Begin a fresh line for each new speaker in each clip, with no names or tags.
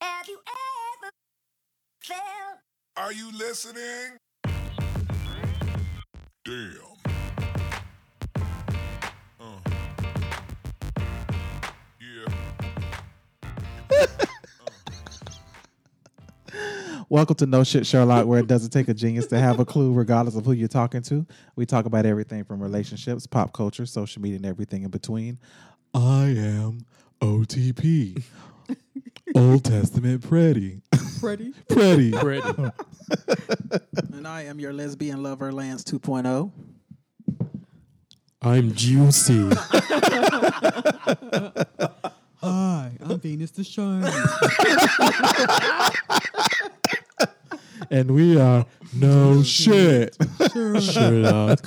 Have you ever felt? Are you listening? Damn. Uh, yeah.
Welcome to No Shit Sherlock, where it doesn't take a genius to have a clue, regardless of who you're talking to. We talk about everything from relationships, pop culture, social media, and everything in between. I am OTP, Old Testament Pretty.
Freddie.
Pretty.
Freddie.
And I am your lesbian lover, Lance oh? 2.0.
I'm juicy.
Hi, I'm Venus the Shine.
And we are No Shit.
Sure.
Sherlock.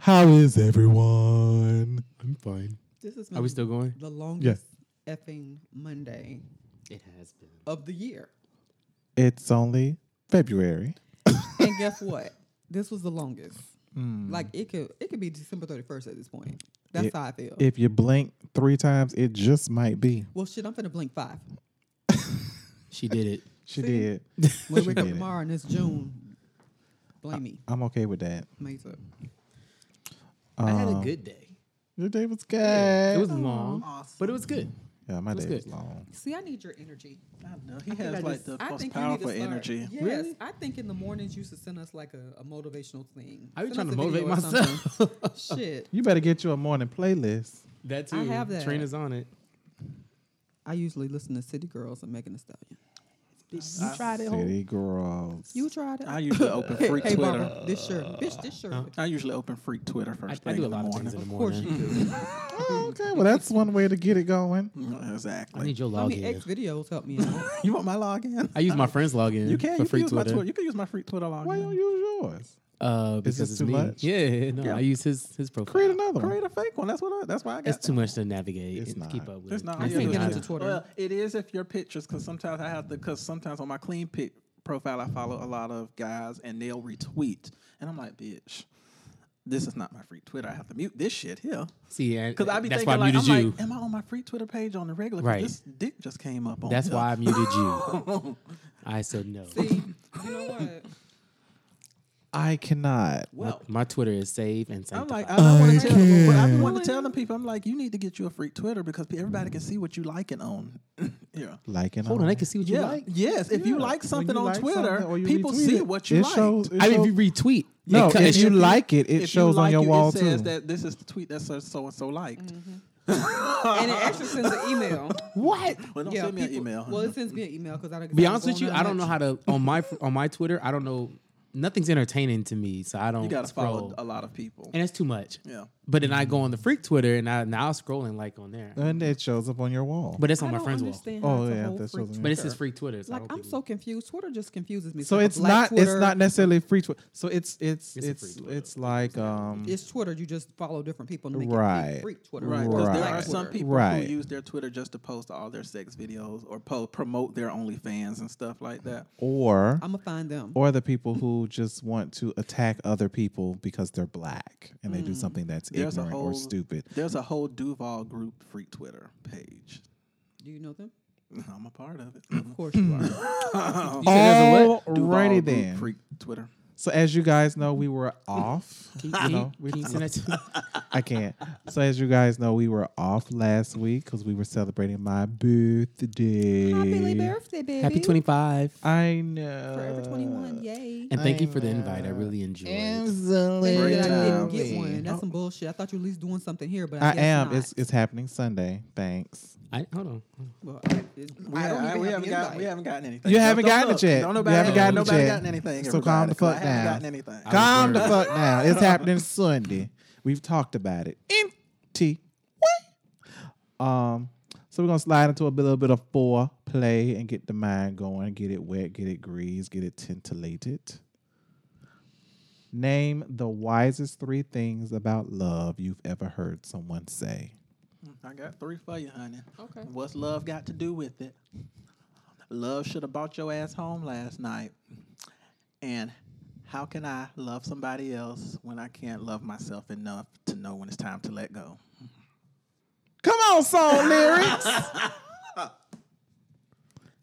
How is everyone?
I'm fine.
This is
Are we still going?
the longest effing Monday
It has been.
of the year.
It's only February.
And guess what? This was the longest. Like it could it could be December 31st at this point. That's
It-
how I feel.
If you blink three times, it just might be.
well shit, I'm finna blink five.
She did it.
She
See?
did. She
When we wake up
did it.
tomorrow and it's June, blame me.
I'm okay with that.
Uh,
Me too.
I had a good day.
Your day was good.
It was long, but it was good.
yeah, my
was
day was
good.
long.
See, I need your energy.
I don't know. He
think
has
I
like
just-
the
I
most
think you need to
powerful
start-
energy.
Yes,
Really?
I think in the mornings you should send us like a, a motivational thing.
I was
Send
trying
us
to
a video
motivate
or
myself.
something. Shit,
You better get you a morning playlist.
that too.
I have that.
Trina's on it.
I usually listen to City Girls and Megan Thee Stallion.
You tried it,
City girls.
You tried it.
I usually open freak
hey,
Twitter.
Barbara, this shirt, bitch, this shirt.
I usually open freak Twitter first thing
I, I do a
in the
lot of
morning.
things in the
Of course
morning.
you do.
Oh, okay, well that's one way to get it going.
Mm,
I
Exactly.
need your
I mean,
login.
X videos help me out.
You want my login?
I use my friend's login
You can.
for
You
free
can use my
Twitter.
Twitter. You can use my free Twitter
Why don't
login.
you use yours?
Uh, because
this
it's
too
me.
much?
Yeah, no,
Yeah.
I use his his profile.
Create another one.
Create a fake one. That's what. I, that's why I got.
It's
that.
too much to navigate
It's
and
not.
keep up with.
It's not.
I
I
can't
usually
get
try-
into Twitter.
Well, it is if your pictures, because sometimes I have to. Because sometimes on my clean pic profile, I follow a lot of guys, and they'll retweet, and I'm like, bitch, this is not my free Twitter. I have to mute this shit here.
See, and
Because I be
that's why I
thinking like,
muted
I'm
you.
like, am I on my free Twitter page on the regular? 'Cause
Right.
This dick just came up on.
That's
here.
why I muted you. I said no.
See, you know what?
I cannot.
Well,
My Twitter is saved and
I'm
sanctified.
like, I don't want to tell them, but I've been
can't.
wanting to tell them people, I'm like, you need to get you a free Twitter because pe- everybody can see what you like and own. yeah.
Like and
Hold on,
all.
I can see what you
Yeah.
like.
Yes. If you
Yeah.
like
When
something
you
on
like
Twitter,
something or you
people
retweet
see
it,
what you
it
like.
shows- it
I mean,
shows-
if you retweet,
No,
it co- it
if you
should-
like it, it
If you
shows on
like
your
you,
wall
it says
too. Mm-hmm.
that this is the tweet that says so and so like.
And it actually sends an email.
what?
Well, don't send me an email.
Well, it sends me an email because I don't.
Be honest with you, I don't know how to on my on my Twitter. I don't know. Nothing's entertaining to me, so I don't
you gotta
scroll,
follow a lot of people.
and it's too much.
Yeah.
But then I go on the freak Twitter, and I now I'm scrolling like on there.
and it shows up on your wall.
But it's
I
on my
don't
friend's wall.
understand how
oh
it's a
yeah,
whole
that
freak
shows on
But
your
it's his freak Twitter. So I
Like
don't
I'm
think-
so confused. Twitter just confuses me.
so
like a
it's
black
not
Twitter,
it's not necessarily free Twitter. So it's it's
It's a
it's
free
it's,
Twitter.
like um
It's Twitter. You just follow different people and make it
Right.
big freak Twitter.
Right,
It's
because there
Right.
are
black
some
Twitter.
people
Right.
who use their Twitter just to post all their sex videos or po- promote their OnlyFans and stuff like that.
or
I'm gonna find them.
or the people who just want to attack other people because they're black and they do something that's
There's a
ignorant or
whole-
stupid.
There's a whole Duval group freak Twitter page.
Do you know them?
I'm a part of it.
Of course
Hmm.
you are.
there's a what?
Duval
Alrighty
group
then.
Freak Twitter.
So as you guys know, we were off.
Can
you know,
you,
we,
can you send that to me?
I can't. So as you guys know, we were off last week because we were celebrating my birthday.
Happy birthday, baby.
Happy 25.
I know.
Forever
Uh,
21. Yay.
And thank you
I
for the invite. I
know.
really enjoyed it.
Thank
Absolutely.
you that I didn't
time.
get one. That's
Oh.
some bullshit. I thought you were at least doing something here, but I,
I
guess
am.
Not.
It's it's happening Sunday. Thanks.
I, hold on.
well, I, it's,
We,
I don't
ha-
even
we
have
haven't
the
got we
invite.
haven't gotten anything.
You
Don't-
haven't
don't
gotten
look.
it yet.
Don't
You
nobody,
haven't
don't
gotten it
nobody
yet.
gotten anything.
So calm the
everybody, 'cause
fuck
I haven't
down.
gotten anything.
I was
Calm the
worried.
fuck now. It's happening Sunday. We've talked about it. Empty. What? Um. So we're gonna slide into a bit- little bit of foreplay and get the mind going, get it wet, get it greased, get it titillated. Name the wisest three things about love you've ever heard someone say.
I got three for you, honey. Okay. What's love got to do with it? Love should have brought your ass home last night. And how can I love somebody else when I can't love myself enough to know when it's time to let go?
Come on, song lyrics.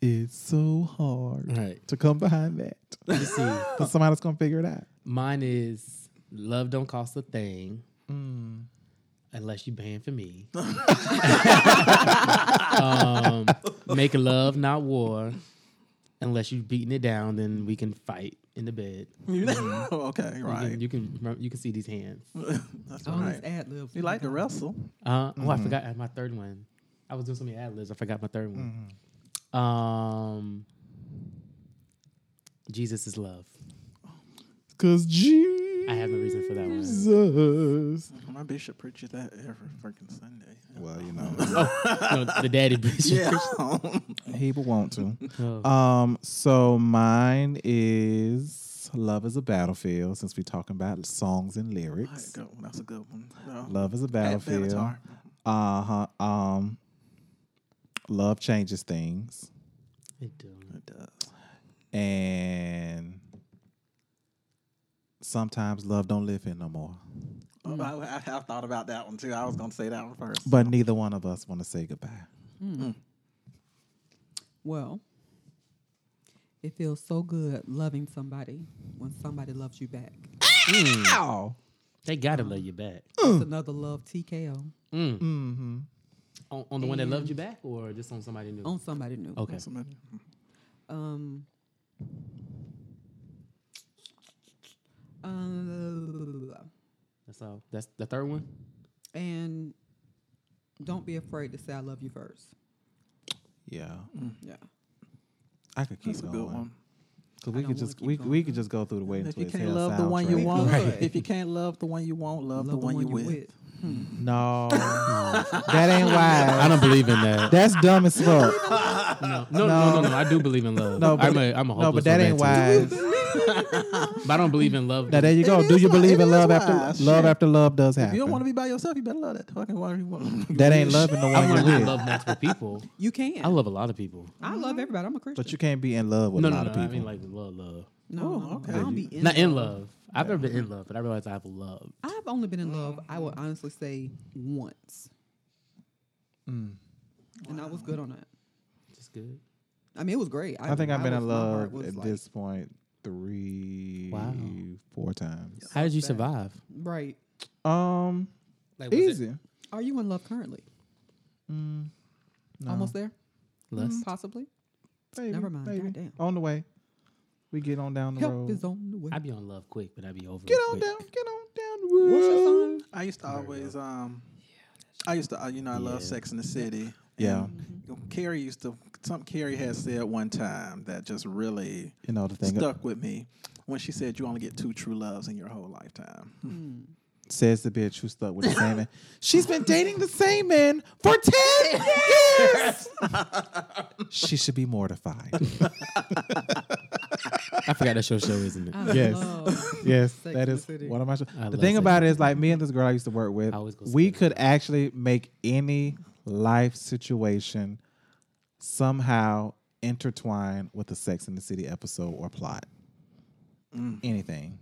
It's so hard
Right.
to come behind that.
Let me see.
Cause somebody's gonna figure it out.
Mine is love don't cost a thing unless you ban for me. um, make love, not war. Unless you beating it down, then we can fight in the bed. You
okay,
can-
right.
You can you can, see these hands.
That's
All
right.
these ad libs.
You like to wrestle?
Uh, Oh, I forgot I had my third one. I was doing so many ad libs. I forgot my third one. Um, Jesus is love.
Cause Jesus.
I have no reason for that one.
My bishop preaches that every freaking Sunday.
Well, you know,
No, the daddy bitch.
he would want to.
Oh.
Um, so mine is Love is a Battlefield, since we're talking about songs and
That's a
lyrics.
good one. That's a good one. No.
Love is a
Bad
battlefield.
Avatar.
Uh huh. Um, love changes things,
It do.
It does.
and sometimes love don't live in no more.
Oh, I, I, I thought about that one too. I was gonna say that one first.
But neither one of us want to say goodbye.
Well, it feels so good loving somebody when somebody loves you back.
Ow!
They gotta love you back. Mm.
That's
Mm.
another love TKO
Mm-hmm.
On, on the one that loved you back, or just on somebody new?
Oh,
on somebody new.
okay.
Somebody-
Um. uh,
That's all. That's the third one.
and don't be afraid to say I love you first.
Yeah,
Yeah.
I could keep
Mm. That's a
going.
good one.
Cause we
don't
could
wanna
just
keep
we,
going.
we could just go through the way
If
until
you
it's
can't
hell
love the
sound
one you
track.
want,
Right.
if you can't love the one you want, love, the, one, you with.
No, that ain't wise.
I don't believe in that.
That's dumb as fuck.
No, no, no, no, no. I do believe in love.
No, but
I'm a, I'm a
no,
hopeless
but that ain't
romantic.
wise.
But I don't believe in love.
Now there you go. Do you believe in love after
wise.
love
Shit.
after love does happen?
If you don't want to be by yourself, you better love that fucking one you want.
that ain't loving the
I
one you're
want to
with,
love multiple people.
You can.
I love a lot of people.
I love everybody. I'm a Christian.
but you can't be in love with
No,
a
no,
lot
no.
of people.
I mean like love, love.
no, no,
okay.
I don't be in
Not in
love.
love. I've never been in love, but I realized I've loved.
I've only been in love, I would honestly say, once. And I was good on that.
Just good.
I mean, it was great.
I think I've been in
was- my heart
love
was
at
like-
this point three,
Wow.
four times.
How did you survive?
Right.
Um,
Like, was it
easy. Mm,
Are you in love currently? Almost there? Mm,
Lust.
Possibly?
Maybe,
Never mind.
maybe.
Goddamn.
On the way, we get on down the
Help
road.
is on the way.
I'd be on love quick, but I'd be over.
Get
it
on
quick.
down. Get on down the road.
What's your song?
I used to always, um, I used to, uh, you know, I love
Yeah.
Sex in the City.
Yeah.
And Carrie used to, something Carrie had said one time that just really
You know the thing
stuck with me when she said you only get two true loves in your whole lifetime.
says the bitch who stuck with the same man. She's been dating the same man for ten years. she should be mortified.
I forgot that's your show, isn't it?
I
Yes.
love- Oh,
Yes,
Sex
that
and the
is
City.
one of my. Shows.
I
The
love
thing
Sex
about it is, like me and this girl I used to work with,
I always go
we
skip it.
could actually make any life situation somehow intertwine with a Sex in the City episode or plot.
Mm.
Anything,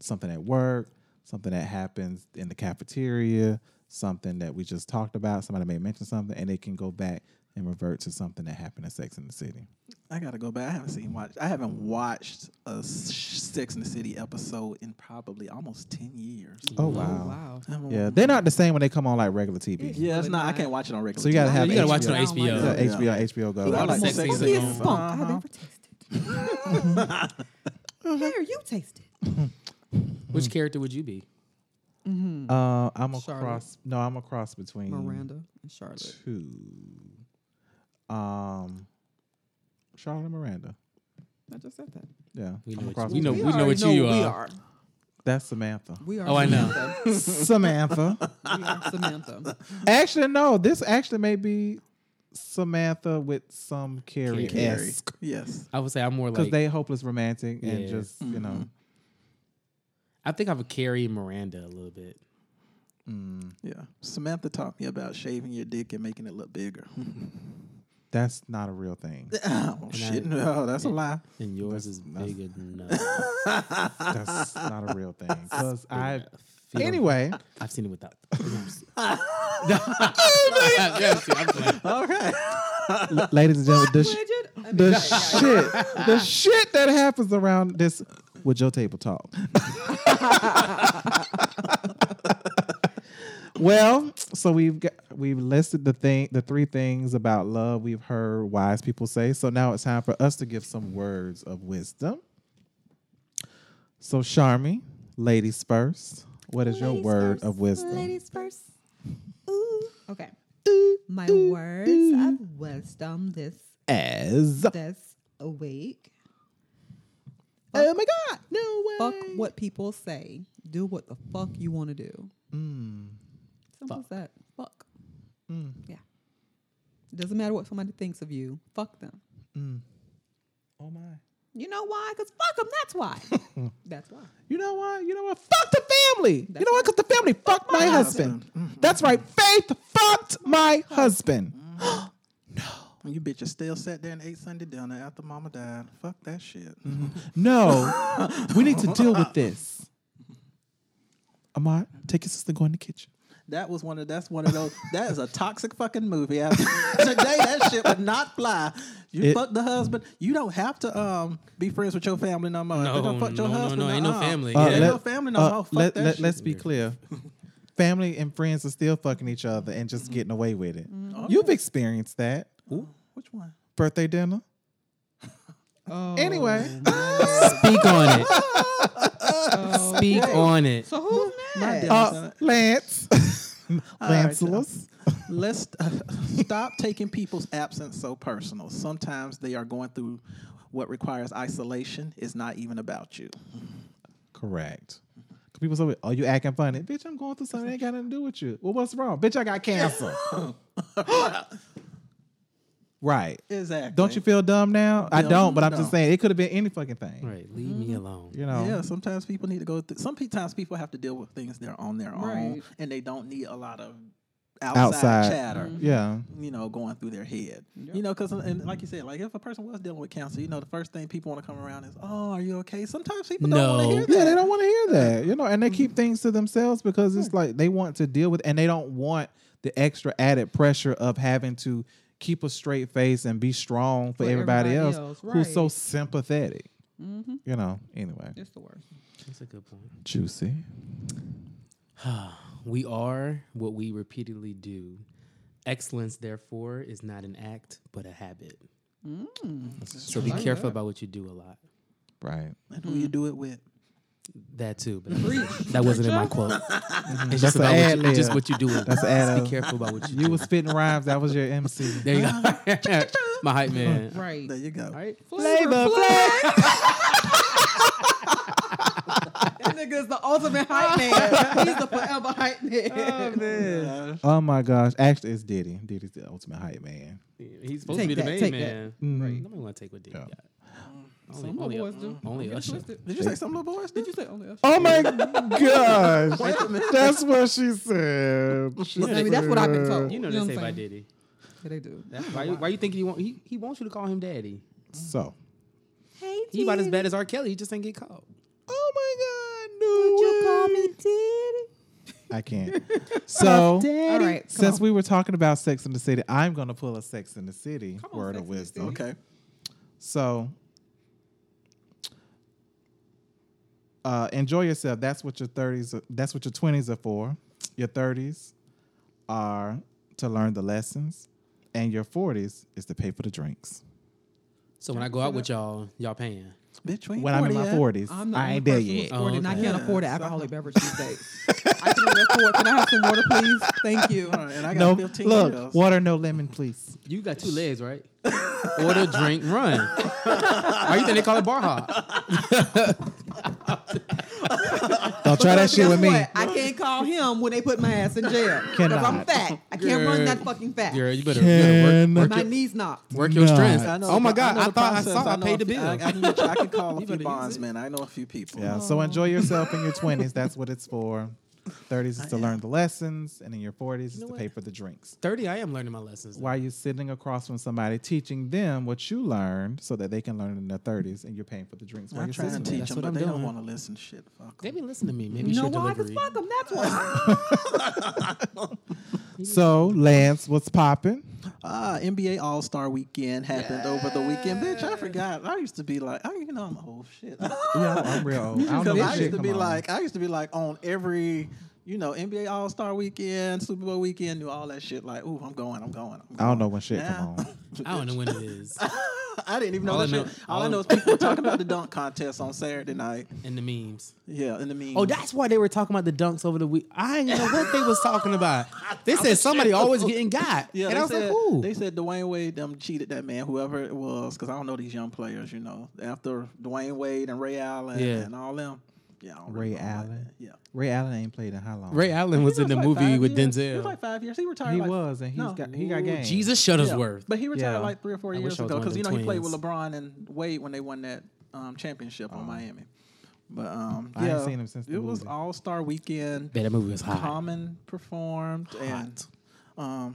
something at work, something that happens in the cafeteria, something that we just talked about. Somebody may mention something, and it can go back and revert to something that happened in Sex in the City.
I gotta go back. I haven't seen watch. I haven't watched a s- Sex in the City episode in probably almost ten years.
Oh
Oh,
wow.
wow.
I haven't-
Yeah, they're not the same when they come on like regular TV.
Yeah.
yeah, it's
But
not. I
not-
can't watch it on regular.
So you gotta
TV.
have
You gotta
HBO.
watch it on
Yeah.
HBO.
Yeah,
Yeah.
HBO, HBO Go.
I like
Come on,
sex
let me
scenes
see
at
a
home.
spunk. I've never tasted. Here, you taste it.
Which character would you be?
Uh, I'm a
Charlotte.
cross. No, I'm a cross between
Miranda and Charlotte.
two. Um, Charlotte and Miranda.
I just said that.
Yeah,
We
I'm
know
a
what
cross
you- we know-
between-
what
already
you
know we
are.
are.
That's Samantha.
We are.
Oh, I know.
Samantha.
Samantha.
we are Samantha.
actually, no. This actually may be Samantha with some Carrie
Carrie.
esque
Yes.
I would say I'm more
because
like.
they hopeless romantic and
Yeah.
just you know.
Mm-hmm.
I think I would carry Miranda a little bit.
Yeah. Samantha taught me about shaving your dick and making it look bigger.
That's not a real thing.
oh, shit. No, that's a lie.
And yours is bigger than uh, us.
That's not a real thing. Because I,
Feel-
anyway,
I've seen it without. oh my God.
ladies and gentlemen, this,
Bridget, I mean,
the
yeah, yeah, yeah.
shit, the shit that happens around this with your table talk. well, so we've got, we've listed the thing, the three things about love we've heard wise people say. So now it's time for us to give some words of wisdom. So Charmy, ladies first. What is your
Ladies
word
first.
of wisdom?
Ladies first. Ooh. Okay. My words of wisdom this
As
this week.
oh my god, no way.
Fuck what people say. Do what the fuck you want to do. Simple as that. Fuck. Yeah. Doesn't matter what somebody thinks of you. Fuck them.
Oh my.
You know why? Because fuck them. That's why. that's why.
You know why? You know what? Fuck the family. you
That's
know what? Because the family fucked my husband. Mm-hmm. That's right. Faith fucked my husband.
And you bitches still sat there and ate Sunday dinner after mama died. Fuck that shit.
Mm-hmm. No, we need to deal with this. Amar, take your sister. Go in the kitchen.
That was one of that's one of those that is a toxic fucking movie. I- Today that shit would not fly. You
It-
fuck the husband. You don't have to um be friends with your family no more. If they
No,
don't fuck your
no, no,
husband,
no, ain't no
uh-uh.
family.
Yeah,
Uh,
ain't
let-
no family no
uh,
more. Fuck
let,
that shit.
us be clear. Family and friends are still fucking each other and just getting away with it.
Oh,
You've experienced that.
Ooh, which one?
Birthday dinner.
Oh,
Anyway.
Speak on it. Speak on it.
So who's
My
next?
dad.
Uh, Lance. Lancelus.
Let's stop taking people's absence so personal. Sometimes they are going through what requires isolation is not even about you.
Correct. 'Cause People say, "Oh, you acting funny, bitch? I'm going through something that ain't got nothing to do with you. Well, what's wrong, bitch? I got cancer. right?
Exactly.
Don't you feel dumb now? I
Dumb,
don't, but I'm
no.
just saying it could have been any fucking thing.
Right, leave me alone.
You know?
Yeah, sometimes people need to go through. Sometimes people have to deal with things they're on their own,
Right.
and they don't need a lot of outside,
Outside.
chatter.
Mm-hmm.
Yeah.
You know, going through their head. You know, because and like you said, like if a person was dealing with cancer, you know, the first thing people want to come around is, "Oh, are you okay?" Sometimes people don't want to
No.
hear that.
Yeah, they don't want to hear that, you know, and they keep things to themselves because it's like they want to deal with, and they don't want the extra added pressure of having to keep a straight face and be strong for,
For
everybody,
everybody
else,
else,
who's so
right.
sympathetic. You know, anyway,
It's the worst.
That's a good point.
juicy.
We are what we repeatedly do. Excellence, therefore, is not an act, but a habit. So be careful about what you do a lot.
Right.
And who you do it with?
That too, but that wasn't- that wasn't in my quote. It's just
an
about what
ad
you,
lib.
it's just what you do. That's
ad
Be
lib.
careful about what you do.
You was spitting rhymes. That was your MC.
there you go. my hype man.
Right.
There you go.
All right.
Flavor Flav. that nigga's the ultimate hype man. He's the forever hype man.
Oh my gosh! Actually, it's Diddy. Diddy's the ultimate hype man.
He's supposed
Take
to be the
that,
main
take that.
man. Right. Nobody want to take what Diddy
Yeah.
got. Mm. Only,
Some
only,
little boys do.
only
Don't get it
Usher.
twisted.
Did you say some little boys?
Did you say only Usher?
Oh my gosh! That's what she said. She
I mean, that's what I've been
said-
told.
You know
You know
they
what
say
I'm
by
saying?
Diddy.
Yeah, they do.
That's why, you- why you think he want he, he wants you to call him daddy?
So.
Hey,
He about as bad as R. Kelly. He just ain't get caught.
Oh my God! No way.
Diddy.
I can't. So
All right. come
since
on.
we were talking about Sex in the City, I'm gonna pull a Sex in the City word
Sex
of
and the
wisdom.
Okay.
So uh, enjoy yourself. That's what your 30s are, that's what your 20s are for. Your 30s are to learn the lessons and your 40s is to pay for the drinks.
So when I go out with y'all, y'all paying.
Bitch, we ain't
When I'm in my
40
40s,
I'm not
I ain't
the
there
person who's
yet.
40 and I
Oh, okay.
can't afford an alcoholic beverage these days. I can only afford. Can I have some water, please? Thank you.
yet. And I got
No,
15
look,
years.
water, no lemon, please.
You got two legs, right? Order, drink, run. Why you think they call it bar hop?
Don't try that
Because
shit
guess
with me.
what? I can't call him when they put my ass in jail. Because I'm
Cannot.
fat. I can't run that fucking fat.
Girl, you better, you better
Can-
work,
My
work, your,
knees knocked.
work your strengths.
Nah.
I know
Oh my
the-
God!
know
I,
the
thought
process.
I saw. I,
know
paid the
a few-
bill.
I, I, can, I can call a few
better use
bondsmen. I know a few people.
Yeah, so enjoy yourself in your 20s. That's what it's for. 30s is to learn the lessons and in your 40s is to
what?
pay for the drinks.
Thirty. I am learning my lessons. though.
Why you sitting across from somebody teaching them what you learned so that they can learn in their 30s and you're paying for the drinks while
I
you're
try
sitting
and
with
teach
them.
them,
That's what
but
I'm
they don't
doing.
want to listen. Shit, fuck. 'em.
They be listening to me. Maybe
You know
your
why? Because
delivery.
fuck them. That's why.
So, Lance, what's popping?
Ah, NBA All Star Weekend happened over the weekend. Bitch, I forgot. I used to be like, I you know I'm old shit.
Yeah, I'm- I'm real old. I don't know
Because I
shit,
used to
come
be
on.
like, I used to be like on every, you know, NBA All Star Weekend, Super Bowl Weekend, do all that shit. Like, ooh, I'm going, I'm going. I'm
I
going.
don't know when shit come
Now-
on.
I don't know when it is.
I didn't even know
All
that
I know-
shit. All, I
all-
know is people were talking about the dunk contest on Saturday night.
And the memes.
Yeah, in the mean.
Oh, that's why they were talking about the dunks over the week. I didn't know what they was talking about. They said somebody always getting got.
Yeah,
and
they
I was
said,
like, ooh.
they said Dwayne Wade um, cheated that man, whoever it was, because I don't know these young players, you know. After Dwayne Wade and Ray Allen
Yeah.
and all them. Yeah, I don't
Ray
remember all that.
Allen?
Yeah.
Ray Allen ain't played in how long?
Ray Allen was
He
in the
like
movie
five
with
years. He
Denzel.
was like five years. He retired.
He
like-
was, and he's
No.
got he got game.
Jesus
Yeah.
Shuttlesworth.
But he retired
Yeah.
like three or four
I
years
wish I was
ago
one of
because you know
them
he played with
twins. Oh.
LeBron and Wade when they won that um, championship on Miami. But um,
I ain't
yeah,
seen him since the
it was
movie.
All Star Weekend.
Man, that movie was hot.
Common performed and um,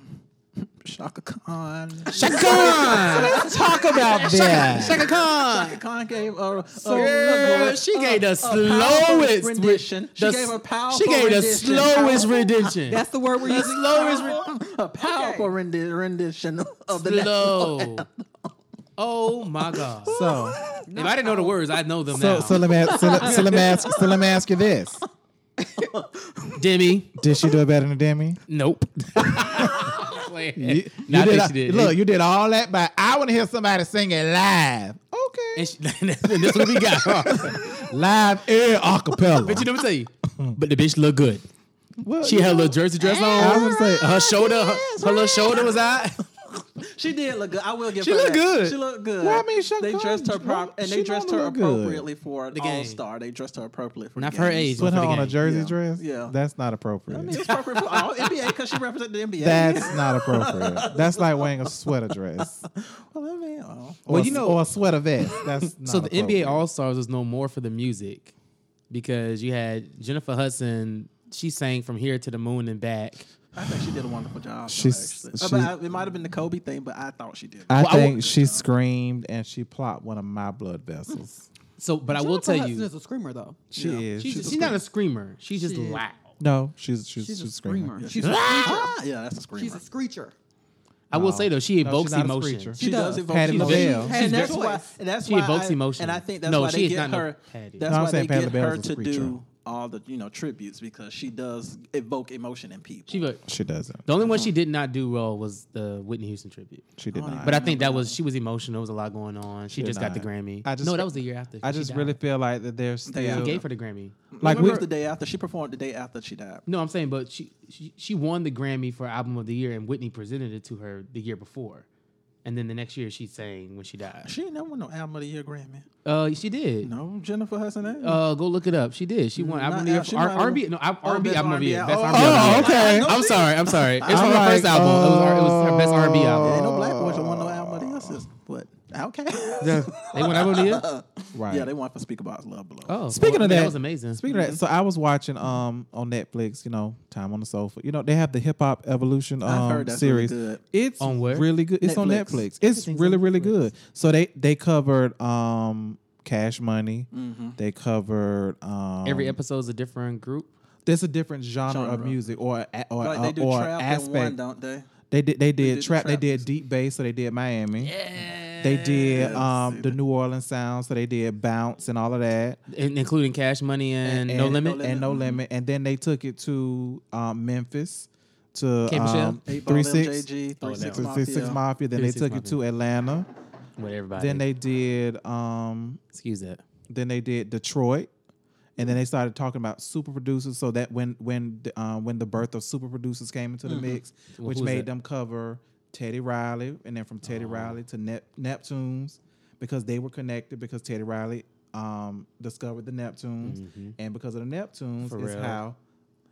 Shaka Khan.
Shaka Khan! Let's talk about that. Shaka Khan!
Shaka Khan gave a, a
Girl, she gave the slowest
rendition. She
the-
gave a powerful
She gave the
rendition.
slowest rendition.
That's the word we're
the
using.
slowest rendition.
a powerful rendi- rendition of the
Slow. Oh my God.
So
if I didn't know the words, I'd know them
so
now.
so let me ask, so, let, so let me ask so let me ask you this:
Demi.
Did she do it better than Demi?
Nope.
You,
Nah, I
you
think
all-
she did.
Look, you did all that, but I want to hear somebody sing it live. Okay,
And she, that's what we got.
live and acapella.
Bitch, you never tell you. But the bitch looked good.
Well,
She
you
had a
know,
little jersey dress on.
I was gonna say-
her shoulder, her, her little shoulder was out.
She did look good. I will give
She
her
looked
that.
good.
She looked good.
Well, I mean, Shaka
they
Khan,
dressed her
she
prop
look-
and
she
they dressed her
normally look good.
appropriately for the
game.
All Star. They dressed her appropriately for
Not
the
for her
game.
age.
I
put her
for the
on a
game.
jersey
Yeah.
dress.
Yeah.
that's not appropriate.
mean, it's appropriate for all NBA because she represented the NBA.
that's not appropriate. That's like wearing a sweater dress
well, I mean, oh.
or,
Well,
you
you
know,
know-
or a sweater vest. That's not
So the
appropriate.
NBA All Stars was no more for the music because you had Jennifer Hudson. She sang from here to the moon and back.
I think she did a wonderful job.
She's-
She's, actually. Uh,
she-
but I, it might have been the Kobe thing, but I thought she did.
I
Well, I
think
wa-
she screamed and she plopped one of my blood vessels.
So, but I will
Jennifer
tell
Hudson
you,
is a screamer though.
She
Yeah.
is.
she's,
she's a
she's not a screamer. She's just
She is.
loud.
No, she's she's,
She's,
she's,
a
screaming.
screamer.
she's a ah, yeah, that's a screamer.
She's a screecher.
I will say though, she
No,
evokes
she's not a
emotion.
screecher.
she does
does.
evoke
Patti
she's a-
LaBelle.
and that's
She's
why,
very-
and that's
She
why
evokes
I,
emotion.
And I think that's
No,
why
she
they
is
get
not no
her.
Patti.
That's
No, I'm
why
saying
they
Patti
get
LaBelle
her
is a
to
screecher.
do all the you know tributes because she does evoke emotion in people.
She evo-
She doesn't.
the only one she did not do well was the Whitney Houston tribute.
She did not.
But I think that was she was emotional. There was a lot going on. She
Did
just got the
not.
Grammy.
I just-
no, that was the year after.
I
She
just
died.
really feel like that there's
They
he
still
gave her the Grammy.
like
Remember
we
it was the day after she performed the day after she died.
No, I'm saying, but she, she she won the Grammy for album of the year, and Whitney presented it to her the year before, and then the next year she sang when she died.
She ain't never won no album of the year Grammy.
Uh, she did.
No, Jennifer Hudson. ain't.
Uh, go look it up. She did. She won album of the
al-
year.
she
For, R-
might have-
R&B, no, al-
Oh,
R&B
best
album of the year.
R&B al-
Best R&B album. of the
Oh,
year.
okay.
I'm sorry. I'm sorry. It's from
I'm
her first
like,
album. it, was her, it was her best R&B
ain't
album.
no black boy won no album of the year,
uh,
sis. But okay.
They won album of the year.
right. Uh,
yeah, they won for Speak About Love Below.
Oh,
Speaking
well, I
of
mean,
that,
that was amazing.
Speaking of that, so I was watching um on Netflix, you know, Time on the Sofa. You know, they have the Hip Hop Evolution um
I've heard that's really
series.
good.
It's
On where?
really good. It's on
Netflix.
Netflix. It's
Everything's
really
on
really
Netflix.
good. So they they covered um Cash Money.
Mm-hmm.
They covered um
Mm-hmm. every episode's a different group.
There's a different genre, of
Genre.
music or a- or
Like
uh,
they do
or
trap
aspect.
and one, don't they?
They did. They did
did the
trap. They
trap
did
music.
deep bass. So they did Miami. Yeah. They did um, the New Orleans sound. So they did bounce and all of that.
in- including Cash Money and, No Limit. Mm-hmm.
and no limit. And then they took it to um, Memphis to
K. Michelle?
um,
Eight Ball
three six. Oh,
MJG, Three Six
Three
Mafia.
Six Six Mafia. Then
Three
they
Six
took it
Mafia.
to Atlanta.
With everybody.
Then they did. Um,
excuse that.
then they did Detroit, and then they started talking about super producers. So that when when the, um, when the birth of super producers came into the mix,
Mm-hmm. Well,
which
who's
made
that? Oh.
them cover Teddy Riley, and then from Teddy Riley to Nep- Neptunes, because they were connected because Teddy Riley um, discovered the Neptunes,
Mm-hmm.
and because of the Neptunes is
Pharrell.
how.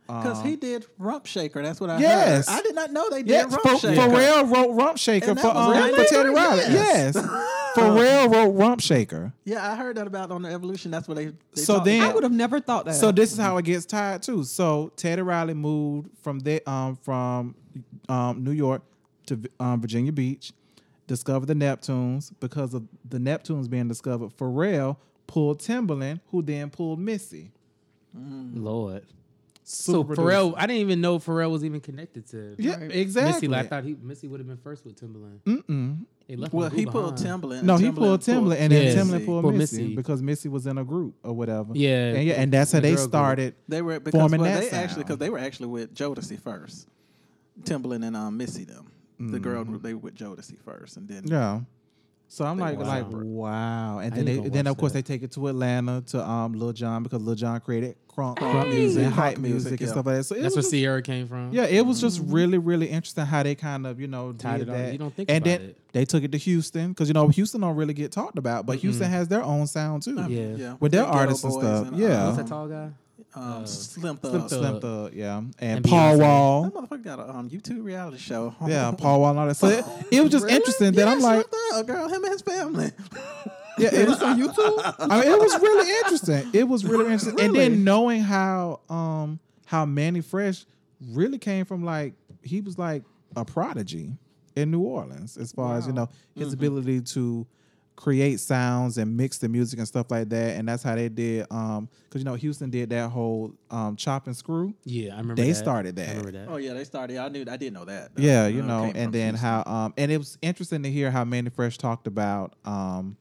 Because he did Rump Shaker. That's what I
Uh-huh. Yes.
heard. I did not know they did
Yes,
Rump
for,
Shaker.
Pharrell wrote Rump Shaker
And
for,
that was
um,
really?
for Teddy Riley. Yes,
Yes.
Oh.
Pharrell wrote Rump Shaker.
Yeah, I heard that about on the Evolution. That's what they. they
So
talked
then-
about.
I would have never thought that.
So this is
Mm-hmm.
how it gets tied too. So Teddy Riley moved from the um from um New York to um, Virginia Beach, discovered the Neptunes because of the Neptunes being discovered. Pharrell pulled Timberland, who then pulled Missy.
Lord. So
Super
Pharrell, I didn't even know Pharrell was even connected to
Yeah,
Right.
exactly.
Missy. I thought he Missy would have been first with Timberland.
Mm-mm.
They left
Well,
Magoo
he pulled
behind.
Timberland.
No, he
Timberland
pulled Timberland, and then
Yes.
Timberland pulled
Pulled
Missy,
Missy.
because Missy was in a group or whatever.
Yeah,
and, yeah, and that's how
the
they
girl group.
started.
They were because
forming
well,
that
they actually
sound.
because they were actually with Jodeci first, Timbaland and um, Missy them. The girl group they were with Jodeci first, and then
Mm-hmm. Yeah. So I'm
They
like,
were
like,
separate.
wow. And
I
then
ain't
they,
gonna
then
watch
of course
that.
they take it to Atlanta to um Lil John because Lil John created crunk,
Crunk
music,
music,
and hype
crunk
music,
music,
and
yeah.
stuff like that. So it
That's where
was just-
Sierra came from.
yeah, it was just really, really interesting how they kind of you know
Mm-hmm. Tied
did
it on.
that.
You don't think
and
about
then
it.
they took it to Houston because you know Houston don't really get talked about, but Houston has their own sound too.
Yeah.
With their
Ghetto
artists and
Boys
stuff,
uh,
yeah.
What's
Who's
that tall guy?
um,
Slim,
Slim Thug.
Slim
Thug.
Thug, yeah, and,
And
Paul
Beyonce.
Wall.
That motherfucker got a um, YouTube reality show.
Yeah, Paul Wall and all that. So it, it was just
Really?
interesting that
Yeah,
I'm like,
Slim Thug, girl, him and his family.
yeah, it was on YouTube. I mean, it was really interesting. It was really interesting. And
Really?
then knowing how um how Manny Fresh really came from like he was like a prodigy in New Orleans as far as you know his ability to create sounds and mix the music and stuff like that. And that's how they did um because you know Houston did that whole um chop and screw.
Yeah, I remember.
They
that.
started
I
that.
remember that.
oh yeah, they started. I knew. I did know that. though.
Yeah, you
Uh,
know,
came
and
from
then
Houston.
how um and it was interesting to hear how Manny Fresh talked about um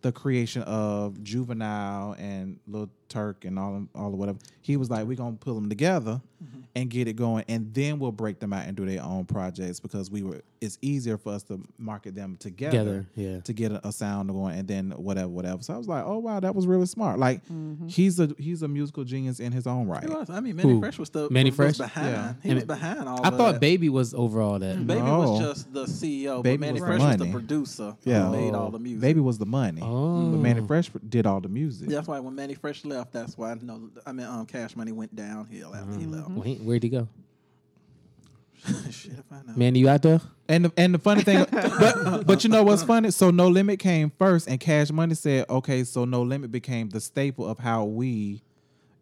the creation of Juvenile and Lil Turk and all them- all of whatever. He was like, We're gonna pull them together
Mm-hmm.
and get it going and then we'll break them out and do their own projects because we were it's easier for us to market them together,
Together, yeah.
to get a, a sound going and then whatever, whatever. So I was like, Oh wow, that was really smart. Like
Mm-hmm.
he's a he's a musical genius in his own right.
He was. I mean, Manny
Who?
Fresh was still
Manny
was
Fresh?
behind.
Yeah.
He
And
was
it-
behind all.
I
of
thought
that.
Baby was over all that.
Baby
No.
was just the CEO.
Baby
but Manny
was the
Fresh was
money.
the producer.
Yeah.
who made all
Oh.
the music.
Baby was the money.
Oh,
But Manny Fresh did all the music.
That's why when Manny Fresh left, that's why I know. I mean, um, Cash Money went downhill after he left.
Wait, where'd he go? Mm-hmm.
Shit, if I know.
Manny, you out there?
And the, and the funny thing, but but you know what's funny? So No Limit came first, and Cash Money said, "Okay, so No Limit became the staple of how we,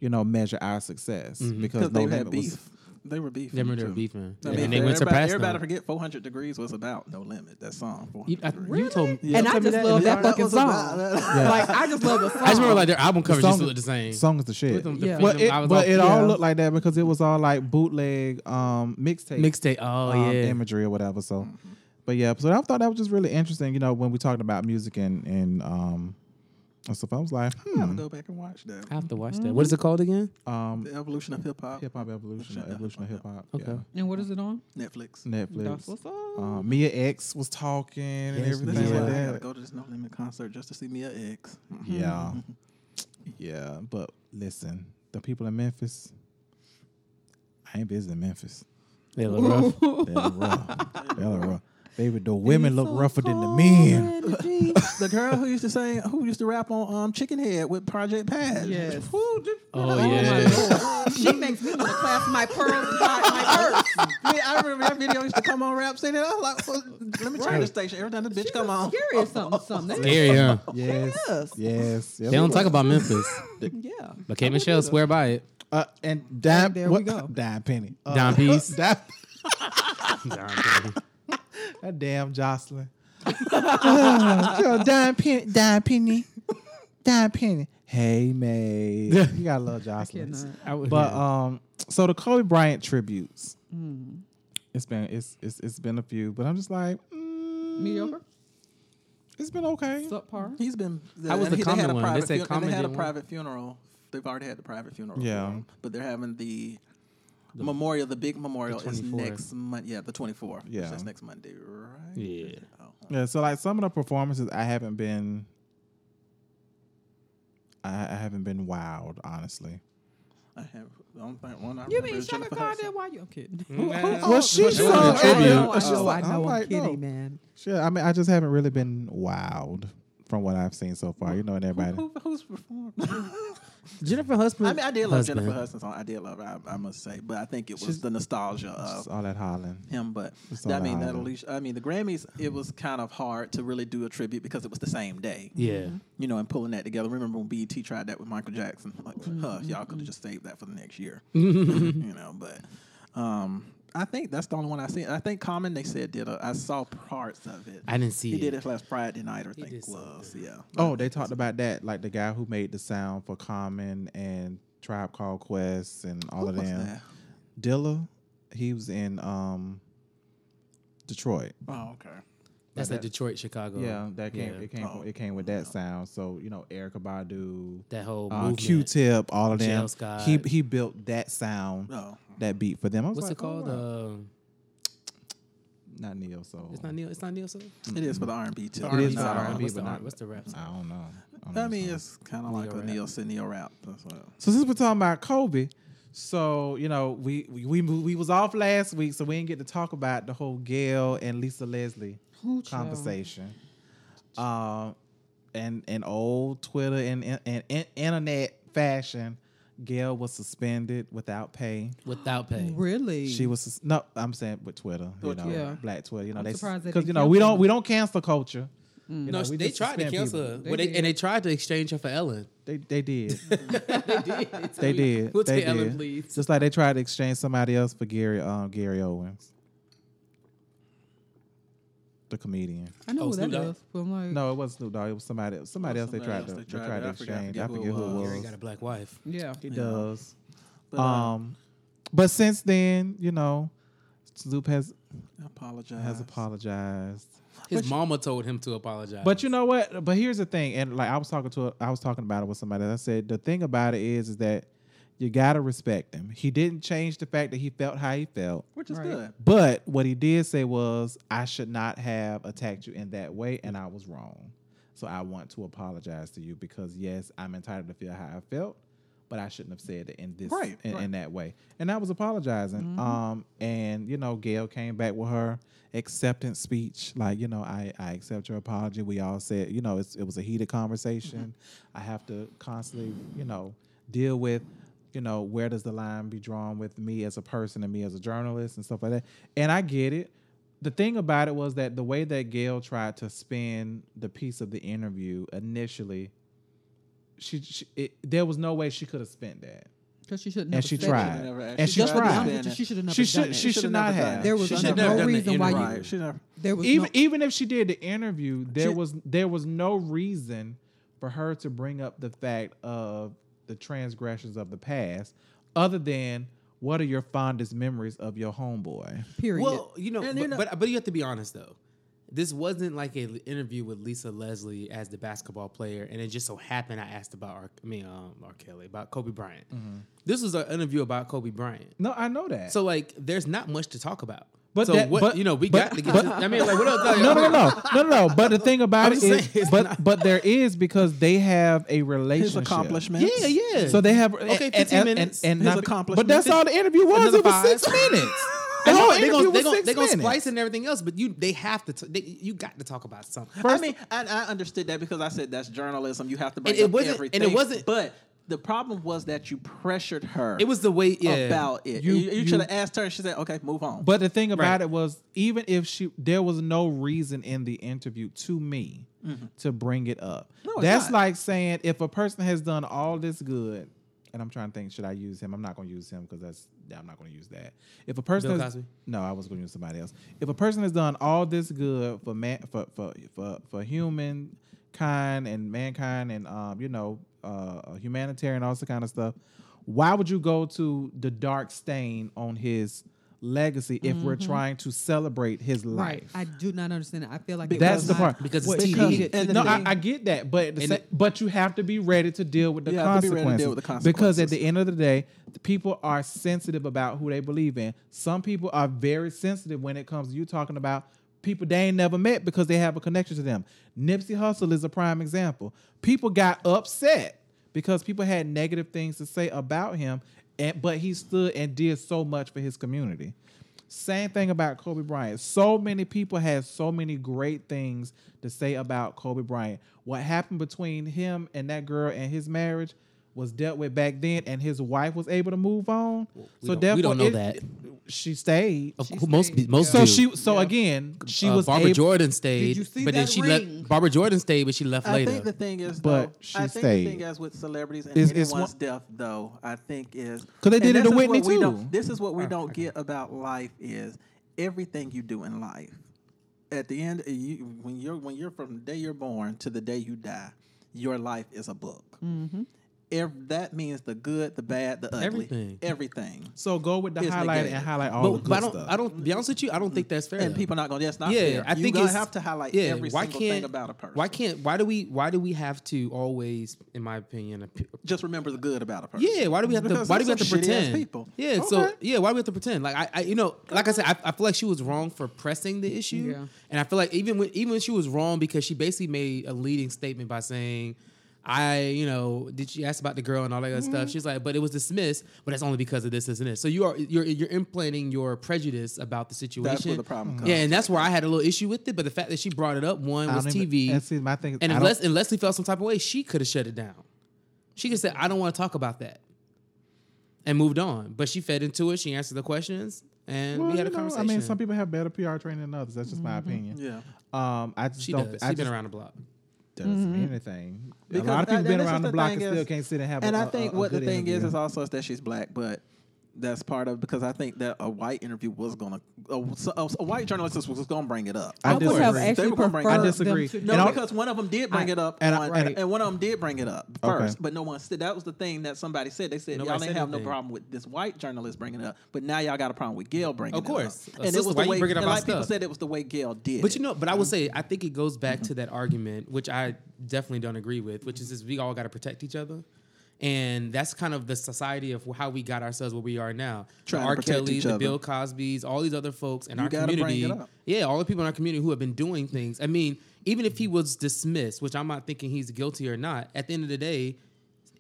you know, measure our success
Mm-hmm.
because
Because
No
they had
Limit
beef.
was
they were beefing.
They remember they
too.
were beefing.
I mean,
and they went to
everybody,
past
everybody
them.
forget 400 degrees was about No Limit, that song. 400
You, I,
Degrees.
you told me.
and I
told me
just love
in the
that
car.
fucking
was
song.
about that.
Like I just love the song.
I just remember like their album covers just
song-
looked the same.
songs the shit.
With them,
Yeah.
yeah.
But it,
I was
but
all,
it all
Yeah.
looked like that because it was all like bootleg um, mixtape
mixtape. Oh
um,
yeah,
imagery or whatever. So,
Mm-hmm.
but yeah, so I thought that was just really interesting. You know, when we talking about music and and um, and stuff, I was like,
I gotta
hmm,
go back and watch that.
I have to watch
Mm-hmm.
that. What is it called again?
um,
The Evolution of Hip Hop,
hip hop evolution, or evolution of hip hop.
Okay.
Yeah.
and what is it on? Oh,
Netflix.
Netflix.
That's what's up.
Uh, Mia X was talking and
This
Yes,
everything
is why
Yeah.
like
I gotta
that.
go to this No Limit concert just to see Mia X.
Yeah. yeah. But listen, the people in Memphis, I ain't visiting Memphis.
They look rough.
They look rough. they look rough. Baby, the
It's
women look
so
rougher than the
cold
men.
in the G.
the girl who used to sing, who used to rap on um, Chicken Head with Project Pad.
Yes.
Who did-
Oh
Oh,
yeah.
my Lord. she makes me want to clasp my pearls, my, my purse.
Man, I remember that video used to come on rap city. and I was like, well, let me change the station. Every time the bitch come on.
Scary or something, something. They-
Scary, huh?
Yes.
Yes.
Yes.
They don't talk about Memphis,
Yeah.
but K Michelle swear by it.
Uh, and dime,
there we
what,
go.
Dime Penny. Uh,
Dime Piece.
Dime,
Nah, I'm kidding.
that damn Jocelyn. Yo, dime Penny. Dime Penny. Dime Penny. Hey, May. You gotta love Jocelyn.
Cannot.
I would-
But
yeah.
um, so the Kobe Bryant tributes. It's been it's, it's it's been a few, but I'm just like, mm,
Mediocre.
it's been okay.
Subpar.
He's been. uh,
I was the
they
common
had a
one. They
Private
said
fun- and they had a
common did one.
private funeral. They've already had the private funeral.
Yeah.
for him, but they're having the, memorial. The big memorial is
24th.
next month. Yeah, the 24th. which
Yeah.
is next Monday, right?
yeah.
Oh.
yeah, so like some of the performances, I haven't been, I, I haven't been wowed, honestly.
I have. I don't think one. I
You
remember
mean
is
Shaka
Jennifer
Khan
Hudson.
did why you? I'm kidddding
Well, she
doing
saw
a
a
tribute.
tribute.
I know, I
So
know, I
I'm
know. I'm
like, no.
kidding, man.
Sure, I mean, I just haven't really been wowed from what I've seen so far. You know, and everybody.
Who, who's performed?
Jennifer Husband.
I mean, I did love Jennifer
Husband.
Hudson's song. I did love. Her, I, I must say, but I think it was the nostalgia of
Just all that hollering.
him. But
all
I mean,
the
that
album.
Alicia, I mean, the Grammys. It was kind of hard to really do a tribute because it was the same day.
Yeah.
You know, and pulling that together. Remember when BET tried that with Michael Jackson? Like, huh, y'all
Mm-hmm.
could have just saved that for the next year. you know, but um, I think that's the only one I see. I think Common they said did. A, I saw parts of it.
I didn't see
He
it.
did it last Friday night, I think
did
it was. Yeah.
Oh, they talked about that, like the guy who made the sound for Common and Tribe Called Quest and all
Who
of
was
them.
that?
Dilla, he was in um Detroit.
Oh, okay.
That's
Like
that Detroit, Chicago.
Yeah, that came.
Yeah.
It came.
Oh.
It came with that sound. So you know, Erica Badu,
That whole
uh,
movement.
Q-Tip, all of them.
Jill Scott. Oh.
He he built that sound,
No.
that beat for them. I was
What's
like,
it
Oh,
called?
wow.
Uh,
not neo soul.
it's not Neil. It's not Neil. Soul?
It is for the R&B too.
It is
No,
for
no,
R&B,
what's
but
the
not-
R- What's the rap?
I don't know. I, don't
I
know
mean,
the song.
it's kind of like a
rap.
Neil Sydney rap. That's what.
so since we're talking about Kobe, so you know, we we we, moved, we was off last week, so we didn't get to talk about the whole Gail and Lisa Leslie
Who child?
conversation. Um, and and old Twitter and, and, and internet fashion, Gail was suspended without pay.
Without pay.
Really?
She was sus- no, I'm saying with Twitter, you
With
know,
Mm. Twitter. Yeah.
Black Twitter, you know,
I'm
they
surprised they
because you
didn't
know we
cancel
don't
her.
we don't cancel culture. You
No,
know,
sh
we
they
just
tried to
suspend
cancel
people.
her, but they,
did.
and they tried to exchange her for Ellen.
They they did.
they did.
They did.
We'll
they
take Ellen,
did.
please.
Just like they tried to exchange somebody else for Gary um, Gary Owens, the comedian.
I know
Oh,
what
Snoop
that
Dogg.
is, but I'm like,
No, it wasn't Snoop Dogg. It was somebody somebody
Oh,
else. They
somebody
tried
else
to
they
they
tried
tried
to-
to
I forgot- I
exchange. I
forget who it
forget who
was.
it
Gary
was.
got a black wife.
yeah.
He does.
But, uh,
Um, but since then, you know, Snoop has
I apologize.
has apologized.
His mama told him to apologize.
But you know what? But here's the thing, and like I was talking to, I was talking about it with somebody. and I said the thing about it is, is that you gotta respect him. He didn't change the fact that he felt how he felt,
which is
Right.
good.
but what he did say was, "I should not have attacked you in that way, and I was wrong. So I want to apologize to you because yes, I'm entitled to feel how I felt." But I shouldn't have said it in this
Right,
in,
right.
in that way, and I was apologizing. Um, and you know, Gail came back with her acceptance speech, like you know, I I accept your apology. We all said, you know, it's, it was a heated conversation. I have to constantly, you know, deal with, you know, where does the line be drawn with me as a person and me as a journalist and stuff like that. And I get it. The thing about it was that the way that Gail tried to spin the piece of the interview initially, she, she it, there was no way she could have spent that.
Because she shouldn't
And
have
she
said that.
tried.
never asked.
And
She
she
tried to
tried.
do
Just be honest with you, She should have never
She should-
done it.
she should
should've
not
never done
have.
it.
There was
She
no
should've never done the
reason why you-
interview. Right. She never.
There was
even
no,
even if she did the interview, there
She-
was there was no reason for her to bring up the fact of the transgressions of the past, other than what are your fondest memories of your homeboy?
period.
Well, you know,
And
but,
you know-
but but you have to be honest though. This wasn't like an interview with Lisa Leslie as the basketball player, and it just so happened I asked about R. I mean, um, R. Kelly about Kobe Bryant.
Mm-hmm.
This was an interview about Kobe Bryant.
No, I know that.
So like, there's not much to talk about.
But
so
that-
what
but-
you know, we
but-
got to get. to- I mean, like, what else?
no, no, no, no, no, no. But the thing about
I'm
it
just
is,
saying, it's
but
not-
but there is because they have a relationship.
His accomplishments.
Yeah, yeah.
So they have
Okay,
and-
15
and-
minutes.
and, and
His
not be- But
accomplishments.
that's all the interview was.
Another
It was six
five.
minutes. The
I know,
whole
they're
interview
gonna,
was
they're gonna,
six
they're gonna
minutes.
splice and everything else, but you they have to. T- they, you got to talk about something.
I mean, I, I understood that because I said that's journalism. You have to bring
it
up
wasn't- and
everything.
it wasn't-
But the problem was that you pressured her.
It was the way yeah.
about it.
You-
You, you,
you-
should have asked her, and she said, "Okay, move on."
But the thing about
Right.
it was, even if she, there was no reason in the interview to me
Mm-hmm.
to bring it up.
No, it's
That's
not.
like saying if a person has done all this good, and I'm trying to think, should I use him? I'm not going to use him because that's yeah, I'm not going to use that. If a person,
Bill
has-
Cosby?
no, I was going to use somebody else. If a person has done all this good for man, for for for for human kind and mankind and um you know uh humanitarian all this kind of stuff why would you go to the dark stain on his legacy if we're trying to celebrate his
right.
life.
I do not understand it. I feel like it
That's
was
the
not-
part
Because it's
Well,
TV.
it-
And the
no, I,
thing-
I get that, but at the
And
sa-
it-
but you have to be ready to deal with the
You have to be
consequences.
ready to deal with the
Because at
consequences.
the end of the day, the people are sensitive about who they believe in. Some people are very sensitive when it comes to you talking about people they ain't never met because they have a connection to them. Nipsey Hussle is a prime example. People got upset because people had negative things to say about him, and but he stood and did so much for his community. Same thing about Kobe Bryant. So many people had so many great things to say about Kobe Bryant. What happened between him and that girl and his marriage was dealt with back then, and his wife was able to move on.
we
so
don't- we
therefore,
don't know
it-
that.
she stayed.
Of
She
course, most
stayed.
pe- most
So
do.
she. So again, she
Uh,
was
Barbara
able-
Jordan stayed,
you see
but then
that
she
ring?
left. Barbara Jordan stayed, but she left
I
later.
think the thing is,
But
though,
she
I think
stayed.
the thing is with celebrities and
It's- it's
anyone's
one-
death, though, I think is
'Cause they
and
did it
this
to
is what
Whitney,
we
too.
don't- This is what we don't get about life is everything you do in life. At the end, you,
Mm-hmm.
when you're when you're from the day you're born to the day you die, your life is a book. ev- that means the good, the bad, the ugly,
Everything.
everything.
So go with the
It's
highlight
negative.
and highlight all the
But,
good
but I don't.
stuff.
I don't. Be honest with you. I don't think that's fair.
And
though.
people not gonna. That's not
yeah,
fair.
I
You
think
gonna
it's-
have to highlight
yeah,
every
why
single thing
can't-
about a person.
Why can't? Why do we? Why do we have to always? In my opinion, ap-
Just remember the good about a person.
Yeah, why do we have to?
Because
Why do we have
there's
to
some shitty-ass
pretend?
people.
Yeah, so
Okay.
yeah, why do we have to pretend? Like I, I you know, like I said, I, I feel like she was wrong for pressing the issue,
Yeah.
and I feel like even when even when she was wrong because she basically made a leading statement by saying. I, you know, did she ask about the girl and all that other
Mm-hmm.
stuff? She's like, but it was dismissed, but that's only because of this, this, and this. So you are you're you're implanting your prejudice about the situation.
the problem
Mm-hmm.
comes.
Yeah, and that's where I had a little issue with it. But the fact that she brought it up, one
I
was
don't even-
TV,
and see, my thing is,
and
I
if
don't-
Les- and Leslie felt some type of way, she could have shut it down. She could say, "I don't want to talk about that," and moved on. But she fed into it. She answered the questions, and
Well,
we had a
you know,
conversation.
I mean, some people have better PR training than others. That's just my
Mm-hmm.
opinion.
Yeah.
Um, I just
She
don't.
does.
I just
She's been around the block.
doesn't mean anything.
Mm-hmm. Because
a lot of people
that-
been
that's
around the
just
block
thing
and
is-
still can't sit and have.
And
I
I think what the thing is is also is that she's black, but that's part of because I think that a white interview was gonna a, a, a white journalist was, was gonna bring it up.
I
I would have
disagree.
They
actually
were gonna bring-
preferred
I
disagree.
Them to
No,
And I'll-
because one of them did bring
I-
it up,
and
and,
I-
on,
right.
and one of them did bring it up
Okay.
first. But no one said that was the thing that somebody said. They said
Nobody
y'all
said
ain't have no
anything.
problem with this white journalist bringing it up, but now y'all got a problem with Gail bringing
Of course.
it up.
Uh, sister, why you
way,
bringing up
and
our
like people
stuff?
said, it was the way Gail did.
But
it.
you know, but I would say I think it goes back to that argument, which I definitely don't agree with, which is just we all got to protect each other, and that's kind of the society of how we got ourselves where we are now.
Trying to
the R.
protect
Kelly,
each
the
other.
Bill Cosby's, all these other folks in
You
our
gotta bring
community.
it up.
Yeah, all the people in our community who have been doing things. I mean, even if he was dismissed, which I'm not thinking he's guilty or not, at the end of the day,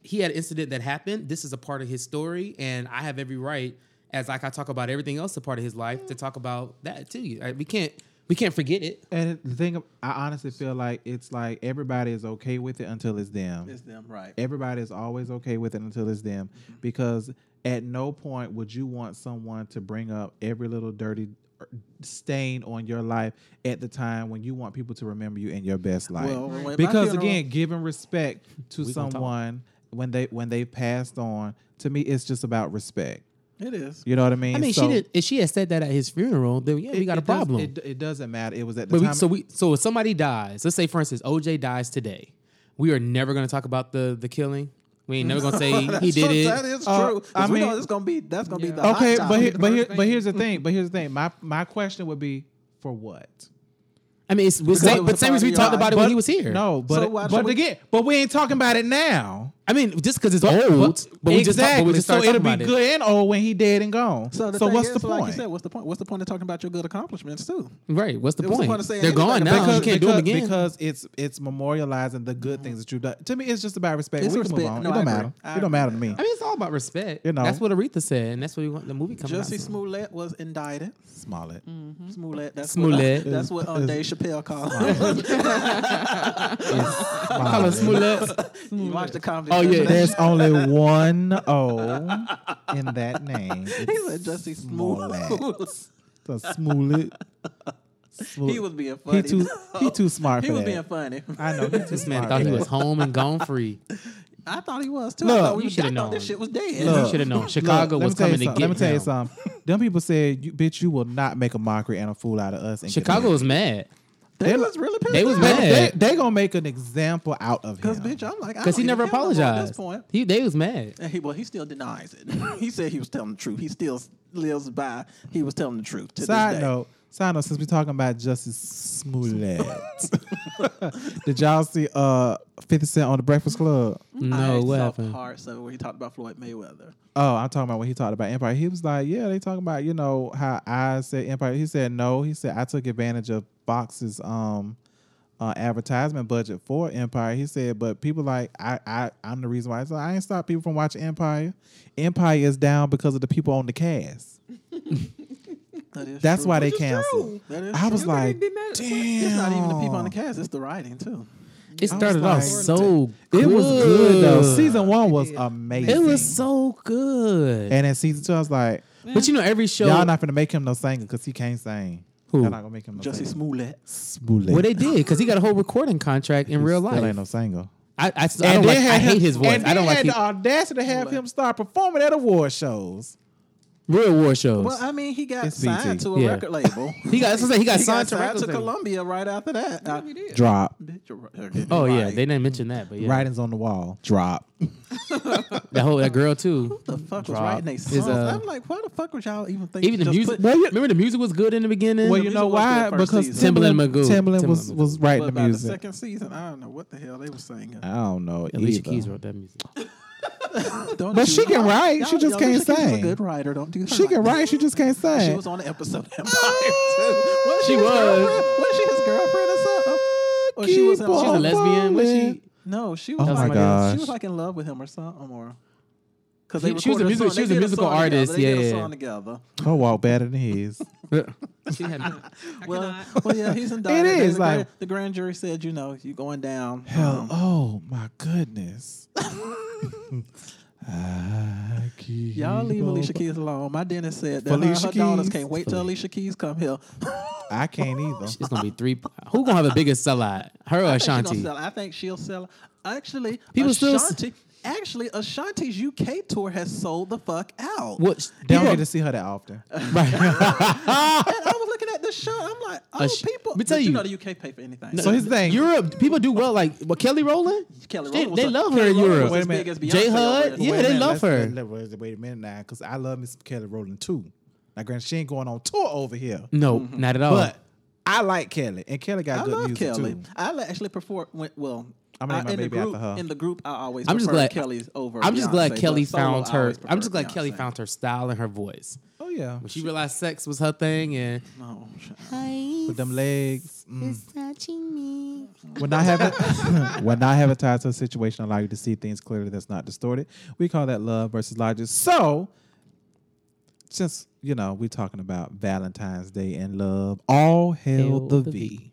he had an incident that happened. This is a part of his story, and I have every right, as like I talk about everything else, a part of his life, to talk about that too. You- I- We can't we can't forget it.
And the thing, I honestly feel like it's like everybody is okay with it until it's them.
it's them, right?
Everybody is always okay with it until it's them, because at no point would you want someone to bring up every little dirty er, stain on your life at the time when you want people to remember you in your best light.
Well, when my
because
funeral-
again, giving respect to
gonna talk.
someone when they when they passed on, to me, it's just about respect.
it is.
You know what I mean?
I mean,
So
she did. If she had said that at his funeral, then yeah,
it-
we got a
it does-
problem.
it, it doesn't matter. It was at the
but we,
time.
so we so if somebody dies, let's say for instance, OJ dies today, we are never going to talk about the the killing. We ain't never going to say he did
true,
it.
That is true.
Uh,
'Cause
I
we know
mean-
it's gonna be that's gonna be
Yeah.
the hot
okay, but
topic.
here, but here,
first
but here's the thing. But here's the thing. My my question would be for what?
I mean, it's, it's
it
same,
was
but
a
same reason we
part of
talked
your
about it
But-
when he was here.
No, but
So why
but
should we-
again, but we ain't talking about it now.
I mean just because it's old, but, we just talk, but
exactly.
we just
so
started
it'll
talking
be
about
good and old when he dead and gone.
So,
So,
the thing
what's
is,
the point?
Like you said, what's the point? What's the point of talking about your good accomplishments too?
it. Right? What's the
What's the
point?
point of saying
They're
anything
gone
about
now.
it?
you can't do
because,
them again.
because it's it's memorializing the good things that you've done. To me, it's just about respect.
It's
we can
respect.
move on.
No,
it
I
don't
agree.
matter.
I
It don't
agree.
matter to me.
I mean, it's all about respect.
You know.
that's what Aretha said, and that's what we want the movie coming
Jussie
out. from.
Smollett was indicted.
Smollett.
Smollett. That's
Smollett.
What, that's what um, Dave Chappelle called.
It's
Call her
Smollett.
Smollett.
you watch the comedy.
Oh,
show
yeah.
today?
There's only one O in that name.
He
It's
said Jussie
Smollett.
Smollett.
The Smollett. Smollett.
he was being
He
funny.
too. He too smart
He
for
was
that.
being funny.
I know. He too
This man
smart
thought
for
he
that.
was home and gone free.
I thought he was too.
Look,
I thought, we,
you
I
shoulda
thought this
known.
shit was dead.
You
Look,
shoulda known.
look,
Chicago
let me
was
tell you
coming to
something.
get
Let me tell you
him.
something. Them people said, you, "Bitch, you will not make a mockery and a fool out of us." And get
Chicago
him."
was mad
They,
They-
was really pissed.
they was
off.
They, they,
mad.
they gonna make an example out of him.
Cause bitch, I'm like, I
because he
don't
never
even care no more At
apologized.
this point,
He they was mad.
and he well, he still denies it. he said he was telling the truth. He still lives by. He was telling the truth. To this
Side
day.
note, side note, since we're talking about Justice Smollett, did y'all see uh 50 Cent on the Breakfast Club?
No,
I
what
saw
happened?
Parts of it where he talked about Floyd Mayweather.
Oh, I'm talking about when he talked about Empire. He was like, Yeah, they talking about, you know, how I said Empire. He said no. He said I took advantage of Fox's um uh, advertisement budget for Empire. He said, but people like I, I I'm the reason why. So I ain't stopped people from watching Empire. Empire is down because of the people on the cast.
That is
That's
true.
why they
is
canceled.
true.
That is
I was
true.
like,
be mad at-
damn.
It's not even the people on the cast. It's the writing too.
It started off
like-
so good.
It was good though. Season one was amazing.
It was so good.
And in season two, I was like,
but you know, every show.
y'all not gonna make him no singer because he can't sing.
Who?
Y'all not gonna make him no
Jussie
singer.
Smollett.
Smollett.
well, they did because he got a whole recording contract in real life.
Still ain't no singer.
I, I, I, don't like, I hate his voice. I don't like
had uh, the
he,
audacity to have him start performing at award shows.
real war shows.
Well, I mean, he got
It's BT.
signed to a
Yeah.
record label.
he got. that's what I'm saying, He got
He
signed to,
signed
record
to
label.
Columbia right after that. Uh,
Yeah, we did.
Drop.
bitch, you're right.
Oh,
Oh yeah, they didn't mention that, but yeah.
Writings on the wall. Drop.
that whole that girl too.
the fuck was
Drop
writing they
is,
songs?
uh,
I'm like, why the fuck would y'all even think?
Even
to
the
just
music.
put-
remember the music was good in the beginning.
Well,
The
you know
music was good
why?
first
Because
season.
Timbaland Magoo.
Timbaland was,
Timbaland
was writing
but
the
by the
music.
second season, I don't know what the hell they were singing.
I don't know.
Alicia
either.
Keys wrote that music.
Don't
But
you-
she can
y'all-
write. She
y'all-
just
y'all-
can't
she's a
sing.
Good writer. Don't do her
She
like
can
that.
write. Ah. She just can't
She
sing.
was on the episode of Empire too. Was she,
She
his
was.
girlfriend? Was she his girlfriend or something? Or she was.
Keep
in-
on
She's a lesbian. Was she?
falling.
No, she
Oh
was.
my
like, She
gosh.
was like in love with him or something, or. Because
He- she was a music- she was a musical artist,
Together. They
yeah,
did
yeah.
a song together.
Her walk better than his.
she had.
Well, well, yeah,
is,
he's indicted. and the, grand,
like-
the grand jury said, you know, you're going down.
Hell,
um,
oh my goodness. I keep
Y'all leave
on-
Alicia Keys alone. My dentist said that her-
Felicia
her, daughters
Keys.
can't wait till Alicia Keys come here.
I can't either.
It's gonna be three. Who gonna have the biggest sellout? Her or
I think, she gonna
Ashanti?
sell. I think she'll sell. Actually,
People still s-
Ashanti. actually, Ashanti's UK tour has sold the fuck out.
What?
They don't
people-
get to see her that often.
And I was looking at this show. I'm like, oh,
Ash-
people.
Let me tell
But
you.
know the UK pay for anything.
So here's the thing.
Europe people do well. Like, well, Kelly Rowland.
Kelly
They-
Rowland was
they
a-
love her
Kelly
in
Rowland
Europe.
was as big as Beyonce
J
over
Hud,
there.
But wait
yeah,
a
they
minute,
love
let's-
her.
let- Wait, wait a minute now, because I love Miss Kelly Rowland too. Now, granted, she ain't going on tour over here,
No,
Mm-hmm.
not at all.
but I like Kelly, and Kelly got
I
good
love
music
Kelly.
too.
I li- actually prefer. When, well,
I'm gonna name
I-
my
in the
baby after
group,
her.
in the group, I always.
I'm just
prefer
glad
Kelly's over.
I'm just glad
Beyonce,
Kelly
but solo,
found
I
her.
always
I'm just glad
prefer
Kelly
Beyonce.
found her style and her voice.
Oh yeah,
When she realized sex was her thing, and
No,
with them legs. Mm. When I have when I have a tie to a situation, allow you to see things clearly that's not distorted. We call that love versus logic. So, since you know we're talking about Valentine's Day and love, all hail, the, v.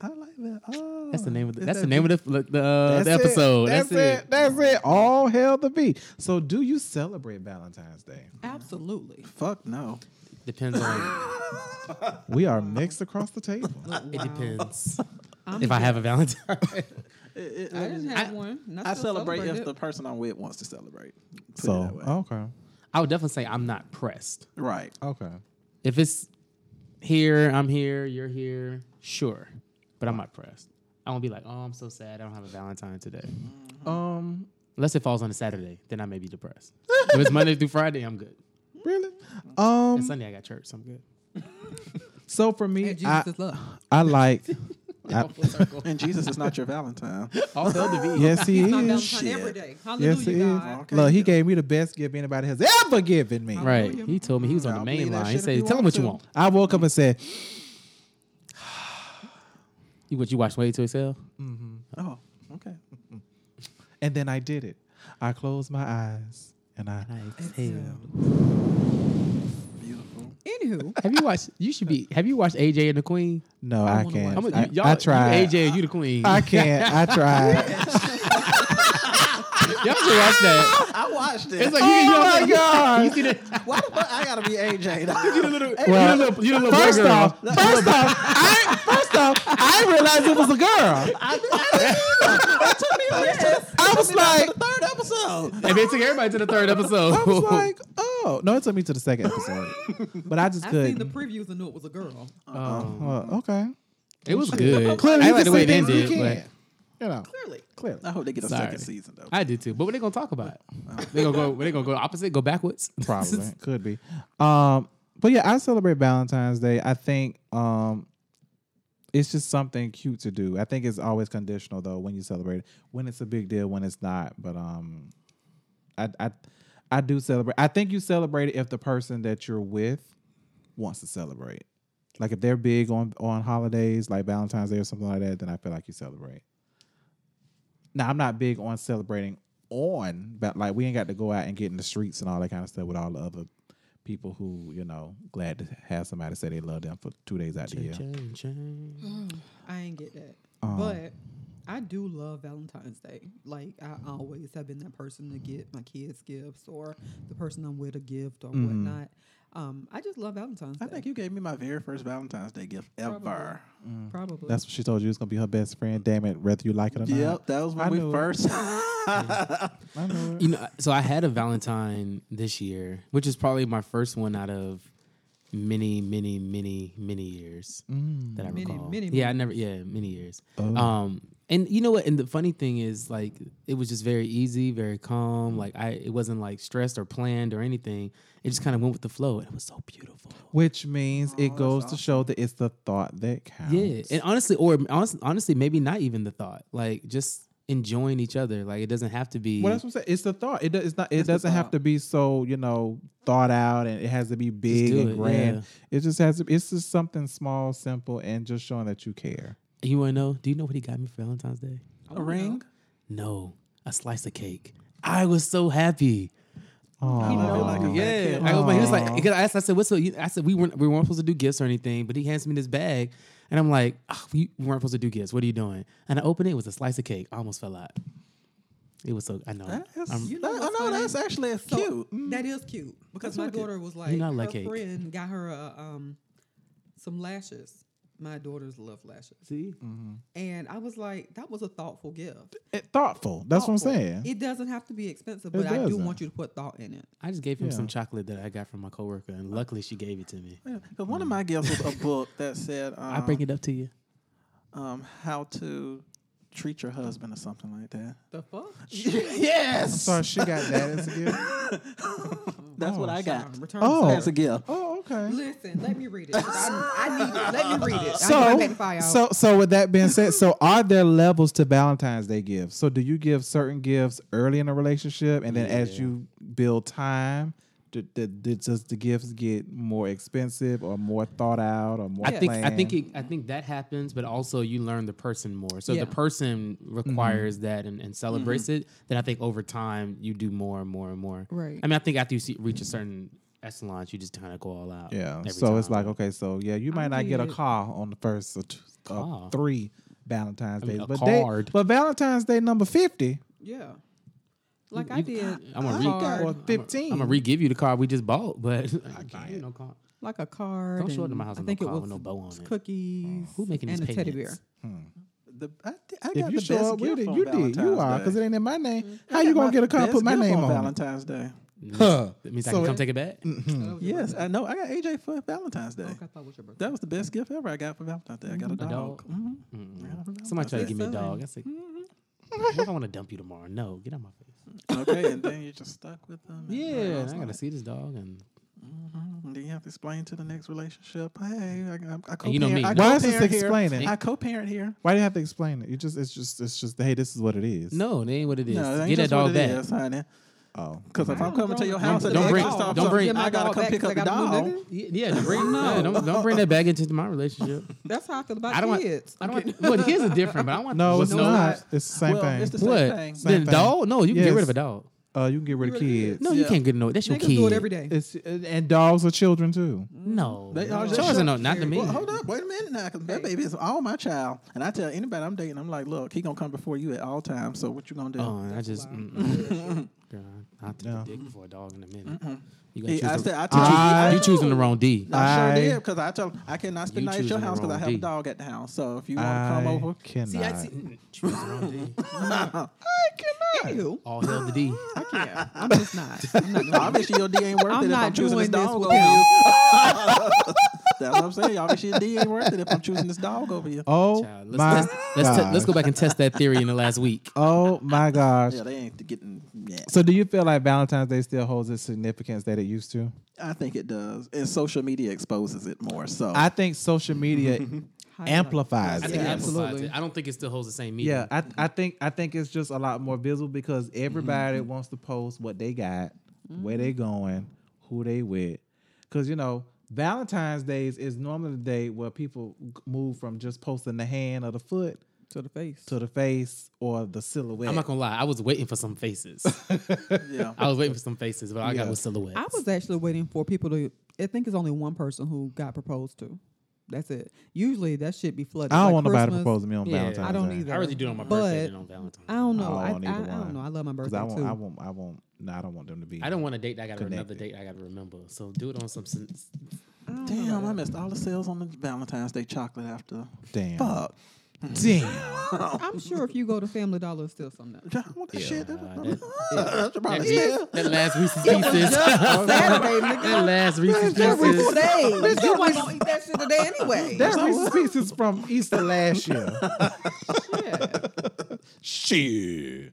I like that. Oh,
That's the name of the,
is
that's
that
the name of the, the, uh, the
That's it.
episode.
That's, it. That's it. All hail the V. So, do you celebrate Valentine's Day?
Absolutely.
fuck no.
Depends on.
We are mixed across the table.
It depends.
I'm
if I have a Valentine,
It- it-
I didn't have one. and
I
still
celebrate if
it.
the person I'm with wants to celebrate. Put it that
so,
way.
okay,
I would definitely say I'm not pressed.
right.
okay.
If it's here, I'm here, you're here, sure, but I'm not pressed. I won't be like, oh, I'm so sad. I don't have a Valentine today.
Um,
Unless it falls on a Saturday, then I may be depressed. if it's Monday through Friday, I'm good.
really?
And
Um,
Sunday I got church, so I'm good.
so for me,
And Jesus
I,
is love.
I like. I,
And Jesus is not your Valentine.
All the other bees.
yes, he
He's my
is.
Valentine every
Shit.
day.
Yes, he
Hallelujah,
is.
God.
Okay.
Look, he gave me the best gift anybody has ever given me.
Right. He told me he was on the
I'll
main
believe that
line. He
shit if
said,
you
"Tell him
want
what you
to."
want."
I woke up and said,
You what you watch Way to Excel?
Oh, okay.
and then I did it. I closed my eyes and I.
Beautiful.
Anywho,
Have you watched? You should be. Have you watched AJ and the Queen?
No,
I
I,
wanna
can't.
watch
I'm a,
I,
you, y'all,
I
you
tried.
AJ, and you the Queen.
I can't. I tried.
y'all should watch that.
I watched it.
It's like you, you know,
my god!
why the fuck I gotta be AJ?
you the little,
Well,
you the little, you the little
First
boy girl.
off, first off, I first off, I didn't realize it was a girl. I was like,
Third episode.
and they took everybody to the third episode.
I was like, oh no, it took me to the second episode, but I just
I seen
couldn't.
the previews and knew it was a girl.
Um,
Uh, okay,
it was good.
clearly
I
you can
like the
see
way it
things we
ended.
can.
but
You know,
Clearly,
clearly.
I hope they get a
Sorry.
second season though.
I did too. But what they gonna talk about? They gonna go? What they gonna go opposite? Go backwards?
Probably could be. Um, but yeah, I celebrate Valentine's Day. I think um, it's just something cute to do. I think it's always conditional though when you celebrate. it. When it's a big deal, when it's not. But um, I I I do celebrate. I think you celebrate it if the person that you're with wants to celebrate. Like if they're big on on holidays like Valentine's Day or something like that, then I feel like you celebrate. Now I'm not big on celebrating on, but like we ain't got to go out and get in the streets and all that kind of stuff with all the other people who you know glad to have somebody say they love them for two days out of the year.
Ching, ching.
I ain't get that, but I do love Valentine's Day. Like I always have been that person to get my kids gifts or the person I'm with a gift or whatnot. Um, I just love Valentine's
I
Day.
think you gave me my very first Valentine's Day gift ever.
Probably.
That's what she told you it's gonna be her best friend. Damn it, whether you like it or
Yep, that was when
I
we
knew it.
first.
not. I know it.
You know, so I had a Valentine this year, which is probably my first one out of many, many, many, many years that I
Many,
Mm,
recall.
many
yeah, I
months.
Oh.
never. Yeah, many years. Um, And you know what? And the funny thing is, like, it was just very easy, very calm. Like, I it wasn't like stressed or planned or anything. It just kind of went with the flow, and it was so beautiful.
Which means it goes to show that it's the thought that counts.
Yeah, and honestly, or honestly, honestly, maybe not even the thought. Like, just enjoying each other. Like, it doesn't have to be.
Well, that's what I'm saying. It's the thought. It does, it's not. It
It's the
doesn't have
thought.
to be so you know thought out, and it has to be big
do
and
it,
grand.
yeah.
It just has to. It's just something small, simple, and just showing that you care.
you want to know? Do you know what he got me for Valentine's Day?
I
A
wanna
ring?
know.
No, a slice of cake. I was so happy.
Oh,
I feel like a fat
Yeah,
kid.
I, but he was like, because I asked, I said, "What's?" up?" You- I said, "We weren't, we weren't supposed to do gifts or anything." But he hands me this bag, and I'm like, "Ah, "We weren't supposed to do gifts. What are you doing?" And I opened it. It was a slice of cake. I almost fell out. It was so. I know. I'm-
You know
That- I
what's
know
funny?
that's actually
So,
cute. Mm-hmm.
That is cute because
That's
my
really cute.
daughter was like,
not
her
like cake.
friend got her uh, um some lashes. My daughters love lashes,
see,
and I was like, that was a thoughtful gift.
It- eh, thoughtful. That's what I'm
Thoughtful.
saying.
It doesn't have to be expensive,
It
but I do
doesn't.
want you to put thought in it.
I just gave him
Yeah.
some chocolate that I got from my coworker, and luckily she gave it to me.
Because one of my gifts was a book that said, um,
I bring it up to you.
um, how to treat your husband or something like that.
The fuck?
yes.
I'm sorry, she got that as a gift.
That's what
Oh,
I got.
Return.
Oh.
sender.
That's a gift.
Oh, okay.
Listen, let me read it. 'cause I, I need it. Let me read it. I gotta
So,
take the fire out.
so, so with that being said, so are there levels to Valentine's Day gifts? So do you give certain gifts early in a relationship, and then as you build time, do, do, do- does the gifts get more expensive or more thought out or more?
I think I think
planned?
it, I think that happens, but also you learn the person more. So
Yeah.
the person requires that and, and celebrates it. Then I think over time you do more and more and more.
Right.
I mean, I think after you see, reach a certain echelon, you just kind of go all out.
yeah.
every
So it's
time.
like okay, so yeah, you might not get a
did-
car on the first or two, uh,
Car.
three Valentine's
mean,
days,
a
but they-
card.
but Valentine's Day number fifty
yeah. Like
You-
I did
I'm
a
gonna read-
card,
or
I'm
15
gonna re-give you the car we just bought, but I can't. Ain't no car.
like a card.
Don't show it to
and
my house
I
with no
think it
card
was
with no bow on it.
cookies.
Who making these
and a
payments?
teddy bear.
The, I, thi- I
if
got
you
the
show
best
up
gift
with it,
on
you did. You are
Valentine's Day. Mm-hmm.
because it ain't in my name. How
I
you
got
gonna
my
get a car and
best
put my
gift
name on, it?
Valentine's Day?
Huh.
That means I
So
can
it-
come take it back.
Yes, I know. I got AJ for Valentine's Day.
Oh, I thought it was your birthday.
That was the best gift ever I got for Valentine's Day. I got a dog.
dog.
Mhm.
Mm-mm.
I got a Valentine's
Somebody try to
Day.
give me a
Son.
dog. I say, what if I want to dump you tomorrow? No, get out my face.
okay, and then you're just stuck with them. and
Yeah,
it's
I gotta
like,
see this dog and
mhm. And then you have to explain to the next relationship. Hey, I, I, I co-parent.
And you know me.
I
Why is this
co-parent here.
explaining?
I co-parent here.
Why do you have to explain it? You just it's just it's just hey, this is what it is.
no, that ain't what it is.
No, that ain't
Get that
just what
dog
it
back.
is, honey.
Oh.
Because if I'm coming to your
Don't-
house at
don't
the
bring-
exit stop,
don't bring-
Get my
I gotta
dog
come
back
pick
'cause
up the
I got a
dog.
blue nigga?
Y- Yeah, don't bring, no. don't, don't bring that baggage into my relationship.
That's how I feel about
I don't want.
kids.
I don't want. Well, the kids are different, but I want.
No, it's
no,
not. It's the same
well,
thing.
it's the same
What?
thing.
Then
thing.
dog? No, you can get rid
Yes.
of a dog.
uh, you can get rid of kids.
No, you
Yeah.
can't get no. That's your
Niggas
kid.
do it every day.
It's and dogs are children too.
No,
uh, They are just
Children
shut-
no, not to me.
Well, hold up, wait a minute now, 'cause that
Hey.
baby is all my child, and I tell anybody I'm dating, I'm like, look, he gonna come before you at all times. So what you gonna do?
Oh, and I just. mm-mm. Girl, I- I'll take
No.
a dick before a dog in a minute. You gotta
He-
choose.
I
the-
said, I
you,
tell
I-
you choosing the wrong D.
I,
I-
sure did because I told him I cannot spend
You
night at your
choosing the
house because I
wrong
have a
D.
dog at the house. So if you want to
I
come over,
cannot.
See, I see. mm, Choose the wrong D.
Ew.
All hell the D.
I can't. I'm just not. I'm not doing it.
obviously your D ain't worth
I'm
it if
not
I'm choosing this
doing this
dog
with
over
him.
you. That's what I'm saying. Obviously your D ain't worth it if I'm choosing this dog over you.
Oh
Child, let's,
my
let's, let's, te-
gosh.
let's go back and test that theory in the last week.
Oh my gosh.
Yeah, they ain't getting. Yeah,
So do you feel like Valentine's Day still holds its significance that it used to?
I think it does, and social media exposes it more. So
I think social media
Highlight.
amplifies
I
it.
think it
Yeah,
amplifies
absolutely.
it. I don't think it still holds the same meaning.
Yeah, I, I think I think it's just a lot more visible because everybody wants to post what they got, where they going, who they with, because you know Valentine's Days is normally the day where people g- move from just posting the hand or the foot
To the face.
to the face or the silhouette.
I'm not gonna lie. I was waiting for some faces.
yeah,
I was waiting for some faces, but all I got was silhouettes.
I was actually waiting for people to. I think it's only one person who got proposed to. That's it. Usually that shit be flooded.
I don't
Like
want nobody
Christmas,
proposing me on
Yeah,
Valentine's.
I don't
Day.
either.
I really do it on my
But-
birthday and on Valentine's.
I don't know.
I
I, I,
don't want
I,
either one.
don't know. I love my
Because
birthday
I won't.
too.
I won't. I won't. No, I don't want them to be.
I don't want a date. that I got to another
Connected.
date. I got to remember. So do it on some. s-
I don't know
damn,
about
I
that.
missed all the sales on the Valentine's Day chocolate after.
Damn.
Fuck.
Damn.
I'm sure if you go to Family Dollar, it's still something.
Yeah, I want that shit.
Uh,
That's
that,
probably
that,
it.
Reese- that last Reese's Pieces.
Saturday,
that last Reese's Pieces.
Today, you wasn't gonna eat that shit today anyway.
That Reese's Pieces from Easter last year. Shit.
Shit.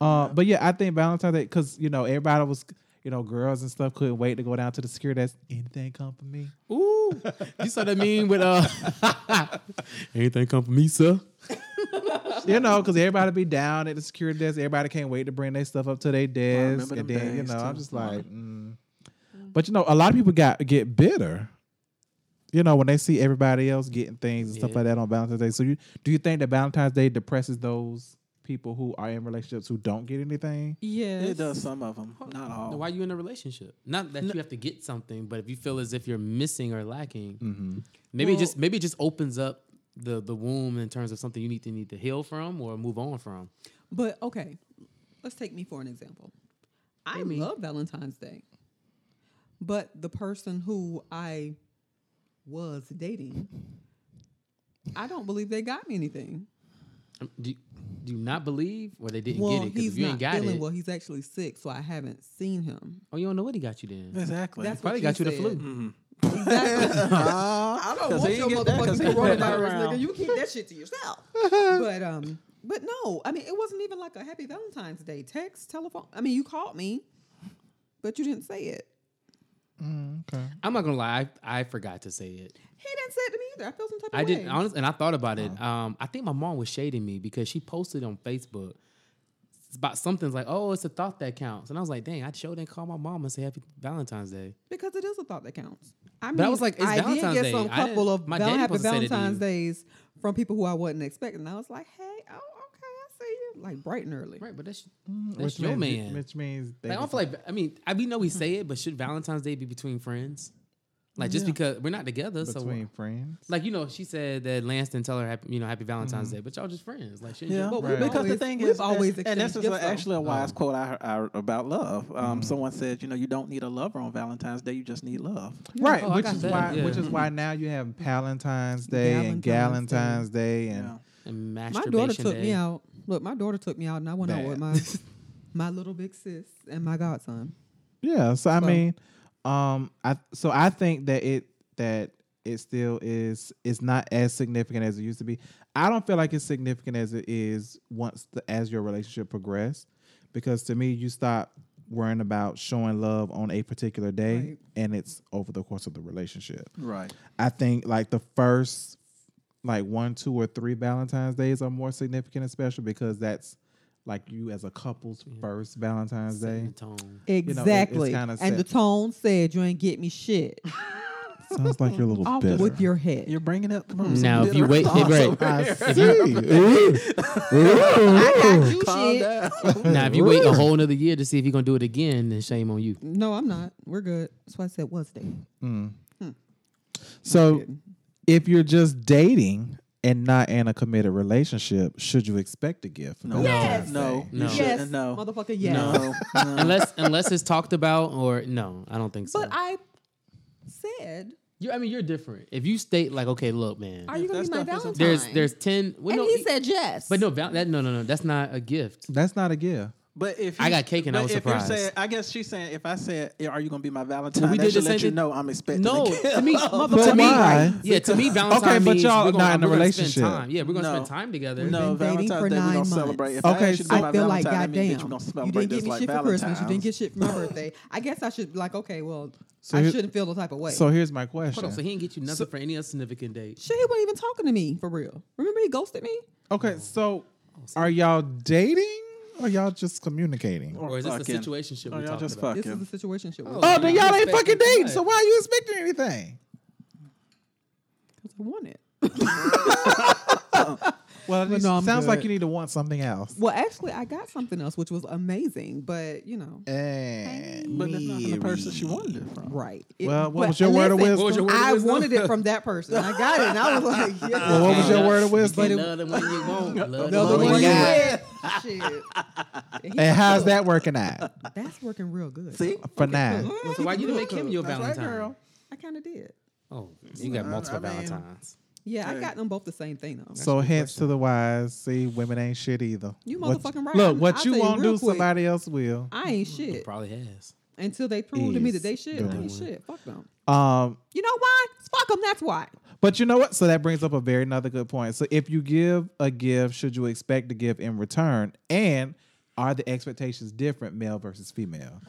Uh, but yeah, I think Valentine's Day because you know everybody was you know girls and stuff couldn't wait to go down to the security desk. Anything come for me?
Ooh, you saw that meme with uh, anything come from me, sir?
you know, because everybody be down at the security desk. Everybody can't wait to bring their stuff up to their desk,
remember
and
them
then you
days,
know, I'm
too.
just like, mm. but you know, a lot of people got get bitter. You know, when they see everybody else getting things and stuff
Yeah.
like that on Valentine's Day. So, you do you think that Valentine's Day depresses those people who are in relationships who don't get anything?
Yeah,
It does some of them, not all.
Oh.
Then why you in a relationship? Not that you have to get something, but if you feel as if you're missing or lacking, maybe it
Mm-hmm. Well-
just maybe it just opens up the the womb in terms of something you need to need to heal from or move on from.
But okay, let's take me for an example. I love Valentine's Day, but the person who I was dating, I don't believe they got me anything.
Um, Do you, do you not believe or they didn't
well,
get it? Because
he's
if you
not
ain't got
feeling
it,
well. He's actually sick, so I haven't seen him.
oh, you don't know what he got you then.
Exactly.
That's
Probably
what
got you the
said. Mm-hmm.
flu.
I don't
'Cause
want
he
your
ain't get that 'cause
motherfucking
he ain't been
coronavirus, nigga.
around.
You keep that shit to yourself. but um, but no, I mean, it wasn't even like a happy Valentine's Day text, telephone. I mean, you called me, but you didn't say it.
Okay.
I'm not gonna lie, I, I forgot to say it.
He didn't say it to me either. I feel some type of
I
way.
didn't honestly, and I thought about
Oh.
it. Um, I think my mom was shading me because she posted on Facebook it's about something's like, "Oh, it's a thought that counts," and I was like, "Dang, I showed and called my mom and say Happy Valentine's Day."
because it is a thought that counts. I mean,
But I was like, it's
I did
Valentine's
get
Day.
some
I didn't-
couple of
my
val-
daddy
happy
supposed to say that to
Valentine's
you.
days from people who I wasn't expecting. I was like, hey, oh, okay, I see you, like bright and early.
Right, but that's that's your
means,
man.
Which means they
Like, I
just-
don't feel like I mean I we know we say it, but should Valentine's Day be between friends? Like just because we're not together,
between
so
friends.
like you know, she said that Lance didn't tell her happy, you know Happy Valentine's Day, but y'all just friends. Like shouldn't
Yeah,
y'all-
But we've
because
always-
the thing
we've
is,
always
always and this
exchanged
is a,
gifts, though.
actually a wise quote I heard, I heard about love. Um, Someone said, you know, you don't need a lover on Valentine's Day; you just need love.
Right,
Oh, I
which
got
is
that,
why
yeah.
which is why now you have Valentine's Day and Galentine's
Galentine's Day.
Day, and
Yeah.
and
My
masturbation
daughter took
day.
me out. Look, my daughter took me out, and I went out with my my little big sis and my godson.
Yeah, so I
So-
mean, um, I so I think that it that it still is it's not as significant as it used to be. I don't feel like it's significant as it is once the, as your relationship progressed, because to me you stop worrying about showing love on a particular day,
Right.
and it's over the course of the relationship.
Right.
I think like the first like one, two, or three Valentine's days are more significant and special because that's like you as a couple's first Valentine's Day.
Setting the tone.
know, it- it's
Exactly.
kinda
and the
set.
tone said, "You ain't get me shit."
Sounds like you're a little
Off
bitter.
with your head.
You're bringing up from
Now,
some
if you
bitter
wait- hey,
thoughts
Greg,
over
I
here.
see. Ooh.
I got you
Calm
shit.
down.
Now, if you wait a whole another year to see if you're gonna do it again, then shame on you.
No, I'm not. We're good. That's why I said was dating.
So, if you're just dating and not in a committed relationship, should you expect a gift?
No,
Yes.
no,
No.
no,
Yes,
no,
motherfucker, yes.
no, no.
unless unless it's talked about or no, I don't think so.
But I said,
you, I mean, you're different. If you state like, okay, look, man,
"Are you gonna be
that
my
stuff
Valentine?"
isn't-
there's there's ten. Well,
and
no, e,
he
you-
said yes.
but no, val- that, no, no, no, that's not a gift.
That's not a gift.
But if
I
you-
got cake and I
but
was
if you're
surprised.
Saying, I guess she's saying, if I said, "Yeah, "Are you gonna be my Valentine?"
We
that
did
should
the
let
same
you
thing-
know I'm expecting.
No,
a gift.
to me, to me,
why?
yeah, to me, Valentine
Okay, but
means
y'all
we're gonna,
not in a
we're gonna spend
relationship.
Time. Yeah, we're gonna
No.
spend time together.
No,
Been dating for
Valentine's Day we
nine
don't
months.
celebrate. If
Okay,
I ask you to be
so-
I
my
feel like
Valentine, that
goddamn,
means that you gonna
you
celebrate
didn't
this
get me
like
shit for Christmas. You didn't
Valentine's.
get shit for my birthday. I guess I should like, okay, well,
So
I
here-
shouldn't feel the type of way.
So here's my question.
Hold on, so he didn't get you nothing for any other significant date.
shit, he wasn't even talking to me for real. Remember, he ghosted me.
okay, so are y'all dating or y'all just communicating?
Or is this a
fucking-
situationship
Oh,
we
y'all
talking
just
about?
This
fucking.
is the situation. Shit.
Oh.
Oh, then y'all ain't
Expecting
fucking dating.
what?
So why are you expecting anything?
I want it.
Well, it
no, I'm
sounds like
good.
you need to want something else.
Well, actually, I got something else, which was amazing. But you know,
And
But that's not the person she wanted it from.
right? It-
Well, what
but
was your word of
listen,
What was
your word of
I
wisdom?
wanted it from that person. I got it, and I was like, yeah.
Well, what was your word of
You can't
wisdom?
love the one you want. Love
The other
the
one
one
you
you want.
had. Shit. And he-
And how's that working out
That's working real good.
See,
for now?
So why you didn't make him your Valentine?
I kind of did.
Oh, you got multiple Valentines.
Yeah, I
Hey.
got them both the same thing though.
So hence to the wise, see, women ain't shit either.
You
What-
motherfucking right.
Look,
I'm-
what
I'll
you
tell you
won't
real
do,
quick.
somebody else will.
I ain't
Mm-hmm.
shit
Probably has.
until they prove to me
Is
that they shit. I ain't
doing.
shit. Fuck them.
Um,
You know why? Fuck them. That's why.
But you know what? So that brings up a very another good point. So if you give a gift, should you expect to give in return? And are the expectations different, male versus female?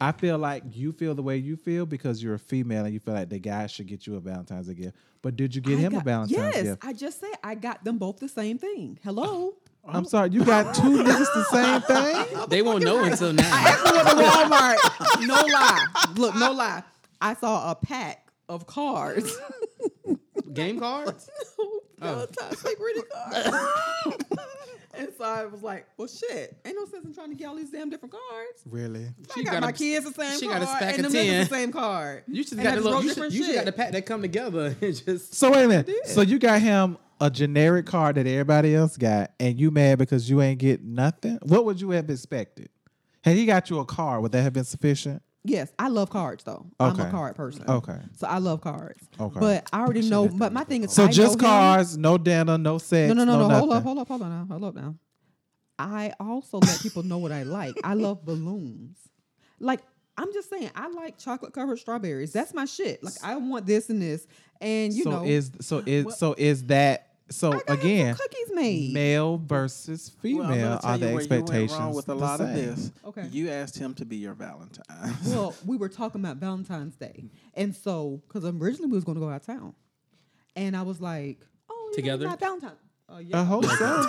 I feel like you feel the way you feel because you're a female and you feel like the guy should get you a Valentine's gift. But did you get
I
him a
got-
Valentine's
yes,
gift?
I just said I got them both the same thing. Hello.
I'm sorry, you got two niggas the same thing?
They won't know until now.
I went to Walmart. No lie. Look, no lie. I saw a pack of cards.
Game cards? Oh.
Valentine's like really cards. and so I was like, well, shit. Ain't no sense in trying to get all these damn different cards.
Really?
I got, my kids the same
she
card.
got a stack
and
of
them niggas
10.
the same card.
You just
And I
got the little.
wrote
You should,
different
you should
shit.
got the pack that come together and just.
So wait a minute. So you got him a generic card that everybody else got, and you mad because you ain't get nothing? What would you have expected? Had he got you a card, would that have been sufficient?
Yes, I love cards though. I'm
Okay.
a card person.
Okay.
So I love cards.
Okay.
But I already know. But my thing is,
So
I
just
know him.
cards, no dinner, no sex,
No, no, no, no.
nothing.
Hold up, hold up, hold up now. Hold up now. I also let people know what I like. I love balloons. Like, I'm just saying, I like chocolate covered strawberries. That's my shit. Like, I want this and this. And, you
so
know,
is so is so is that so
I got some
again?
cookies made.
Male versus
Well, I'm
female
gonna tell
are
you
the
where you went
expectations
wrong with a
the
lot of
same?
this.
Okay.
You asked him to be your Valentine.
well, we were talking about Valentine's Day. And so, because originally we was going to go out of town. And I was like, oh, together.
Together?
Not Valentine. Uh, yeah.
I hope so.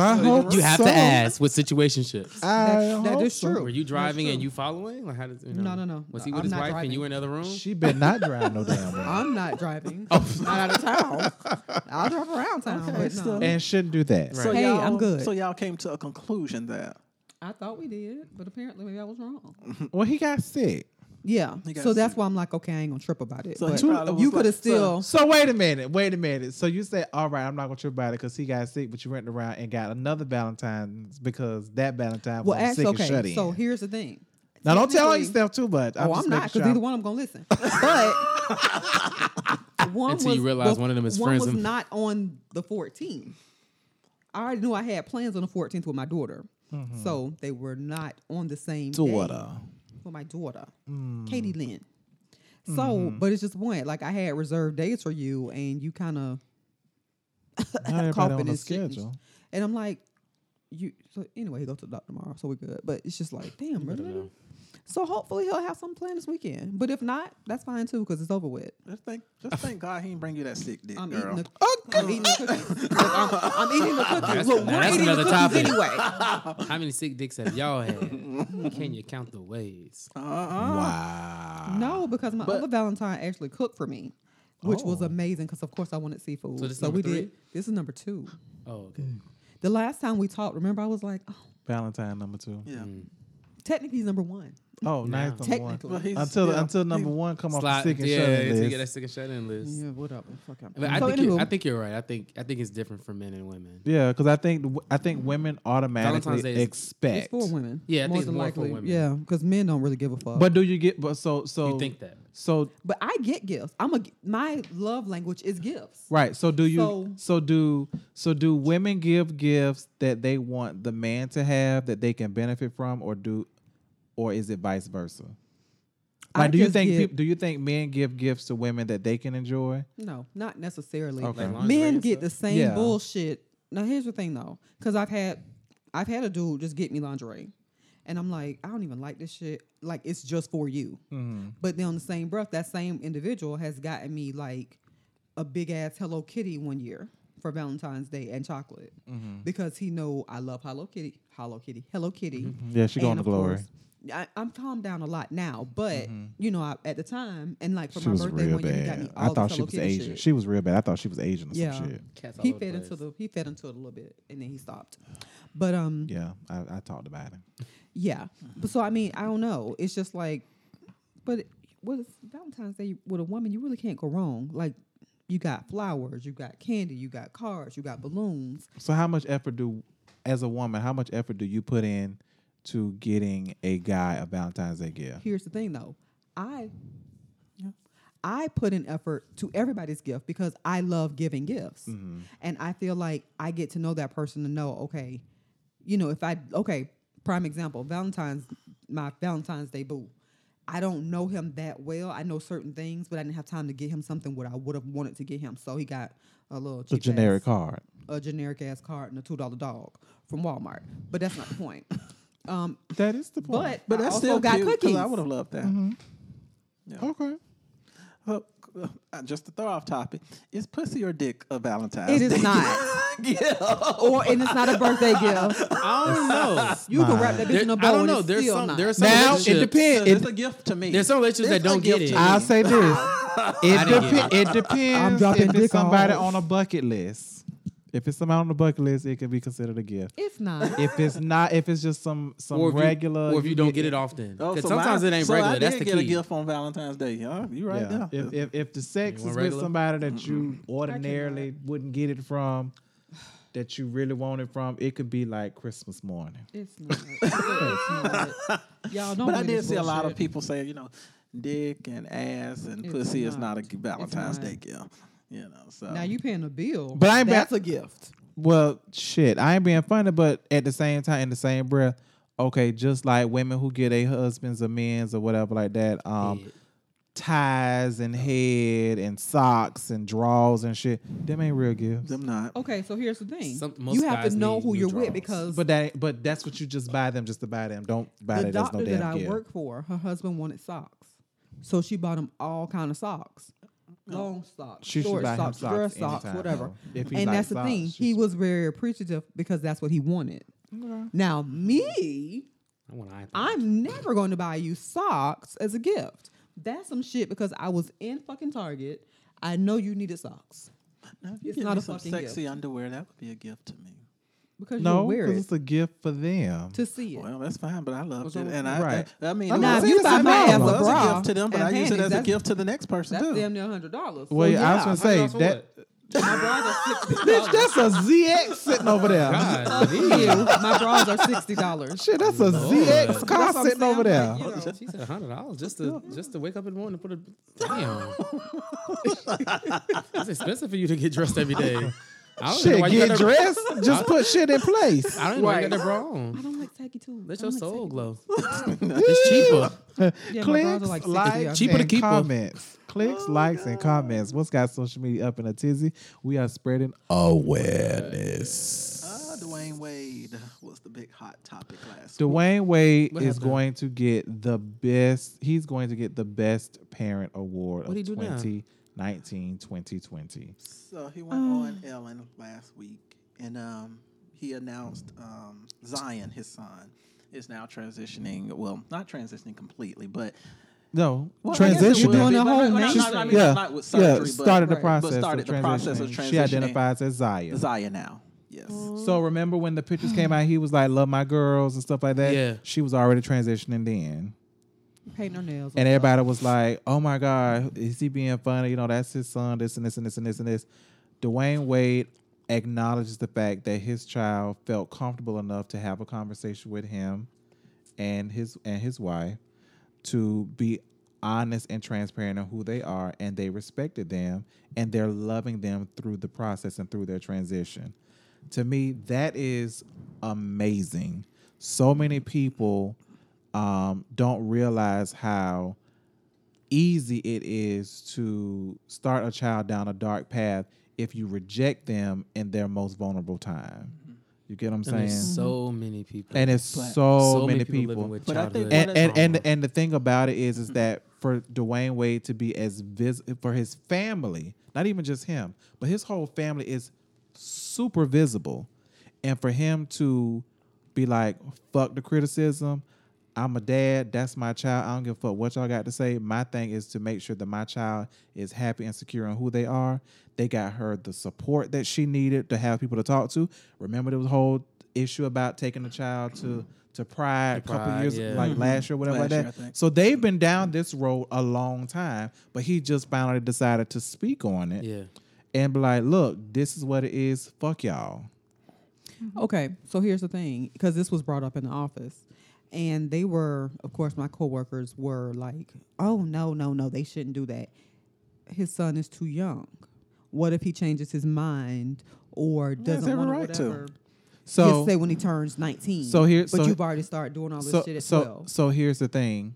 I hope
you have
so.
to ask with situationships.
I
That- that
hope
is
so.
true.
Were you driving and you following? Like how did you
No,
know?
no, no.
Was he
No,
with
I'm
his
not
wife and
driving.
you were in the other room?
She better not drive no damn way.
I'm not driving.
Oh.
Not out of town. I'll drive around town. but no.
so-
and shouldn't do that.
Right.
Hey,
y'all-
I'm good.
So y'all came to a conclusion that
I thought we did, but apparently maybe I was wrong.
Well, he got sick.
Yeah.
got
So that's why I'm like, okay, I ain't gonna trip about it.
So
but
he probably was
you could
like,
have still.
So wait a minute, wait a minute. So you said, all right, I'm not gonna trip about it because he got sick, but you went around and got another Valentine's because that Valentine
well,
was
actually,
sick and shut
okay.
in.
So here's the thing.
now don't tell
technically-
yourself too much. I'm
oh,
just
I'm not
making
because
sure
either one I'm gonna listen. But one
Until you
was-
realize
the-
one of them is friends
One
and-
was not on the 14th. I already knew I had plans on the 14th with my daughter, so they were not on the same day.
Mm-hmm. Daughter. Mm.
for my daughter, Katie Lynn. So,
Mm-hmm.
but it's just one. Like I had reserved days for you, and you kind of
Not everybody
coughing
on the
and shit.
schedule.
And I'm like, you. So anyway, he goes to the doctor tomorrow, so we're good. But it's just like, damn, really? So hopefully he'll have some plan this weekend. But if not, that's fine too, because it's over with.
just thank just thank God he didn't bring you that sick dick,
I'm
girl.
eating the. I'm eating the cookies. Look, I'm, I'm eating the cookies.
That's-
Look, we're
that's
eating the
another
cookies
topic.
anyway.
How many sick dicks have y'all had? Can you count the ways?
Wow.
No, because my other Valentine actually cooked for me, which
Oh.
was amazing. Because of course I wanted seafood.
So this is
we
number
did.
three?
This is number two.
Oh, okay.
The last time we talked, remember I was like, oh,
Valentine number two.
yeah.
technically he's number one.
Oh, nice number one.
Technically.
Well, he's-
Until
yeah,
until
he-
number one come off the
Slide,
sick and
yeah,
shut
yeah, so you
in
get that
list.
sick and shut in list.
Yeah, whatever. Fuck him.
But I
So
think you,
anywho.
I think you're right. I think I think it's different for men and women.
Yeah, because I think the w- I think women automatically
Valentine's Day is-
expect.
It's for women.
Yeah, I
more
think it's
than
more for
likely.
women.
Yeah, because men don't really give a fuck.
But do you get? But so so
You think that?
So
but I get gifts. I'm a my love language is gifts.
Right. So do you so,
So-
do so do women give gifts that they want the man to have that they can benefit from or do or is it vice versa?
I
Like do you
just
think
give-
peop do you think men give gifts to women that they can enjoy?
No, not necessarily.
Okay. Like
lingerie
men
and
get the
stuff?
same
Yeah.
bullshit. Now here's the thing though, because I've had I've had a dude just get me lingerie, and I'm like, I don't even like this shit. Like it's just for you.
Mm-hmm.
But then on the same breath, that same individual has gotten me like a big ass Hello Kitty one year for Valentine's Day and chocolate
Mm-hmm.
because he know I love Hello Kitty. Hello Kitty. Hello Kitty.
Yeah, she going
And
to
of
glory. Mm-hmm.
course, I, I'm calmed down a lot now, but you know, I, at the time, and like for
She
my
was
birthday
real
one year, he got
bad.
me all
I
this
thought she
Hello
was
Kitty
Asian.
shit.
She was real bad. I thought she was Asian or some shit.
Cats all
He
over the
fed into
place.
the he fed into it a little bit and then he stopped. But um yeah.
Yeah, I, I talked about it.
But so I mean, I don't know. It's just like but with Valentine's Day with a woman, you really can't go wrong. Like you got flowers, you got candy, you got cards, you got balloons.
So how much effort do as a woman, how much effort do you put in to getting a guy a Valentine's Day gift?
Here's the thing though. I I put an effort to everybody's gift because I love giving gifts. And I feel like I get to know that person to know, okay, you know, if I okay, prime example, Valentine's my Valentine's Day boo. I don't know him that well. I know certain things, but I didn't have time to get him something what I would have wanted to get him. So he got a little
It's a
cheap
generic
ass-
card.
a generic ass card and a two dollar dog from Walmart. But that's not the point. Um,
That is the point.
but
But
I
that's
also
still
got
cute, 'cause
cookies. Mm-hmm.
I would have loved that.
okay.
Well, uh, just to throw off topic, is pussy or dick a Valentine's
It
Day
is not,
gift?
or and it's not a birthday gift.
I don't know.
You can wrap that bitch
There-
in
I
a bow.
don't
and
know.
it's
There's
still
some-
not.
there's some-
Now it
relationship.
So
depends.
it's a
It,
gift to me.
There's some relationships that
It's a
don't get
gift
it.
to me.
I'll say this. It,
didn't
depe-
get
it depends.
I'm dropping
if
dick
it's somebody
off.
on a bucket list. If it's somebody on the bucket list, it can be considered a gift.
it's not.
If it's not, if it's just some some
Or if you-
regular,
or if you, don't get it often,
Oh,
because
so
sometimes
mine-
it ain't
so
regular.
I
That's
did
the
get a
key.
gift on Valentine's Day. Huh? You right
Yeah.
there.
If, if if the sex
You
is
want
with
regular?
somebody that you ordinarily wouldn't get it from, that you really want it from, it could be like Christmas morning.
It's not. It's not. Y'all don't.
but I
win
did
this
see a lot of
bullshit.
people say, you know, dick and ass and
It's
pussy is
not.
not a g- Valentine's
not.
Day gift. You know, so
Now you paying a bill,
But I ain't
that's
ba-
a gift.
Well, shit, I ain't being funny, but at the same time, in the same breath, okay, just like women who get their husbands or men's or whatever like that, um,
Head.
ties and head and socks and drawers and shit, them ain't real gifts.
them not.
Okay, so here's the thing:
Some- most
you have
guys
to know
need
who
new
you're
drawers.
with because
But that, ain't- but that's what you just buy them, just to buy them. Don't buy
the
that as no
doctor
damn
that I
gift.
work for, her husband wanted socks, so she bought him all kind of socks, long socks,
Oh. She should
short
buy him
socks,
socks
dress socks,
anytime,
whatever.
though. If he
and
likes
that's the
socks,
thing;
she
he
should-
was very appreciative because that's what he wanted. Now me,
I want an iPhone.
I'm never going to buy you socks as a gift. That's some shit because I was in fucking Target. I know you needed socks
Now, if you
It's
give
not
me
a
some
fucking
sexy underwear, that would be a gift to me.
because
No,
you wear
because
it
it's a gift for them.
to see it.
Well, that's fine, but I loved
So-
it, and I,
right.
I, I mean,
I'm not
it
Now,
was-
if
saying
you
it's
buy
a
me
bad
as
it
a
one.
was
bra,
a gift to them, but
and
I use it
panties,
as a
that's-
gift to the next person
That's
too.
damn near hundred dollars.
well,
yeah,
I was gonna say
$100 for
that.
my bras are sixty
Bitch,
dollars.
that's a ZX sitting over there.
God,
Ew, my bras are sixty dollars.
Shit, that's a ZX car
That's what I'm
sitting
saying,
over there.
like, you know.
Oh, she said hundred dollars just to just to wake up in the morning and put a damn. it's expensive for you to get dressed every day. I don't know
Shit,
why you
get
got that-
dressed. Just put shit in place.
I don't even know why you got that bra on.
I don't like tacky too.
Let
I
your
don't like
soul
tacky.
glow. it's cheaper.
Yeah, my bras
Clicks,
are like
likes,
$60.
Cheaper to
and
keep 'em.
comments. Clicks, likes, and comments. What's got social media up in a tizzy? We are spreading awareness.
Ah, Dwayne Wade was the big hot topic last week.
Dwayne Wade
What
is
happened?
going to get the best. He's going to get the best parent award of
What'd he do now?
2019 2020.
So he went on Ellen last week, and um, he announced um, Zion, his son, is now transitioning. Well, not transitioning completely, but
No,
Well, I guess it
transition.
would be,
Doing a
but-
whole
but not-
nation.
not- I mean,
yeah,
not with
yeah.
surgery, but-
Started the
Right.
process,
but started
of
the process of
transitioning. She
transitioning.
identifies as Zaya.
Zion now. Yes.
So remember when the pictures came out, he was like, "Love my girls" and stuff like that.
Yeah.
she was already transitioning then,
Painting her nails.
and everybody was like, "Oh my God, is he being funny?" You know, that's his son. This and this and this and this and this. Dwayne Wade acknowledges the fact that his child felt comfortable enough to have a conversation with him and his and his wife to be honest and transparent on who they are and they respected them and they're loving them through the process and through their transition. To me, that is amazing. So many people um, don't realize how easy it is to start a child down a dark path if you reject them in their most vulnerable time. You get what I'm
And
saying?
there's so many people.
and it's
But-
so, many,
living
people
with
But I think
childhood
and
What
and,
trauma.
and and the thing about it is
Mm-hmm.
is that for Dwayne Wade to be as vis for his family, not even just him, but his whole family is super visible, and for him to be like, "Fuck the criticism." I'm a dad. That's my child. I don't give a fuck what y'all got to say. My thing is to make sure that my child is happy and secure on who they are. They got her the support that she needed to have people to talk to. Remember, there was a whole issue about taking a child to to Pride a couple
Pride,
years,
yeah.
like last year, whatever
Mm-hmm.
like
Last year, I
that.
think.
so they've been down this road a long time, but he just finally decided to speak on it
yeah.
and be like, "Look, this is what it is. Fuck y'all."
Okay, so here's the thing, because this was brought up in the office, and they were, of course, my coworkers were like, "Oh no, no, no, they shouldn't do that. His son is too young. What if he changes his mind or doesn't
every
want
right to.
whatever?
So
He'll say when he turns 19.
so here-
but
so-
you've already started doing all this
so
shit at
so
12.
so here's the thing.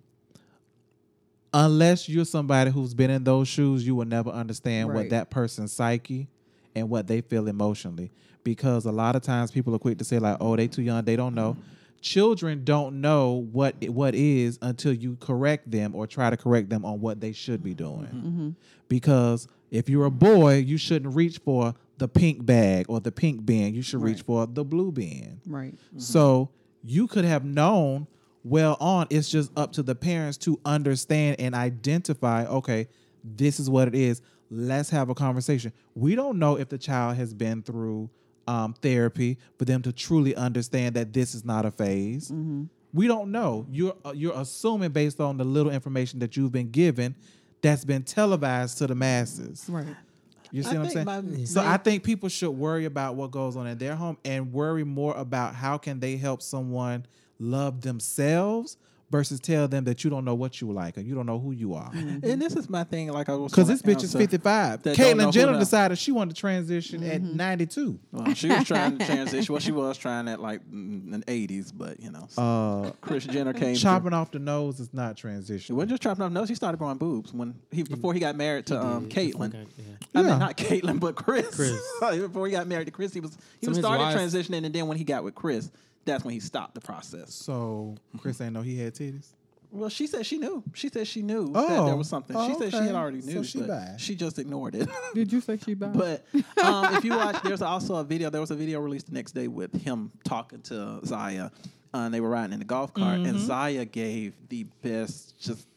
unless you're somebody who's been in those shoes, you will never understand what
Right.
that person's psyche and what they feel emotionally. Because a lot of times people are quick to say like, "Oh, they too young, they don't know." Children don't know what what is until you correct them or try to correct them on what they should be doing.
Mm-hmm.
Because if you're a boy, you shouldn't reach for the pink bag or the pink bin. You should reach for the blue bin.
Right.
So you could have known well on. It's just up to the parents to understand and identify, okay, this is what it is. Let's have a conversation. We don't know if the child has been through um, therapy for them to truly understand that this is not a phase. We don't know. You're uh, you're assuming based on the little information that you've been given, that's been televised to the masses.
Right.
You see
I
what I'm saying?
think my-
so
my-
I think people should worry about what goes on in their home and worry more about how can they help someone love themselves versus tell them that you don't know what you like or you don't know who you are.
And this is my thing. Like I was
Because
gonna
this bitch is
answer.
55.
uh, That don't know
Caitlyn
who Mm-hmm.
Jenner
the-
decided she wanted to transition at 92.
Well, she was trying to transition. Well, she was trying at like mm, in eighties, but you know,
Uh,
Chris Jenner came. through.
chopping off the nose is not
She
transition.
wasn't just chopping off nose. He started growing boobs when he before he got married to um, Caitlyn.
Okay, yeah.
I
Yeah.
mean, not Caitlyn, but Chris.
Chris.
before he got married to Chris, he was he
Some
was
of his
started
wives-
transitioning, and then when he got with Chris, that's when he stopped the process.
So Chris ain't know he had titties.
Well, she said she knew. She said she knew that
Oh.
there was something.
Oh,
she said she
okay.
had already
So
knew,
she
but
bi.
she just ignored it.
Did you say she bad?
But um, if you watch, there's also a video. There was a video released the next day with him talking to Zaya, uh, and they were riding in the golf cart, and Zaya gave the best, just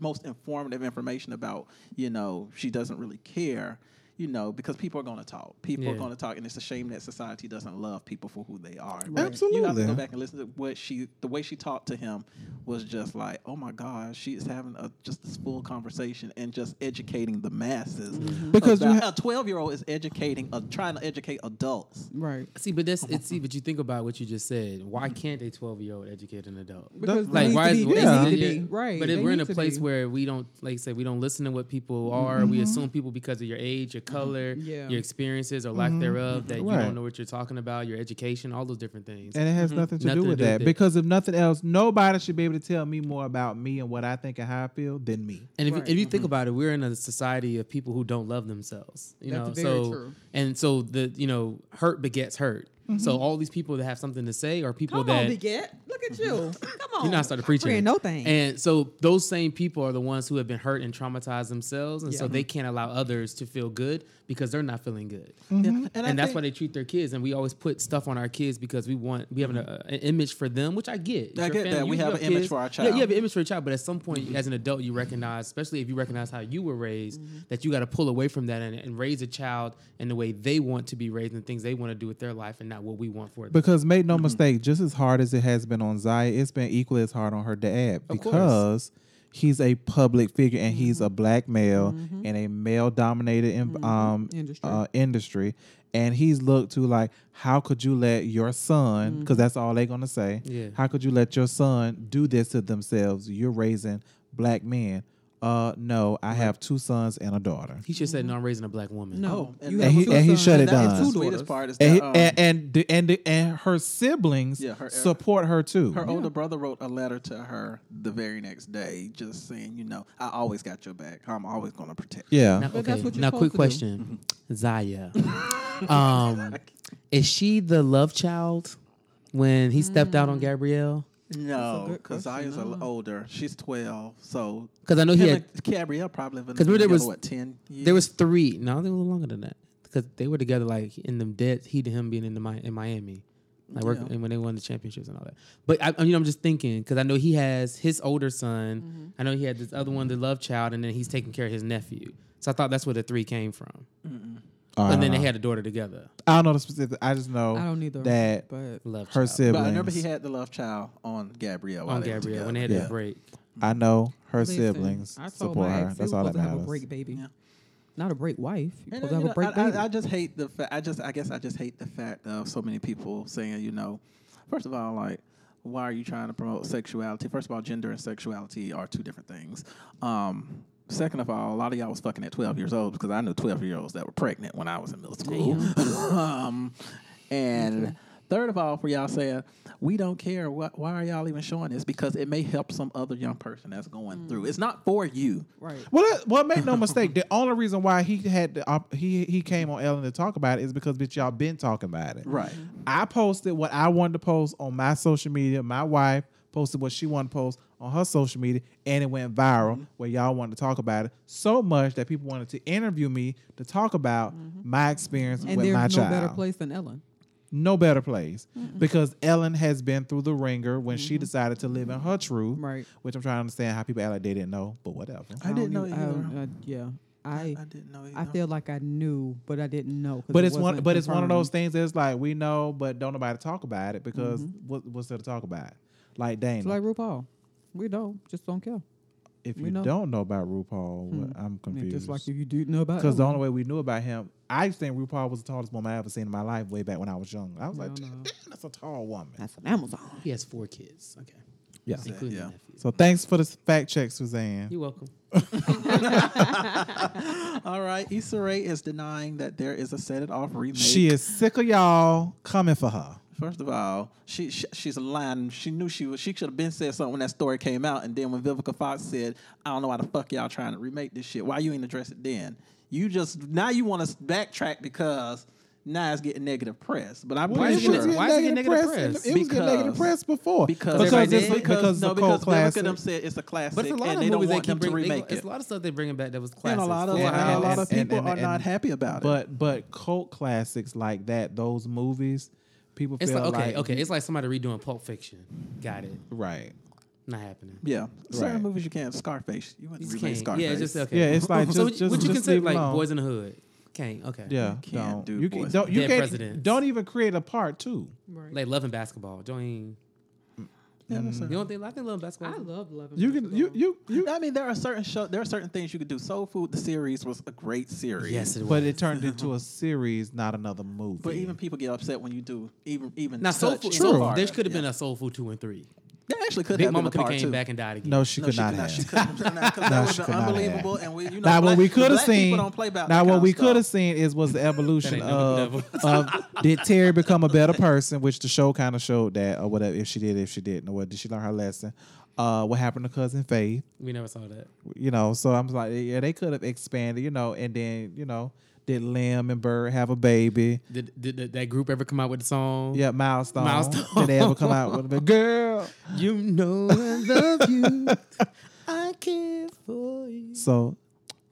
most informative information about you know she doesn't really care. You know, because people are going to talk. People are
Yeah.
going to talk, and it's a shame that society doesn't love people for who they are. You have to
Absolutely.
go back and listen to what she, the way she talked to him was just like, oh my God, she is having a, just this full conversation and just educating the masses.
Because you
About-
ha-
a 12 year old is educating, uh, trying to educate adults.
right.
See, but that's it's see, but you think about what you just said. Why can't a twelve year old educate an adult?
Because
Like,
they need
Like why
to
is
be, they
yeah.
need to
yeah,
be. Right.
But if
they
we're in
need
a
to
place
be.
where we don't like say we don't listen to what people are, we assume people because of your age, your color,
Yeah.
your experiences or lack thereof, that you
Right.
don't know what you're talking about, your education, all those different things.
And it has
Mm-hmm.
nothing to
Nothing
do with
to do
that.
with it.
because if nothing else, nobody should be able to tell me more about me and what I think and how I feel than me.
And if,
Right.
if you think about it, we're in a society of people who don't love themselves. You
That's
know,
very
so
true. Mm-hmm.
and so the you know hurt begets hurt. So all these people that have something to say are people
Come
that
on, Biget. Look at you. Come on.
You're not started preaching.
Friend,
it.
no thanks.
And so those same people are the ones who have been hurt and traumatized themselves, and so they can't allow others to feel good because they're not feeling good.
Yeah, Mm-hmm. And,
And
I
that's
think-
why they treat their kids, and we always put stuff on our kids because we want we have an,
Mm-hmm.
uh, an image for them, which I get. It's
I
your
get that. We have an image for our
Yeah,
child.
you have an image for your child, but at some
Mm-hmm.
point, as an adult, you recognize, especially if you recognize how you were raised,
Mm-hmm.
that you got to pull away from that and, and raise a child in the way they want to be raised and things they want to do with their life, and not what we want for them.
Because make no mistake, just as hard as it has been on Zaya, it's been equally as hard on her dad
Of course.
because he's a public figure and he's a black male in a male dominated um,
Industry.
Uh, industry. And he's looked to like, how could you let your son, because that's all they're going to say,
Yeah.
how could you let your son do this to themselves? You're raising black men. Uh, no, I have two sons and a daughter.
he should
Mm-hmm.
say, "No, I'm raising a black woman."
no.
and-
you
and
have
he-
two
and he
sons
shut it
and
down.
the
Two
sweetest
daughters.
part is
And,
that
he-
um,
and and the- and, the- and her siblings
Yeah, her-
support her too.
her older brother wrote a letter to her the very next day, just saying, you know, I always got your back. I'm always going to protect. you."
yeah.
Now,
But that's what you're
now quick
supposed to
question, Zaya, um, is she the love child when he stepped out on
Mm.
Gabrielle?
No,
good
because
question,
Zaya's a l-
huh?
older. She's 12. So,
'Cause I know he
him
had-
and Gabrielle probably been
'Cause remember there
together,
was-
what, 10 years?
There was three. No, they were longer than that because they were together like in them dead. He to him being in the Mi- in Miami, like working
Yeah.
and when they won the championships and all that. But I, I mean, I'm just thinking because I know he has his older son.
Mm-hmm.
I know he had this other one, the love child, and then he's taking care of his nephew. So I thought that's where the three came from.
Oh, I
and
don't
then they
know.
had a daughter together.
I don't know the specific. I just know
I don't either.
that
But
Love
her
child.
siblings.
But I remember he had the love child on Gabrielle. while
on
they were
Gabrielle when they
together.
Yeah.
had that break.
I know her
listen,
siblings
I told
support
my
her.
ex,
That's
you
all that
supposed to have a
matters.
break baby.
Yeah.
Not a break wife. You supposed
And
to
then,
have
you
a break
know,
baby.
I, I, I just hate the fact. I just, I guess, I just hate the fact of so many people saying, you know, first of all, like, why are you trying to promote sexuality? First of all, gender and sexuality are two different things. Um, second of all, a lot of y'all was fucking at twelve years old because I knew twelve year olds that were pregnant when I was in middle school. um, and Third of all, for y'all saying we don't care. What, why are y'all even showing this? Because it may help some other young person that's going
Mm.
through. It's not for you.
Right.
Well, that- well, make no mistake. The only reason why he had the op- he he came on Ellen to talk about it is because bitch, y'all been talking about it.
Right.
Mm-hmm.
I posted what I wanted to post on my social media. My wife posted what she wanted to post on her social media, and it went viral.
Mm-hmm.
Where y'all wanted to talk about it so much that people wanted to interview me to talk about my experience
Mm-hmm. And
with
there's
my
no
child.
better place than Ellen.
No better place because Ellen has been through the ringer when she decided to live in her truth.
Mm-hmm. Right.
Which I'm trying to understand how people act like they didn't know, but whatever.
I
don't
didn't know
even- I
either.
don't- uh, yeah. I
I didn't know.
I
either.
feel like I knew, but I didn't know. 'cause
But
it
it's one.
wasn't
But it's one of
confirmed. Mm-hmm.
those things that's like we know, but don't nobody talk about it because what, what's there to talk about? Like Dana,
It's like RuPaul. We don't just don't care.
if
we
you
know.
don't know about RuPaul, what- I'm
I mean,
confused.
just like if you do know about
because the
Ellen.
only way we knew about him, I think RuPaul was the tallest woman I ever seen in my life way back when I was young. I was like,
No,
"Damn, that's a tall woman.
that's an Amazon.
He has four kids. Okay.
yeah.
Including
yeah.
the nephew.
So thanks for the fact check, Suzanne.
You're welcome.
All right, Issa Rae is denying that there is a set it off remake.
She is sick of y'all coming for her.
First of all, she, she she's lying. She knew she was. She should have been said something when that story came out. And then when Vivica Fox said, "I don't know why the fuck y'all trying to remake this shit. Why you ain't address it then? You just now you want to backtrack because now it's getting negative press. But I'm
Well,
Why
pretty
is
it was
sure.
getting
getting- why is it getting
negative
negative
press. in the-
press?
It was getting negative
Because-
press before
because
because
Because
it's
they-
because
no,
the cult
because Vivica
classic.
them said it's a classic,
But it's a lot
and
of
they don't
movies they
want them
keep
to
bringing.
remake
they- It's
it.
a lot of stuff they bringing back that was classic.
And a lot of
Yeah,
a
and-
lot of
and-
people
and-
are
and-
not happy about it.
But but cult classics like that, those movies, people
It's
feel
like, okay,
like
okay. It's like somebody redoing Pulp Fiction. Got it.
right.
Not happening.
Yeah, certain
Right.
movies you can't. Scarface, you wouldn't
You
remake
can't.
Scarface.
Yeah, just okay.
Yeah, it's like
so
just-
would you, would
just-
you
just
consider
leave it
like
alone.
Boys in the Hood? Can't. Okay.
Yeah,
can't
don't.
do
you can,
Boys
don't you
Dead
can't
Presidents.
don't even create a part two.
Right.
Like loving basketball. Don't even,
Yeah, that's
you
certain-
don't think I think loving basketball.
I love loving.
You can you you you.
I mean, there are certain show, there are certain things you could do. Soul Food, the series was a great series.
yes, it was.
But it turned into a series, not another movie.
But even people get upset when you do even even
now soul
touch
food.
in
Soul
the
food.
part.
There could have
Yeah.
been a soul food two and three.
There actually could
Big
have been
Mama
a
could have
part
came
two.
back and died again.
no, she
No,
could
she
not
could
have.
She could not.
No,
'cause that
she
would
could
have been
not have.
unbelievable. And we, you know,
now
black,
what we could have
black people
seen.
don't play about
now
that
what
kind
we
of
could have
stuff.
seen is was the evolution
That ain't no
of, of did Terry become a better person, which the show kind of showed that or whatever. If she did, if she didn't, or what did she learn her lesson? Uh, what happened to cousin Faith?
We never saw that.
you know. So I'm like, yeah, they could have expanded, you know, and then you know, did Lim and Bird have a baby?
Did, did that- that group ever come out with the song?
Yeah, milestone.
Milestone.
Did they ever come out with a big girl?
You know I love you. I care for you.
So,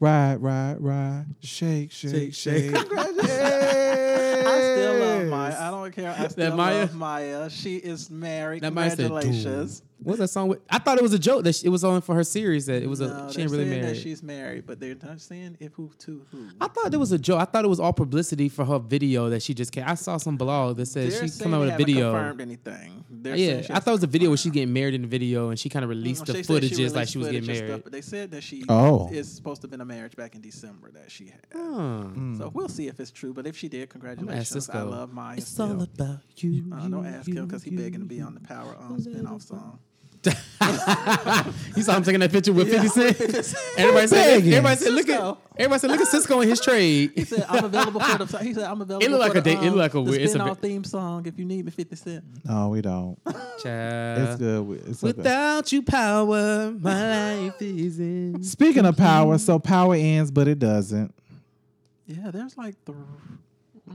ride, ride, ride, shake, shake,
Shake,
shake.
shake.
Congratulations!
I still love Maya. I don't care. I still
Maya-
love Maya. She is married.
That might said,
Congratulations.
What's that song with? I thought it was a joke that she, it was on for her series that it was
No,
a she
they're
ain't really
saying
married.
that she's married, but they're not saying if who to who.
I thought it was a joke. I thought it was all publicity for her video that she just came. I saw some blog that said
They're
she
saying
come out
they
with a
haven't
video.
Confirmed anything? They're
yeah,
saying she
I
has-
thought it was a video where she's getting married in the video, and she kind of released
Well,
the
Mm, she said she
footages like
released
she was getting
footage and
married.
Stuff, but they said that she
Oh.
is supposed to have been a marriage back in December that she had.
Huh.
So we'll see if it's true. But if she did, congratulations. I
Cisco.
love Maya.
It's
still.
all about you.
uh, don't ask him because
because
he begging to be on the Power um, spinoff song.
You saw him taking that picture with 50 Cent. everybody said,
Begging.
everybody said, look at,
Cisco.
everybody said, look at Cisco and his trade.
He said, "I'm available for the." He said, "I'm available."
look like
for
a
the,
da- it
um,
look like a
the
weird- it's a
spinoff
bit-
theme song. If you need me, Fifty Cent.
No, we don't.
Child.
It's good. We- It's okay.
Without you, power, my life is in.
Speaking of power, so power ends, but it doesn't.
Yeah, there's like three,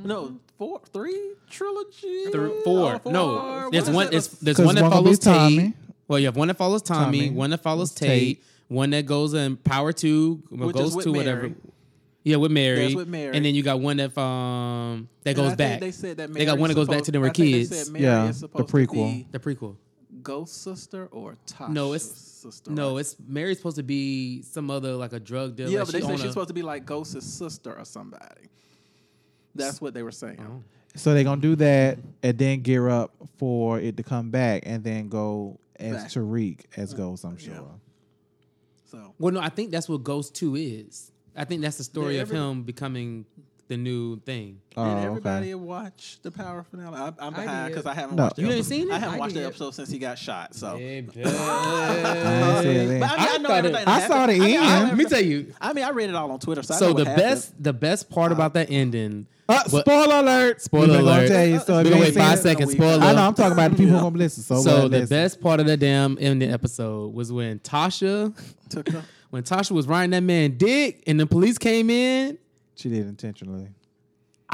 no, four, three trilogy.
Three,
or
Mm-hmm. four.
four,
No,
what
there's
is
one.
it?
There's, there's
'Cause
one that
one gonna be
follows Tommy.
Tommy.
Well, you have one that follows Tommy,
Tommy.
one that follows
It's Tate.
Tate, one that goes in Power Two, well,
Which is
goes
with
to whatever.
Mary.
Yeah, with Mary.
That's with Mary.
And then you got one that um that
And I
goes
think
back.
They said that Mary
they got one that goes
supposed-
back to them were
I think
kids.
They said Mary
Yeah,
is
the
supposed to
prequel.
be
the prequel.
Ghost sister or Tasha's
No, it's-
sister.
No,
right?
it's Mary's supposed to be some other like a drug dealer.
yeah,
Like,
but they
she
said
own
she's
a-
supposed to be like Ghost's sister or somebody. That's what they were saying.
So they're gonna do that and then gear up for it to come back and then go as
Back.
Tariq as Ghost, I'm sure.
So
Well, no, I think that's what Ghost Two is. I think that's the story
Yeah,
of
every-
him becoming the new thing.
Oh,
did
okay.
everybody watch the Power finale? I, I'm behind
did.
because I haven't
No.
watched.
You
the
ain't
episode.
seen it?
I haven't
I
watched
did.
the episode since he got shot. So.
I ain't see it then.
But I, mean, I,
I
know
thought it-
everything that
I saw
happened.
the
I mean, I know
end.
Let me
everything-
tell you.
I mean, I read it all on Twitter. So, I know
So
what
the
happened.
best, the best part about that ending
Uh, spoiler alert.
Spoiler
We gonna
alert.
tell you, so if
We're
you
gonna
ain't
wait
seen
five
it-
seconds.
we-
Spoiler.
I know. I'm talking about the people who gonna listen. So,
So
uh,
the
listen.
best part of the damn ending episode was when Tasha,
Took the-
when Tasha was riding that man dick, and the police came in.
she did intentionally.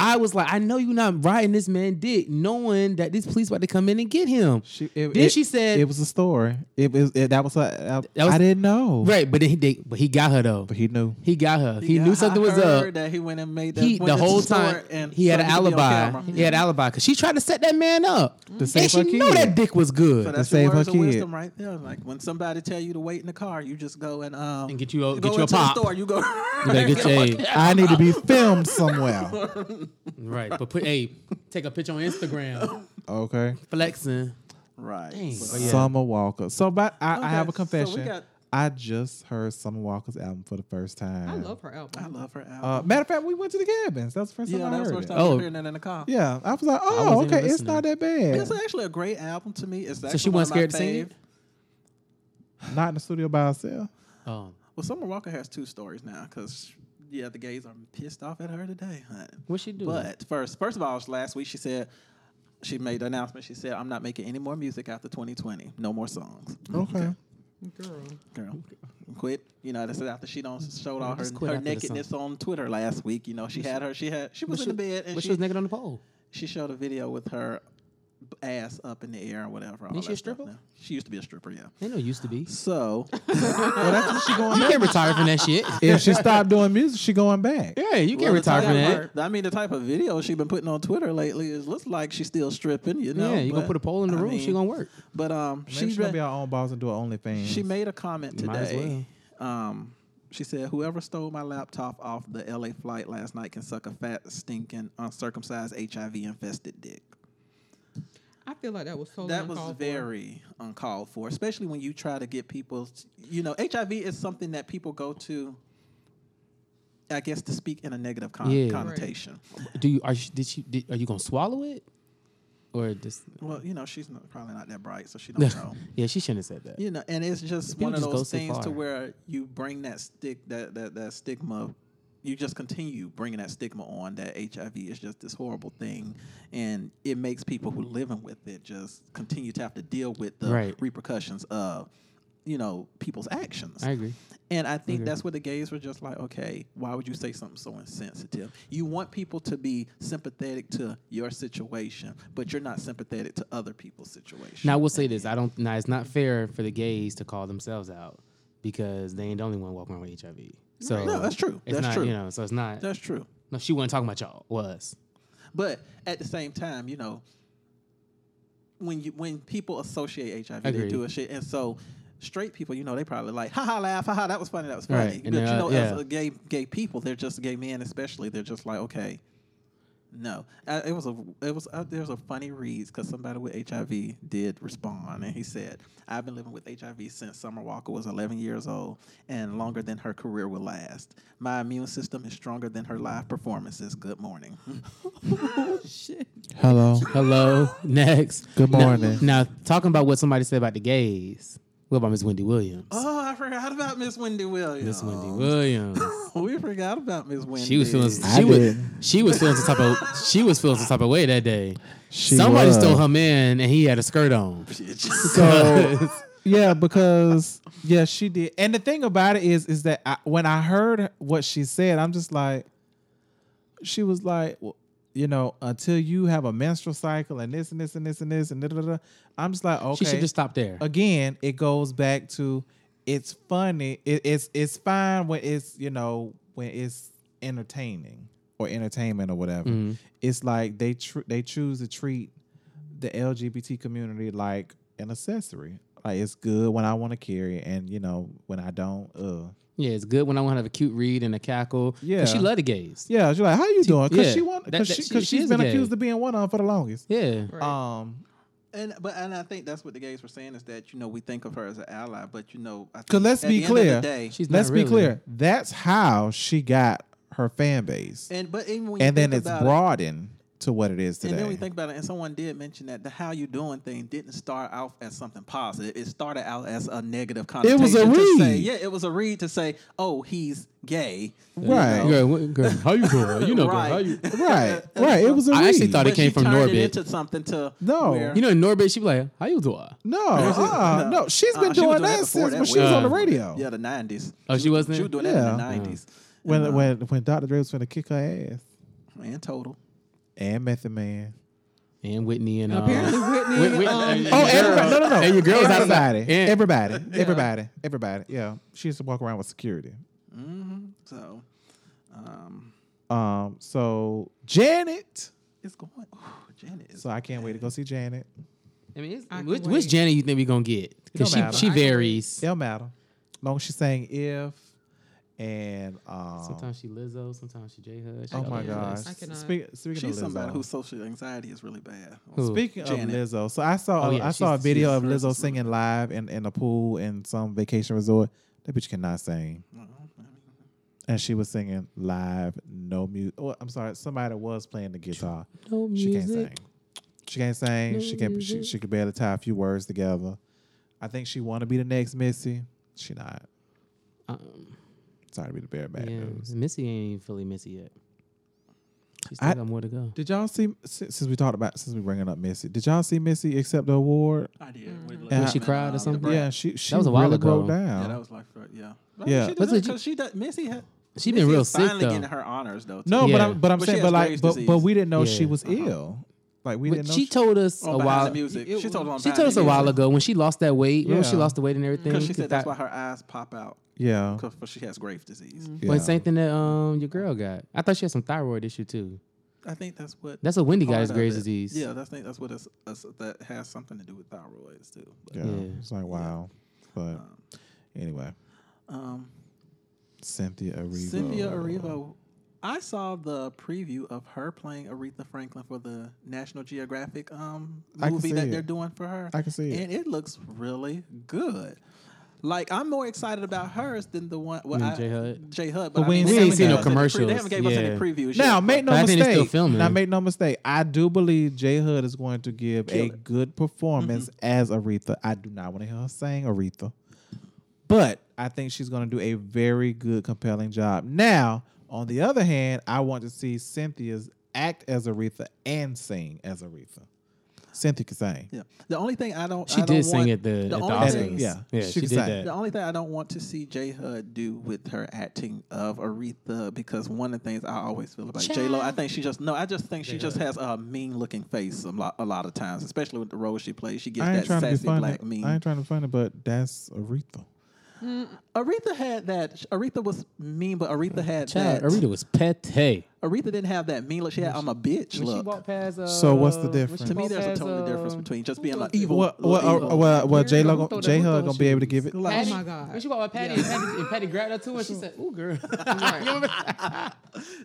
I was like, I know you're not riding this man dick, knowing that this police about to come in and get him.
She it,
then
it-
she said,
it was a story. It was it, that was, uh, uh,
That was-
I didn't know.
right, but then he, they, but he got her though.
But he knew.
He got her. He
Yeah,
knew
I
something was
heard
up.
That he went and made that
He
went to
the whole
store
time
and
he had an
so could be on
alibi.
camera. Mm-hmm.
He had an alibi because she tried to set that man up.
To save
and she
her
know
kid.
that dick was good.
So
to
that's
save
your
her
words of
kid.
wisdom right there. Like when somebody tell you to wait in the car, you just go and um
And get you
go
a- get you a
into the
pop.
store. You go.
You better get your aid.
I need to be filmed somewhere.
right, but put hey, take a picture on Instagram,
Okay.
flexing.
right.
Dang.
So-
But yeah.
Summer Walker. So, but I, I
Oh, Okay,
have a
so we
confession.
got-
I just heard Summer Walker's album for the first time.
I love her album.
I love her album.
Uh, matter of fact, we went to the cabins. That was the first
yeah,
time I
that was
heard
the first
it.
time
Oh.
oh. hearing that in the car.
Yeah, I was like, oh,
wasn't even
okay, it's not that bad.
It's actually a great album to me. It's actually
she
one
wasn't
of my
scared to sing it?
fave-
Not in the studio by herself.
Um,
Well, Summer Walker has two stories now because yeah, the gays are pissed off at her today. Honey.
what she do?
But first, first of all, last week she said she made the announcement. She said, "I'm not making any more music after 2020. No more songs."
Okay.
Girl.
girl. Quit. You know, that's after she don't showed all her,
Just quit
her
after the
nakedness on Twitter last week. You know, she had her. She had. She was
But
in the bed and
but
she,
was naked on the pole.
she showed a video with her b- ass up in the air or whatever. all
Ain't she
that
a
stuff
stripper?
now. She used to be a stripper. Yeah.
They know used to be.
So
You can't retire from that shit.
If she stopped doing music, she going back.
Yeah, you can't
well, the
retire from
type
that.
of her- I mean, the type of video she been putting on Twitter lately is looks like she's still stripping. You know.
yeah, you gonna
but,
put a pole in the
I
room. she
mean,
gonna work.
But um,
Maybe she
she's
gonna be our own boss and do her OnlyFans.
She made a comment
Might as
today. Um, she said, "Whoever stole my laptop off the LA flight last night can suck a fat, stinking, uncircumcised, HIV-infested dick."
I feel like that was so
that was very uncalled for, especially when you try to get people. You know, HIV is something that people go to. I guess to speak in a negative con-
Yeah. Right.
connotation.
Do you are she, did she did, are you gonna swallow it or just
Well, you know, she's not, probably not that bright, so she don't know.
yeah? She shouldn't have said that.
You know, and it's just
People
one of
just
those
go too
things to
far.
where you bring that stick that that that stigma. of- You just continue bringing that stigma on that HIV is just this horrible thing, and it makes people who living with it just continue to have to deal with the
Right.
repercussions of, you know, people's actions.
I agree.
And I think that's where the gays were just like, okay, why would you say something so insensitive? You want people to be sympathetic to your situation, but you're not sympathetic to other people's situation.
Now I will say this: I don't. Now it's not fair for the gays to call themselves out because they ain't the only one walking around with HIV. So
No, that's true.
It's
That's
not,
true.
You know, so it's not.
that's true.
no, she wasn't talking about y'all. Was
But at the same time, you know, when you when people associate HIV, they
Agreed.
do a shit, and so straight people, you know, they probably like, ha ha, laugh, ha ha, that was funny, that was funny.
Right,
But
and they're,
you
uh,
know,
yeah.
as a gay gay people, they're just gay men, especially, they're just like, okay, no, I, it was a it was uh, there was a funny read because somebody with HIV did respond, and he said, "I've been living with HIV since Summer Walker was 11 years old, and longer than her career will last. My immune system is stronger than her live performances. Good morning."
shit.
Hello.
hello next.
Good
Now-
morning.
Now, talking about what somebody said about the gays. What about Miss Wendy Williams?
Oh, I forgot about Miss Wendy Williams. Oh,
Miss Wendy Williams.
We forgot about Miss Wendy.
Um, She was feeling. She
I
was.
didn't.
She was feeling some type of. She was feeling some type of way that day.
She
Somebody
was.
stole her man, and he had a skirt on.
So yeah, because yeah, she did. And the thing about it is, is that I, when I heard what she said, I'm just like, she was like, well, you know, until you have a menstrual cycle and this and this and this and this and da da da. da," I'm just like,
She
okay.
should just stop there.
Again, it goes back to it's funny. It, it's it's fine when it's you know when it's entertaining or entertainment or whatever.
Mm-hmm.
It's like they tr- they choose to treat the LGBT community like an accessory. Like it's good when I want to carry, it, and you know when I don't. Uh,
Yeah, it's good when I want to have a cute read and a cackle. 'cause
Yeah.
she love the gays. Yeah,
yeah, she's like, "How you doing?" Because
yeah,
she want
that-
because
that-
she,
she-
cause
she
she's
is
been
a gay.
accused of being one on for the longest.
Right.
Um,
and but and I think that's what the gays were saying is that you know we think of her as an ally, but you know, I think
'Cause let's
at
be
the end of the
clear.
day-
she's
let's
not
be
really-
clear. That's how she got her fan base, and,
and but even when you
then
think
it's
about it-
broadened. to what it is today.
And then we think about it, and someone did mention that the "how you doing" thing didn't start out as something positive. It started out as a negative
It
connotation.
was a
to say-
read.
yeah, it was a read to say, "Oh, he's gay."
Right.
Girl, what- girl, how you doing? You know, girl, how
Right.
you?
right, right. It was. A
I actually
read.
thought it
But
came
she
from
turned
Norbit.
It into something to
No.
where-
You know, in Norbit, she be like, "How you doing?"
No, uh, no, she's
Uh,
been
she was
doing,
that
that,
before
since
that
when she was
way.
on the
Uh,
radio.
yeah, the nineties.
Oh, she wasn't?
She was doing that
Yeah.
in the nineties.
When when when Dr. Dre was finna kick her ass
Man, total.
and Method Man.
And Whitney and um,
Apparently, Whitney.
Whit- Whit-
um,
and-
Oh,
and your
everybody! No,
girl-
no, no.
And your girls outside.
everybody,
And-
everybody, everybody, everybody. Yeah, she used to walk around with security.
So um,
Um, so Janet.
it's going. Ooh, Janet is
So I can't wait to go see Janet.
I mean,
I
it's,
can
which,
wait.
which Janet you think we gonna get? Because
It don't matter.
she she
I can
varies.
Don't matter. Long as she's saying if and um.
Sometimes she Lizzo, sometimes she J Hud.
oh my
I
gosh!
cannot.
Speak, speaking of
She's
Lizzo,
somebody whose social anxiety is really bad.
Who?
Speaking
Janet.
of Lizzo, so I saw
Oh, yeah,
I saw a
she's-
video of
she's-
Lizzo singing live in, in a pool in some vacation resort. That bitch cannot sing.
Oh,
And she was singing live, no music. Oh, I'm sorry, somebody was playing the guitar.
No
She can't
music.
sing. She can't sing. she can't. She, she could barely tie a few words together. I think she want to be the next Missy. She not.
Um,
Sorry to be the bear of bad
yeah,
news.
Missy ain't even fully Missy yet. She still
I-
got more to go.
Did y'all see since, since we talked about since we bringing up Missy? Did y'all see Missy accept the award?
I did. When
When she
cried or something? Right.
Yeah, she she
was a while
really
ago.
broke down.
um, Yeah, that was like, for, yeah. Well,
Yeah.
she
But
deserved-
did
'cause she does, Missy had.
She
Missy
been real
is
sick
finally
though.
getting her honors though. too.
No, but
Yeah.
I'm but I'm
But she
saying
has
but like
Graves'
but, but
disease. uh-huh.
we didn't know she
Yeah.
was ill. Like we
But
didn't know
she told us
on
a
Behind
while.
Oh, the music.
It-
she told us.
She told us a while ago when she lost that weight. Remember she
Yeah.
lost the weight and everything.
because she said that's
that-
why her eyes pop out
yeah.
because she has Graves' disease.
But same thing that um your girl got. I thought she had some thyroid issue too.
I think that's what.
That's what Wendy got
part
is
of
Graves'
it.
disease.
Yeah, that's think that's what it's, it's, that has something to do with thyroids too. But,
Yeah.
Yeah.
It's like wow. But
Uh-huh.
anyway,
um,
Cynthia Erivo.
Cynthia Erivo, I saw the preview of her playing Aretha Franklin for the National Geographic um,
I can
movie
see
that
it.
they're doing for her.
I can see it.
and it looks really good. Like I'm more excited about hers than the one. Well,
Than
I-
J-Hud?
J Hud,
But
but, I
we
mean,
ain't
they
seen
haven't
seen
gave
no
us any pre-
commercials,
They haven't gave us
yeah.
any previews.
Now
yet.
make no
But I think
mistake.
it's still filming.
Now make no mistake. I do believe J Hood is going to give a good performance
Mm-hmm.
as Aretha. I do not want to hear her sing Aretha, but I think she's going to do a very good, compelling job. Now, on the other hand, I want to see Cynthia's act as Aretha and sing as Aretha. Cynthia can sing.
Yeah. The only thing I don't.
She
I don't
did sing
want-
at the, at the
only
Oscars.
thing-
Oscars.
Yeah,
yeah,
she
she,
could
did
sing.
that.
The only thing I don't want to see J Hud do with her acting of Aretha because one of the things I always feel about J Lo, I think she just no, I just think she just has a mean looking face a lot, a lot of times, especially with the role she plays. She gets
I ain't
that
trying to be
sassy
funny.
black mean.
I ain't trying to be funny, but that's Aretha.
Aretha had that. Aretha was mean, but Aretha had that.
Child, Aretha was petty.
Aretha didn't have that mean look. She had I'm a bitch look.
past, uh,
So what's the difference?
to me, there's a
uh,
total difference between just being like evil.
Well, well,
little
uh,
evil.
well, well, J
Who
Lo,
throw the-
J
who throw
Hud
the
gonna be able to
shoes?
give it.
Like,
oh my
When
god.
she walked with Patty, and Patty, and Patty grabbed her too, and she said, "Ooh, girl."
um,
uh,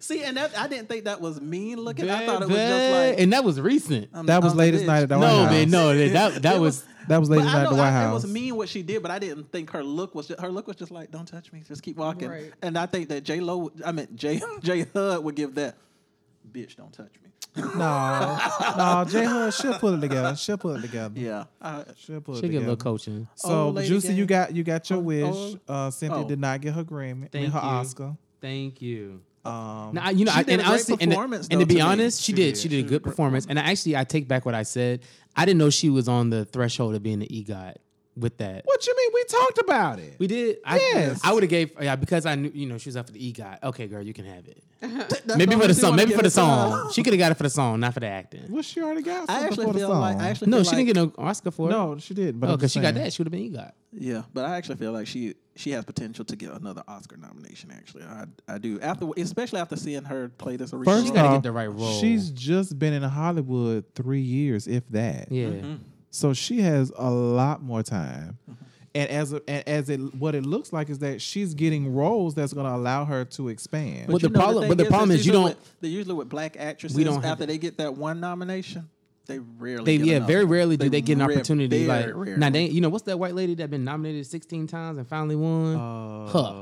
See, and that I didn't think that was mean looking. I thought it was just like
Baby. and that was recent.
I'm-
That was
I'm a
latest
bitch.
night at the White
no,
House.
man, no, that that, that
It
was.
That was
But
latest
I
night at
know
the White
I, it
House.
was mean what she did, but I didn't think her look was. Just, her look was just like, "Don't touch me, just keep walking."
Right.
And I think that J Lo, I mean J J Hud would give that, "Bitch, don't touch me."
No, no, J Hud should put it together. She'll put it together.
Yeah, I,
She'll put it
She get a
together.
little coaching.
So,
Old lady
Juicy, you
game.
got you got your wish.
old-
uh, Cynthia
oh.
did not get her Grammy, I mean,
Thank
her
you.
Oscar.
Thank you.
Oh,
Um,
Now, I- you know,
She
I,
did
and
a great
honestly, and,
performance,
and to
though,
be
to me.
honest, she, did. She did a good performance. And I actually, I take back what I said. I didn't know she was on the threshold of being an EGOT with that.
what you mean? We talked about it.
We did. I,
Yes.
I would have gave yeah because I knew you know she was up for the EGOT. Okay, girl, you can have it.
That's
maybe
all
for
she
the song.
wanna
Maybe
give
for the
it to her.
song. she could have got it for the song, not for the acting.
Well, she already got
I
something
actually
for the
feel
song.
like I actually
No,
feel
she
like-
didn't get no Oscar for it.
no, she did. But
Oh,
I'm
because
just
she got
saying.
that, she would have been EGOT.
Yeah, but I actually feel like she she has potential to get another Oscar nomination. Actually, I I do after especially after seeing her play this. Aretha
First
She
song.
gotta
off,
get the right role.
she's just been in Hollywood three years, if that.
Yeah.
So she has a lot more time. And as a, and as it what it looks like is that she's getting roles that's going to allow her to expand.
But the
you know,
problem-
thing
but the problem
it's
is you
usually
don't-
With, they usually with black actresses.
We don't have-
after they get that one nomination, they rarely.
They
get
yeah,
another.
very rarely do they get an
rare-
opportunity.
very
Like
rarely.
Uh,
now, they you know what's that white lady that been nominated sixteen times and finally won? Huh.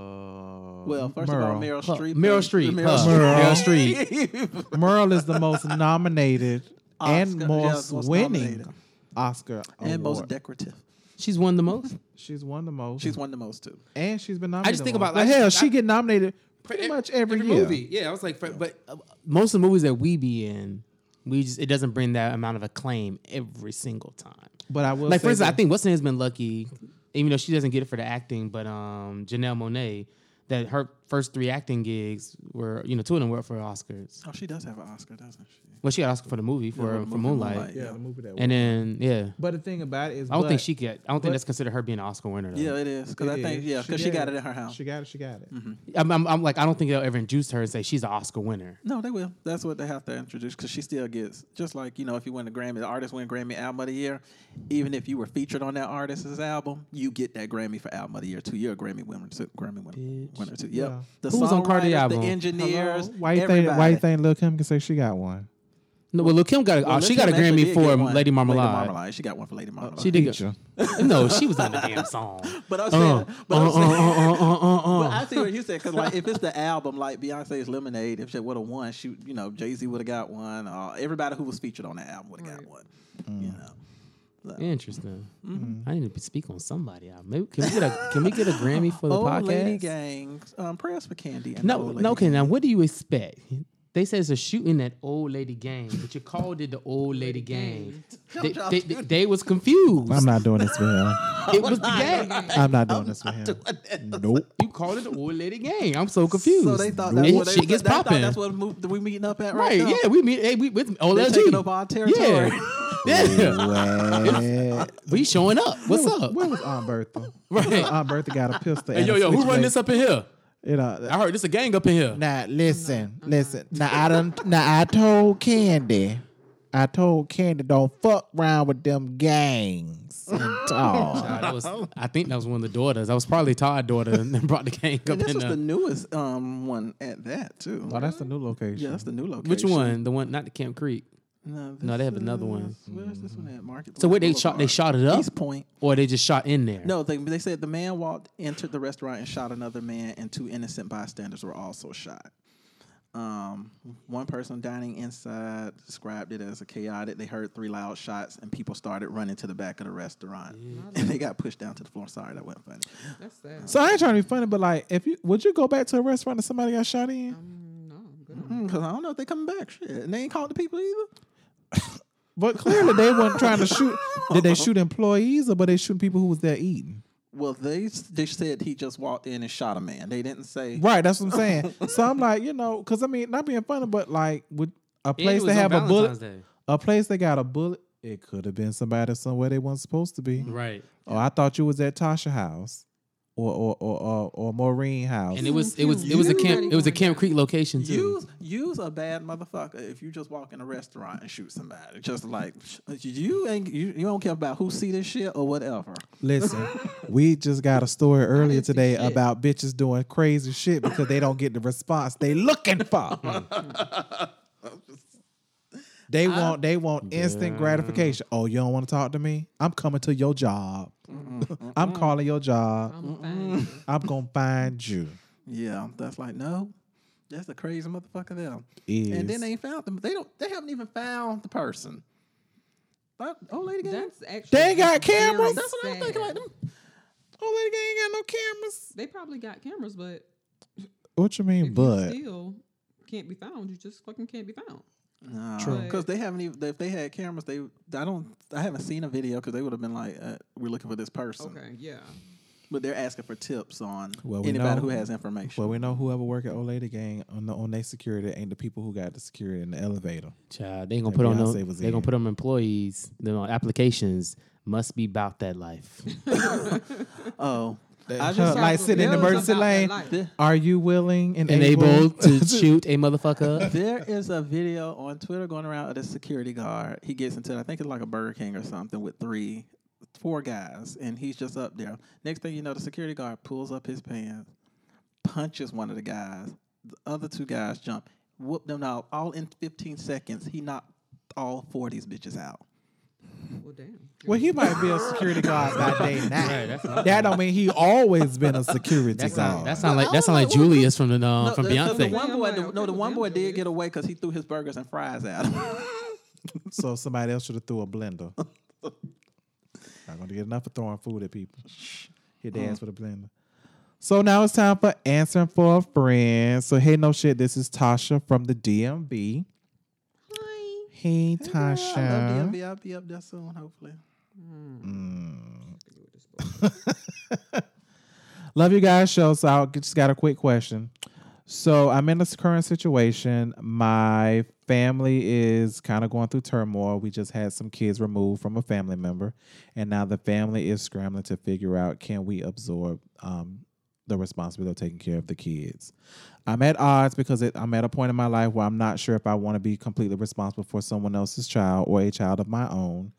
Well, first of all, Meryl
Huh.
Streep.
Meryl
is-
Streep.
Meryl
Huh.
Streep.
Meryl
Streep.
Merle is the most nominated and
Oscar-
most,
yes, most
winning
nominated.
Oscar
Oh,
and most
award.
decorative.
She's won the most.
she's won the most.
She's won the most too.
and she's been nominated.
just think
the most.
about,
Like,
like,
hell.
I-
she get nominated pretty
E-,
ev-
much every,
every
year.
movie. Yeah, I was like, for, but uh,
Most of the movies that we be in, we just it doesn't bring that amount of acclaim every single time.
But I will
like
say
for instance,
that-
I think what's her name's been lucky, even though she doesn't get it for the acting, but um Janelle Monet, that her first three acting gigs were, you know, two of them were up for Oscars.
Oh, she does have an Oscar, doesn't she?
Well, she got Oscar for the movie for,
Yeah,
for
movie
Moonlight.
Moonlight.
yeah, the movie that.
And then yeah.
but the thing about it is,
I don't
but-
think she get I don't
but-
think that's considered her being an Oscar winner though.
Yeah, it is. Because I
It
think
is.
yeah, because she,
did
got it in her house.
She got it. She got it.
I'm, I'm, I'm like I don't think they'll ever induce her and say she's an Oscar winner.
No, they will. That's what they have to introduce because she still gets just like you know if you win a Grammy, the artist win Grammy album of the year. Even if you were featured on that artist's album, you get that Grammy for album of the year too. You're a Grammy winner, too, Grammy winner, winner too. Yep.
Yeah.
The
Who was on Cardi
songwriters,
album?
The engineers,
Why you think?
Mm-hmm. everybody.
Why you think Lil Kim can say she got one?
No, well, Lil Kim got a,
Well,
oh, she
Lil
got a
Kim actually
Grammy
did
for
get one.
Lady Marmalade. Uh,
Lady Marmalade. She got one for Lady Marmalade.
She did.
Feature.
Get, no, she was on the damn song.
But I'm
Uh,
saying, but I'm
uh,
saying,
uh, uh, uh, uh,
But
uh.
I see what you said because like if it's the album like Beyonce's Lemonade, if she would have won, she you know Jay Z would have got one. Uh, everybody who was featured on that album would have got one.
Mm.
You know,
Interesting.
Mm-hmm.
I need to speak on somebody. I- Maybe, can we get a Can we get a Grammy for the
old
podcast?
Oh, lady gangs, um, prayers for Candy. And
No,
Old Lady
no. Okay, now what do you expect? They said it's a shooting at old lady gang, but you called it the old lady gang. They, they, they, they was confused.
I'm not doing this for him.
It was the gang.
I'm not doing this for him. Nope.
You called it the old lady gang. I'm so
Gangs.
confused.
So they thought
and
that what they,
shit gets
they thought
popping.
That's what move, that we meeting up at right,
Right?
now.
Yeah, we meet. Hey, we with old
They're
LG.
taking over our territory.
Yeah,
What?
we showing up. What's up?
Where was Aunt Bertha?
Right.
Aunt Bertha got a pistol.
Hey,
and
yo,
a
yo, who
switchblade.
run
uh,
this up in here?
You know,
I heard this a gang up in here.
now listen, listen. Now I don't. Now I told Candy. I told Candy don't fuck around with them gangs and
Nah,
talk.
that was, I think that was one of the daughters. I was probably Todd's daughter and then brought the gang up
And this
in
was the
there.
newest um one at that too.
Oh, that's the new location.
yeah, that's the new location.
Which one? The one not the Camp Creek.
No,
No,
this
they have another one.
is- Where's this one at? Market.
So what they shot they shot it up
East Point.
or they just shot in there?
No, they, they said the man walked, entered the restaurant, and shot another man, and two innocent bystanders were also shot. Um, one person dining inside described it as a chaotic. They heard three loud shots, and people started running to the back of the restaurant, and they got pushed down to the floor. Sorry, that wasn't funny.
That's sad.
So I ain't trying to be funny, but like, if you would you go back to a restaurant that somebody got shot in?
Because Hmm, I don't know if they coming back. Shit, and they ain't called the people either.
But clearly they weren't trying to shoot. Did they shoot employees or but they shooting people who was there eating?
Well, they s- they said he just walked in and shot a man. They didn't say
Right, that's what I'm saying. so I'm like, you know, because I mean, not being funny, but like, would a
And it
place
was
that
on
have a bullet,
Valentine's Day.
a place that got a bullet, it could have been somebody somewhere they weren't supposed to be.
Right.
Oh, I thought you was at Tasha house, or or or or, or Maureen house.
And it was it was it was a camp it was a Camp Creek location too.
Use use a bad motherfucker if you just walk in a restaurant and shoot somebody. Just like sh- you ain't you, you don't care about who see this shit or whatever.
Listen, we just got a story earlier today about bitches doing crazy shit because they don't get the response they looking for. They want they want instant gratification. Oh, you don't want to talk to me? I'm coming to your job. I'm calling your job.
Oh.
I'm fine.
I'm gonna find you.
Yeah, that's like no, that's a crazy motherfucker there.
Is-
And then they ain't found them. They don't. They haven't even found the person. But old lady, gang,
That's actually.
They got
very
cameras?
that's what I'm thinking. Like
sad.
them.
oh, lady, they ain't got no cameras.
They probably got cameras, but
What you mean,
if
but?
you still can't be found. You just fucking can't be found.
No,
True.
because they haven't even. If they had cameras, they. I don't. I haven't seen a video because they would have been like, uh, "We're looking for this person,"
Okay, yeah.
but they're asking for tips on
Well, we
anybody
know-
who has information.
Well, we know whoever work at Old Lady Gang on the on their security ain't the people who got the security in the elevator.
Child, they gonna
That
put on
Beyonce
them,
was
they
in.
gonna put them employees, the applications must be about that life.
oh, I
I
just
just like
saw-
sitting in the
Yeah, it was
emergency
about
lane.
that life.
Th-
Are you willing and,
and
able
able to shoot a motherfucker.
There is a video on Twitter going around of this security guard. He gets into, I think it's like a Burger King or something, with three, four guys, and he's just up there. Next thing you know, the security guard pulls up his pants, punches one of the guys. The other two guys jump, whoop them out. All in 15 seconds, he knocked all four of these bitches out.
Well, damn.
Well, he might be a security guard by day now.
that's not-
that don't mean he always been a security
That sound
guard.
that sound like
I
that sound
don't
like
know, what-
Julius
uh,
from the um,
No,
from
the, the-
Beyonce.
The one
Yeah,
boy,
I'm
the-
like,
no,
okay,
the
well,
one
damn,
boy did
Julius.
get away because he threw his burgers and fries at him.
so somebody else should have threw a blender. Not gonna get enough for throwing food at people. Hit their ass with a blender. So now it's time for answering for a friend. So hey, no shit. This is Tasha from the DMV.
Hi.
Hey,
I love
Tasha.
DMV. I'll be up there soon, hopefully.
Love you guys show. So I just got a quick question. So I'm in this current situation. My family is kind of going through turmoil. We just had some kids removed from a family member, and now the family is scrambling to figure out can we absorb um, the responsibility of taking care of the kids. I'm at odds because it, I'm at a point in my life where I'm not sure if I want to be completely responsible for someone else's child or a child of my own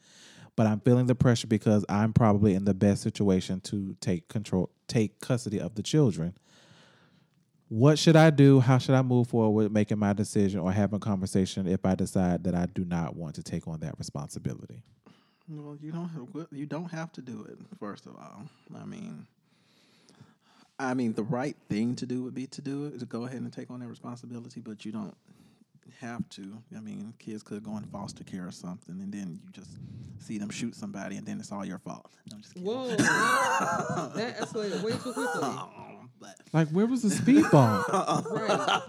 but I'm feeling the pressure because I'm probably in the best situation to take control, take custody of the children. What should I do? How should I move forward with making my decision or having a conversation if I decide that I do not want to take on that responsibility?
Well, you don't have, well, you don't have to do it. First of all, I mean, I mean, the right thing to do would be to do it to go ahead and take on that responsibility, but you don't have to. I mean, kids could go in foster care or something, and then you just see them shoot somebody, and then it's all your fault. No, I'm just kidding.
Whoa. that escalated way too quickly.
But
Like, where was the speed bump?
Right.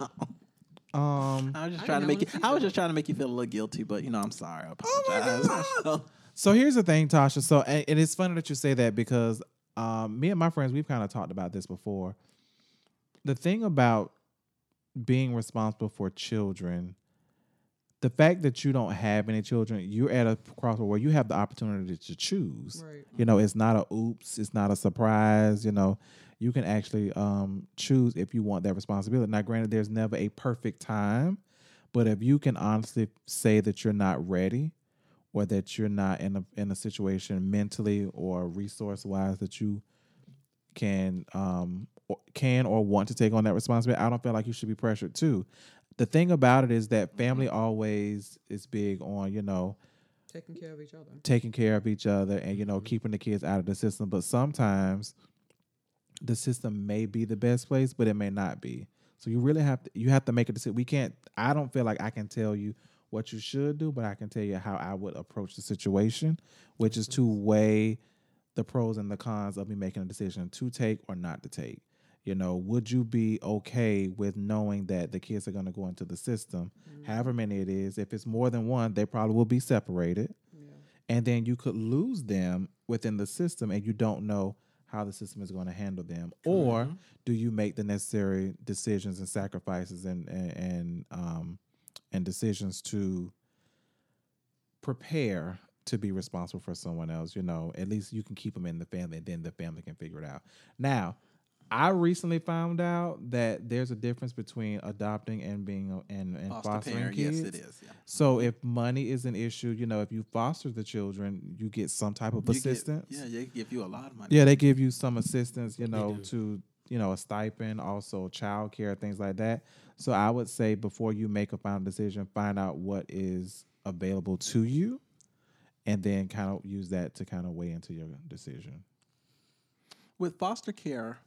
Um,
I was just
I
trying
didn't
to make you.
wanna see
I was
that.
just trying to make you feel a little guilty, but you know, I'm sorry. I apologize.
so here's the thing, Tasha. So, and, and it's funny that you say that because um, me and my friends, we've kind of talked about this before. The thing about being responsible for children, the fact that you don't have any children, you're at a crossroad where you have the opportunity to choose.
Right.
You know, it's not a oops, it's not a surprise. You know, you can actually um, choose if you want that responsibility. Now, granted, there's never a perfect time, but if you can honestly say that you're not ready or that you're not in a in a situation mentally or resource wise that you can um or- can or want to take on that responsibility. I don't feel like you should be pressured too. The thing about it is that family always is big on, you know,
Taking care of each other.
taking care of each other and you know keeping the kids out of the system but sometimes the system may be the best place but it may not be so you really have to you have to make a decision we can't i don't feel like i can tell you what you should do but i can tell you how i would approach the situation which is to weigh the pros and the cons of me making a decision to take or not to take you know would you be okay with knowing that the kids are going to go into the system however many it is if it's more than one they probably will be separated and then you could lose them within the system and you don't know how the system is going to handle them or do you make the necessary decisions and sacrifices and and and, um, and decisions to prepare to be responsible for someone else you know at least you can keep them in the family and then the family can figure it out now i recently found out that there's a difference between adopting and being a, and, and
Foster
fostering
care,
kids
yes, it is. Yeah.
so if money is an issue, you know, if you foster the children, you get some type of
You get-
assistance.
yeah, they give you a lot of money.
Yeah, they give you some assistance, you know, to you know a stipend, also child care, things like that. So I would say before you make a final decision, find out what is available to you, and then kind of use that to kind of weigh into your decision.
with foster care,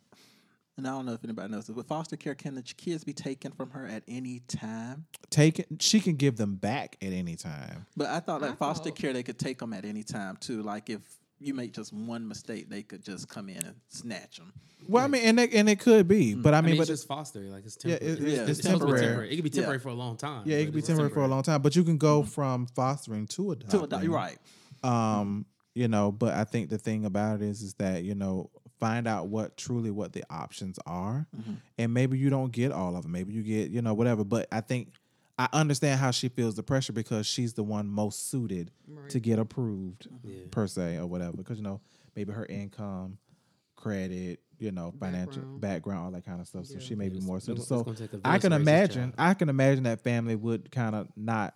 and I don't know if anybody knows this, with foster care, can the ch- kids be taken from her at any time?
Take it. She can give them back at any time.
But I thought like
I
foster
thought-
care, they could take them at any time too. Like if you make just one mistake, they could just come in and snatch them.
Well, I mean, and it, and it could be, but I
I
mean,
mean,
but
it's just foster. Like it's
Yeah,
temporary.
it-
it's- it's
It's supposed to be
temporary.
It could be
Yeah.
temporary for a long time.
yeah, it
but
could be
it's
temporary for a long time. But you can go from fostering to
To
adopting.
adopt, you're right.
um you know but i think the thing about it is is that you know find out what truly what the options are
Mm-hmm.
and maybe you don't get all of them maybe you get you know whatever but i think i understand how she feels the pressure because she's the one most suited to get approved
Mm-hmm.
per se or whatever because you know maybe her income credit you know financial background,
Background.
all that kind of stuff so she may be more suited
it's
so
gonna take a
i can
village to raise a
imagine
child.
i can imagine that family would kind of not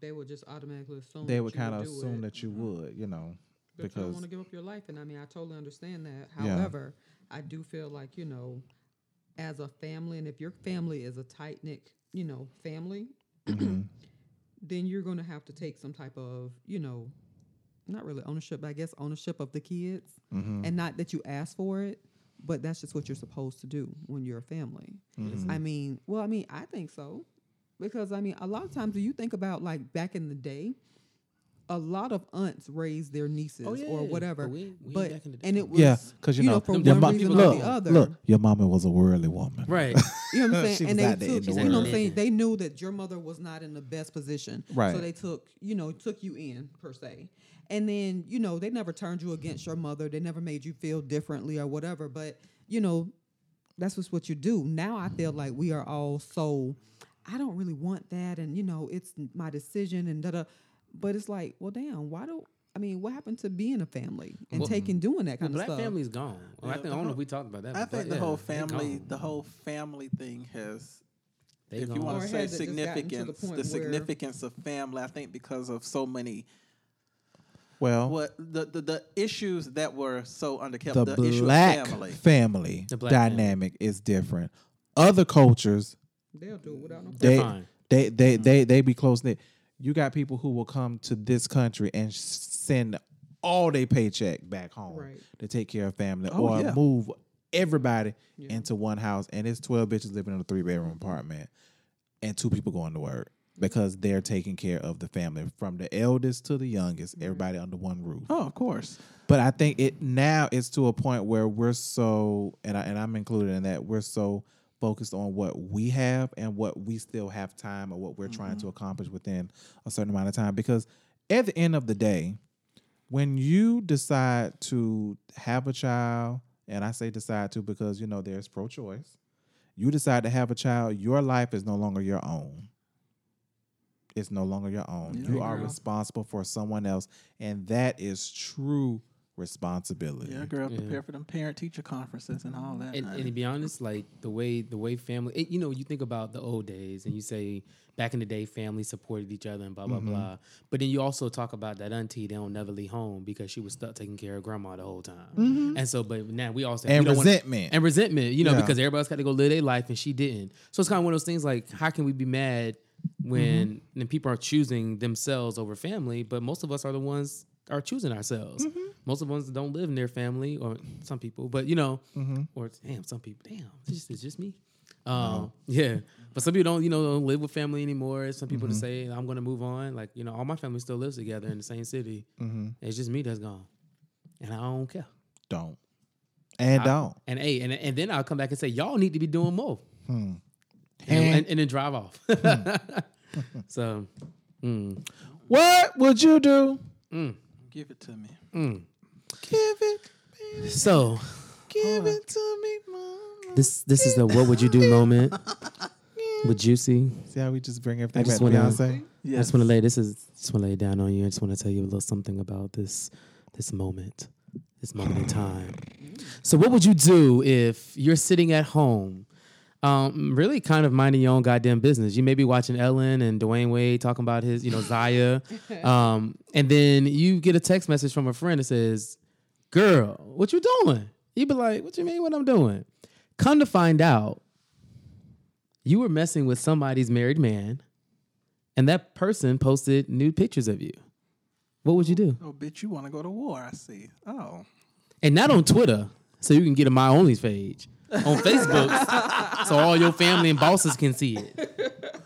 They would just automatically assume.
they
that
would
you
kind of
do
assume
it, Mm-hmm.
that you would you know
But you don't
because
want to give up your life, and I mean, I totally understand that.
Yeah.
However, I do feel like you know, as a family, and if your family is a tight knit, you know,
Mm-hmm.
family, then you're going to have to take some type of, you know, not really ownership, but I guess ownership of the kids,
Mm-hmm.
and not that you ask for it, but that's just what you're supposed to do when you're a family.
Mm-hmm.
I mean, well, I mean, I think so, because I mean, a lot of times when you think about like back in the day, a lot of aunts raised their nieces or
Oh, yeah.
whatever,
But we- we
but
back in the day.
and it was
Yeah, because you, know,
for
your
one
mom.
reason
Look,
or the other,
look, your mama was a worldly woman.
Right.
you know what I'm
Uh, She
saying? and
was
they
out there in
took,
the
you know what
world.
I'm saying? They knew that your mother was not in the best position.
Right.
So they took, you know, took you in per se. And then, you know, they never turned you against your mother. They never made you feel differently or whatever. But, you know, that's just what you do. Now I feel like we are all so I don't really want that and you know, it's my decision and da da but it's like, well damn, why do I mean, what happened to being a family and taking doing that kind
Black
of stuff?
family's gone. Well, I think I don't know if we talked about that.
I
but
think
black-
the
yeah,
whole
they
family,
gone.
the whole family thing has.
They
if you
gone.
want
Or
to
has
say
it just gotten to the
significance, the,
point where-
significance of family, I think because of so many
Well,
what the, the, the issues that were so underkept,
the,
the, issue
black
of
family,
family.
The black family.
dynamic is different. Other cultures,
They'll do it without no
They're
they
fine.
they they they they be close knit. You got people who will come to this country and s- send all their paycheck back home
Right.
to take care of family,
Oh,
or
yeah.
move everybody into one house, and it's twelve bitches living in a three bedroom apartment, and two people going to work because they're taking care of the family from the eldest to the youngest, everybody under one roof.
Oh, of course.
But I think it now it's to a point where we're so and I, and I'm included in that we're so focused on what we have and what we still have time or what we're trying to accomplish within a certain amount of time because at the end of the day when you decide to have a child and I say decide to because you know there's pro choice you decide to have a child your life is no longer your own it's no longer your own. you are responsible for someone else, and that is true responsibility.
Yeah, girl, prepare for them parent teacher conferences and all that.
And,
honey.
and to be honest, like the way the way family, it, you know, you think about the old days, and you say back in the day, family supported each other and blah
Mm-hmm.
blah blah. But then you also talk about that auntie that don't never leave home because she was stuck taking care of grandma the whole time.
Mm-hmm.
And so, but now we all say
And
we don't wanna-
resentment.
and resentment, you know,
Yeah.
because everybody's got to go live their life and she didn't. So it's kind of one of those things like, how can we be mad when
Mm-hmm.
when people are choosing themselves over family? But most of us are the ones are choosing ourselves.
Mm-hmm.
Most of us don't live in their family, or some people, but you know,
Mm-hmm.
or damn, some people, damn, it's just, it's just me. Um, yeah, but some people don't, you know, don't live with family anymore. Some people just
Mm-hmm.
say, I'm gonna move on. Like, you know, all my family still lives together in the same city.
Mm-hmm.
It's just me that's gone, and I don't care.
Don't and don't.
And hey, and, and then I'll come back and say, y'all need to be doing more. And,
Hmm. And- Hmm.
and, and then drive off. so, mm,
What would you do?
Give it to me.
Give it,
so
give it to me, mama.
this this is the what would you do moment with Juicy.
See how we just bring everything
I
back
just
to
wanna-
Beyonce.
I just want to lay this is just want to lay down on you. I just want to tell you a little something about this this moment, this moment in time. So, what would you do if you're sitting at home, um, really kind of minding your own goddamn business? You may be watching Ellen and Dwayne Wade talking about his, you know, Zaya, um, and then you get a text message from a friend that says, "Girl, what you doing?" You be like, "What you mean? What I'm doing?" Come to find out, you were messing with somebody's married man and that person posted nude pictures of you, what would you do?
Oh, bitch, you want to go to war? I see. Oh,
And not on Twitter, so you can get a My Only's page on Facebook, so all your family and bosses can see it.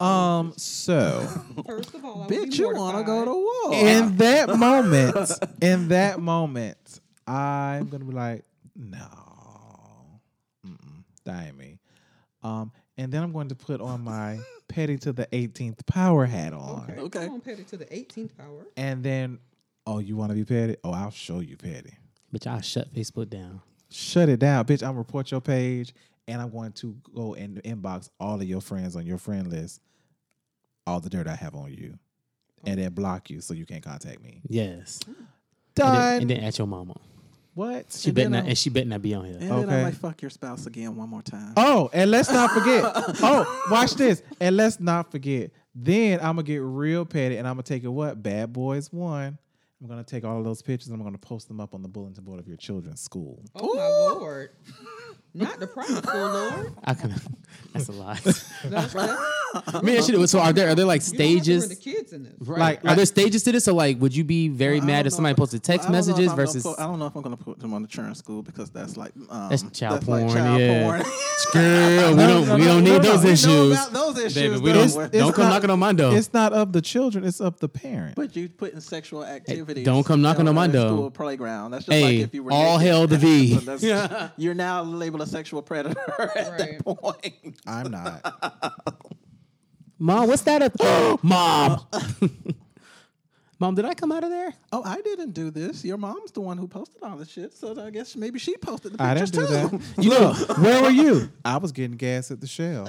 Um, so
First of all, I would be
bitch, you want to
mortified.
go to
Oh.
war?
in that moment, in that moment, I'm gonna be like, no, mm-mm, that ain't me. Um, and then I'm going to put on my petty to the 18th power hat on.
Okay.
Come on, Petty, to the 18th power.
And then, oh, you want to be petty? Oh, I'll show you petty.
Bitch, I shut Facebook down.
Shut it down, bitch. I'm gonna report your page, and I'm going to go and inbox all of your friends on your friend list, all the dirt I have on you, and then block you so you can't contact me.
Yes, and
Done.
then, and then at your mama.
what?
She bet not, and she bet not be on here.
And then
Okay.
I'm like, fuck your spouse again one more time.
Oh, and let's not forget. oh, watch this. And let's not forget. Then I'm gonna get real petty and I'm gonna take it what? Bad boys one. I'm gonna take all those pictures and I'm gonna post them up on the bulletin board of your children's school.
Oh my lord. Not the private school, Lord.
I can. That's a lot.
That's, that's,
Me and shit. was- So are there are there like
You don't have to
stages?
bring the kids in this.
Like, are there stages to this? So like, would you be
I
very mad
don't
if
know
somebody
if-
posted
I
text
don't know if
messages
I'm gonna
versus?
put- I don't know if I'm gonna put them on the churn school because that's like um,
That's child
like
porn,
child
yeah.
porn.
Girl, we don't we don't need those
We know
issues.
about those issues.
Baby, we
though.
don't,
We're-
don't
it's
come
not-
knocking on my door.
It's not of the children, it's of the parent.
But you putting sexual activities.
don't come knocking on my
at a
door.
School playground. That's just
Hey,
like if you were
all
naked.
hail the
So
V.
that's- You're now labeled a sexual predator at that point.
I'm not.
Mom, what's that? Up? Mom, mom, did I come out of there?
Oh, I didn't do this. Your mom's the one who posted all this shit. So I guess maybe she posted the
I
pictures
didn't do
too.
that. You know, where were you? I was getting gas at the shell.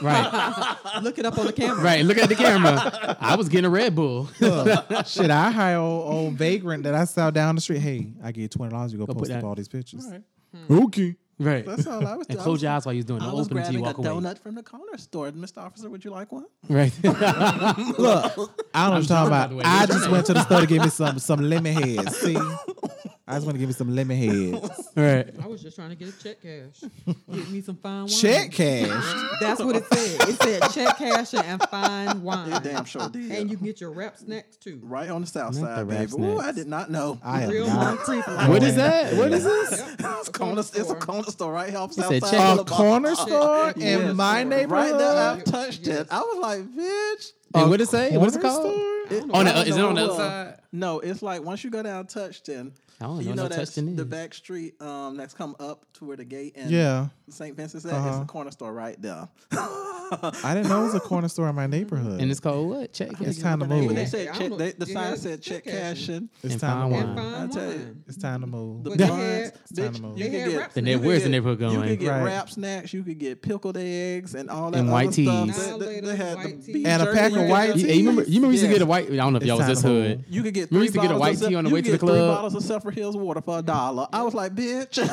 Right,
Look it up on the camera.
right. Look at the camera. I was getting a Red Bull.
Look, shit, I hire old, old vagrant that I saw down the street. Hey, I get twenty dollars. You go,
put
post up
that-
all these pictures.
right.
Okay.
Right.
That's all I was
And
doing.
close your eyes while you're doing it.
I
Don't
was
Open it until
grabbing
you
a
walk away.
donut from the corner store. Mr. Officer, would you like one?
Right.
I don't know what you're talking
by the
about.
way.
I
What's your
just went to the store to give me some some lemon heads. See, I just want to give me some lemon heads.
right.
I was just trying to get a check cash. Get me some fine wine.
Check cash.
That's what it said. It said check cash and fine wine.
You damn sure did.
And you can get your wrap snacks too.
right on the south
Not the
side,
rap
baby. Ooh, I
snacks.
did not know.
I am
Real
not.
Monterey
What is
Yeah.
that? What is this?
it's, corner, it's a corner store right here. off
said
South Side
check-
A
Boulevard.
corner store
Yes.
in my neighborhood.
Right there, uh, I
Yes.
touched it. I was like, bitch.
Hey, what it say? What is it
Corner
called?
store?
It-
On the-
I don't
is it
know
on the
who,
other
uh,
side?
No, it's like once you go down Touchton,
I don't
you
know
know
what
that
Touchton
the
is.
back street um, that's come up to where the gate and
Yeah,
St. Vincent's at is
Uh-huh.
the corner store right there.
I didn't know it was a corner store in my neighborhood.
And it's called what? Check.
it's time to move.
When
Yeah,
they
It's
said
I
check,
don't
they,
know.
the
Yeah,
sign
it's
said check
check cashing.
time to
cashing.
fine
And
move.
wine.
fine
I tell you.
wine.
It's time to move.
The
But they
buns,
had-
time to
bitch,
move.
you
They
could
had
get
wrap
The net-
you could
where's the
get-
neighborhood
You
going?
could get
Right.
wrap snacks. You could get pickled eggs and all that
And white
other stuff.
teas.
They-
Now
They,
later,
they had the
white
beef
teas.
And a
jerky
pack of
and
white
all that
teas.
Yeah, you remember? You remember? We used to
Yes.
get a white. I don't know if
It's
y'all was
time
this
to
hood.
move.
You could get
We
three
used to get a
bottles
white
of Sep-
tea on the
you
way
could
to the
get Three
club.
bottles of Suffer Hills water for a dollar. I was like,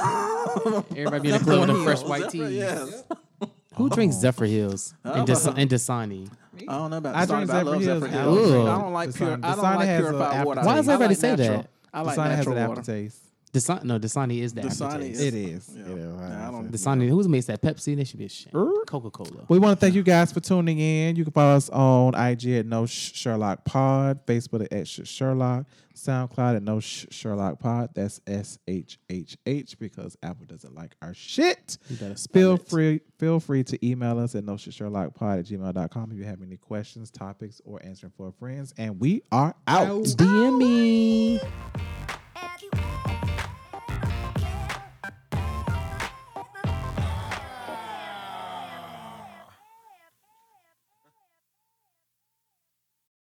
bitch.
Everybody be in the club with a fresh white
Zephyr,
tea.
Yes.
Who drinks Zephyr Hills and,
Oh.
Dasa- and Dasani?
I don't know about
I
Dasani,
drink
but I love
Zephyr
Zephyr
Hills.
Hills.
I don't
I
drink
don't like
Dasani.
pure. I don't
Dasani
like
has a
purified water.
aftertaste.
Why does
I
everybody
like
say
natural.
that?
I like
Dasani has an
natural water.
aftertaste.
Dasani, no, Dasani is the
Dasani
aftertaste.
is-
It is.
Yeah.
It is.
Yeah, I don't-
Dasani, who's makes that Pepsi? They should be ashamed. Coca Cola.
We want to thank you guys for tuning in. You can follow us on IG at No Sh- Sherlock Pod, Facebook at Sh- Sherlock, SoundCloud at No Sh- Sherlock Pod. That's S H H H because Apple doesn't like our shit.
gotta
Feel
spell it.
free, feel free to email us at No Sh- Sherlock Pod at gmail.com if you have any questions, topics, or answering for friends. And we are out.
DM me.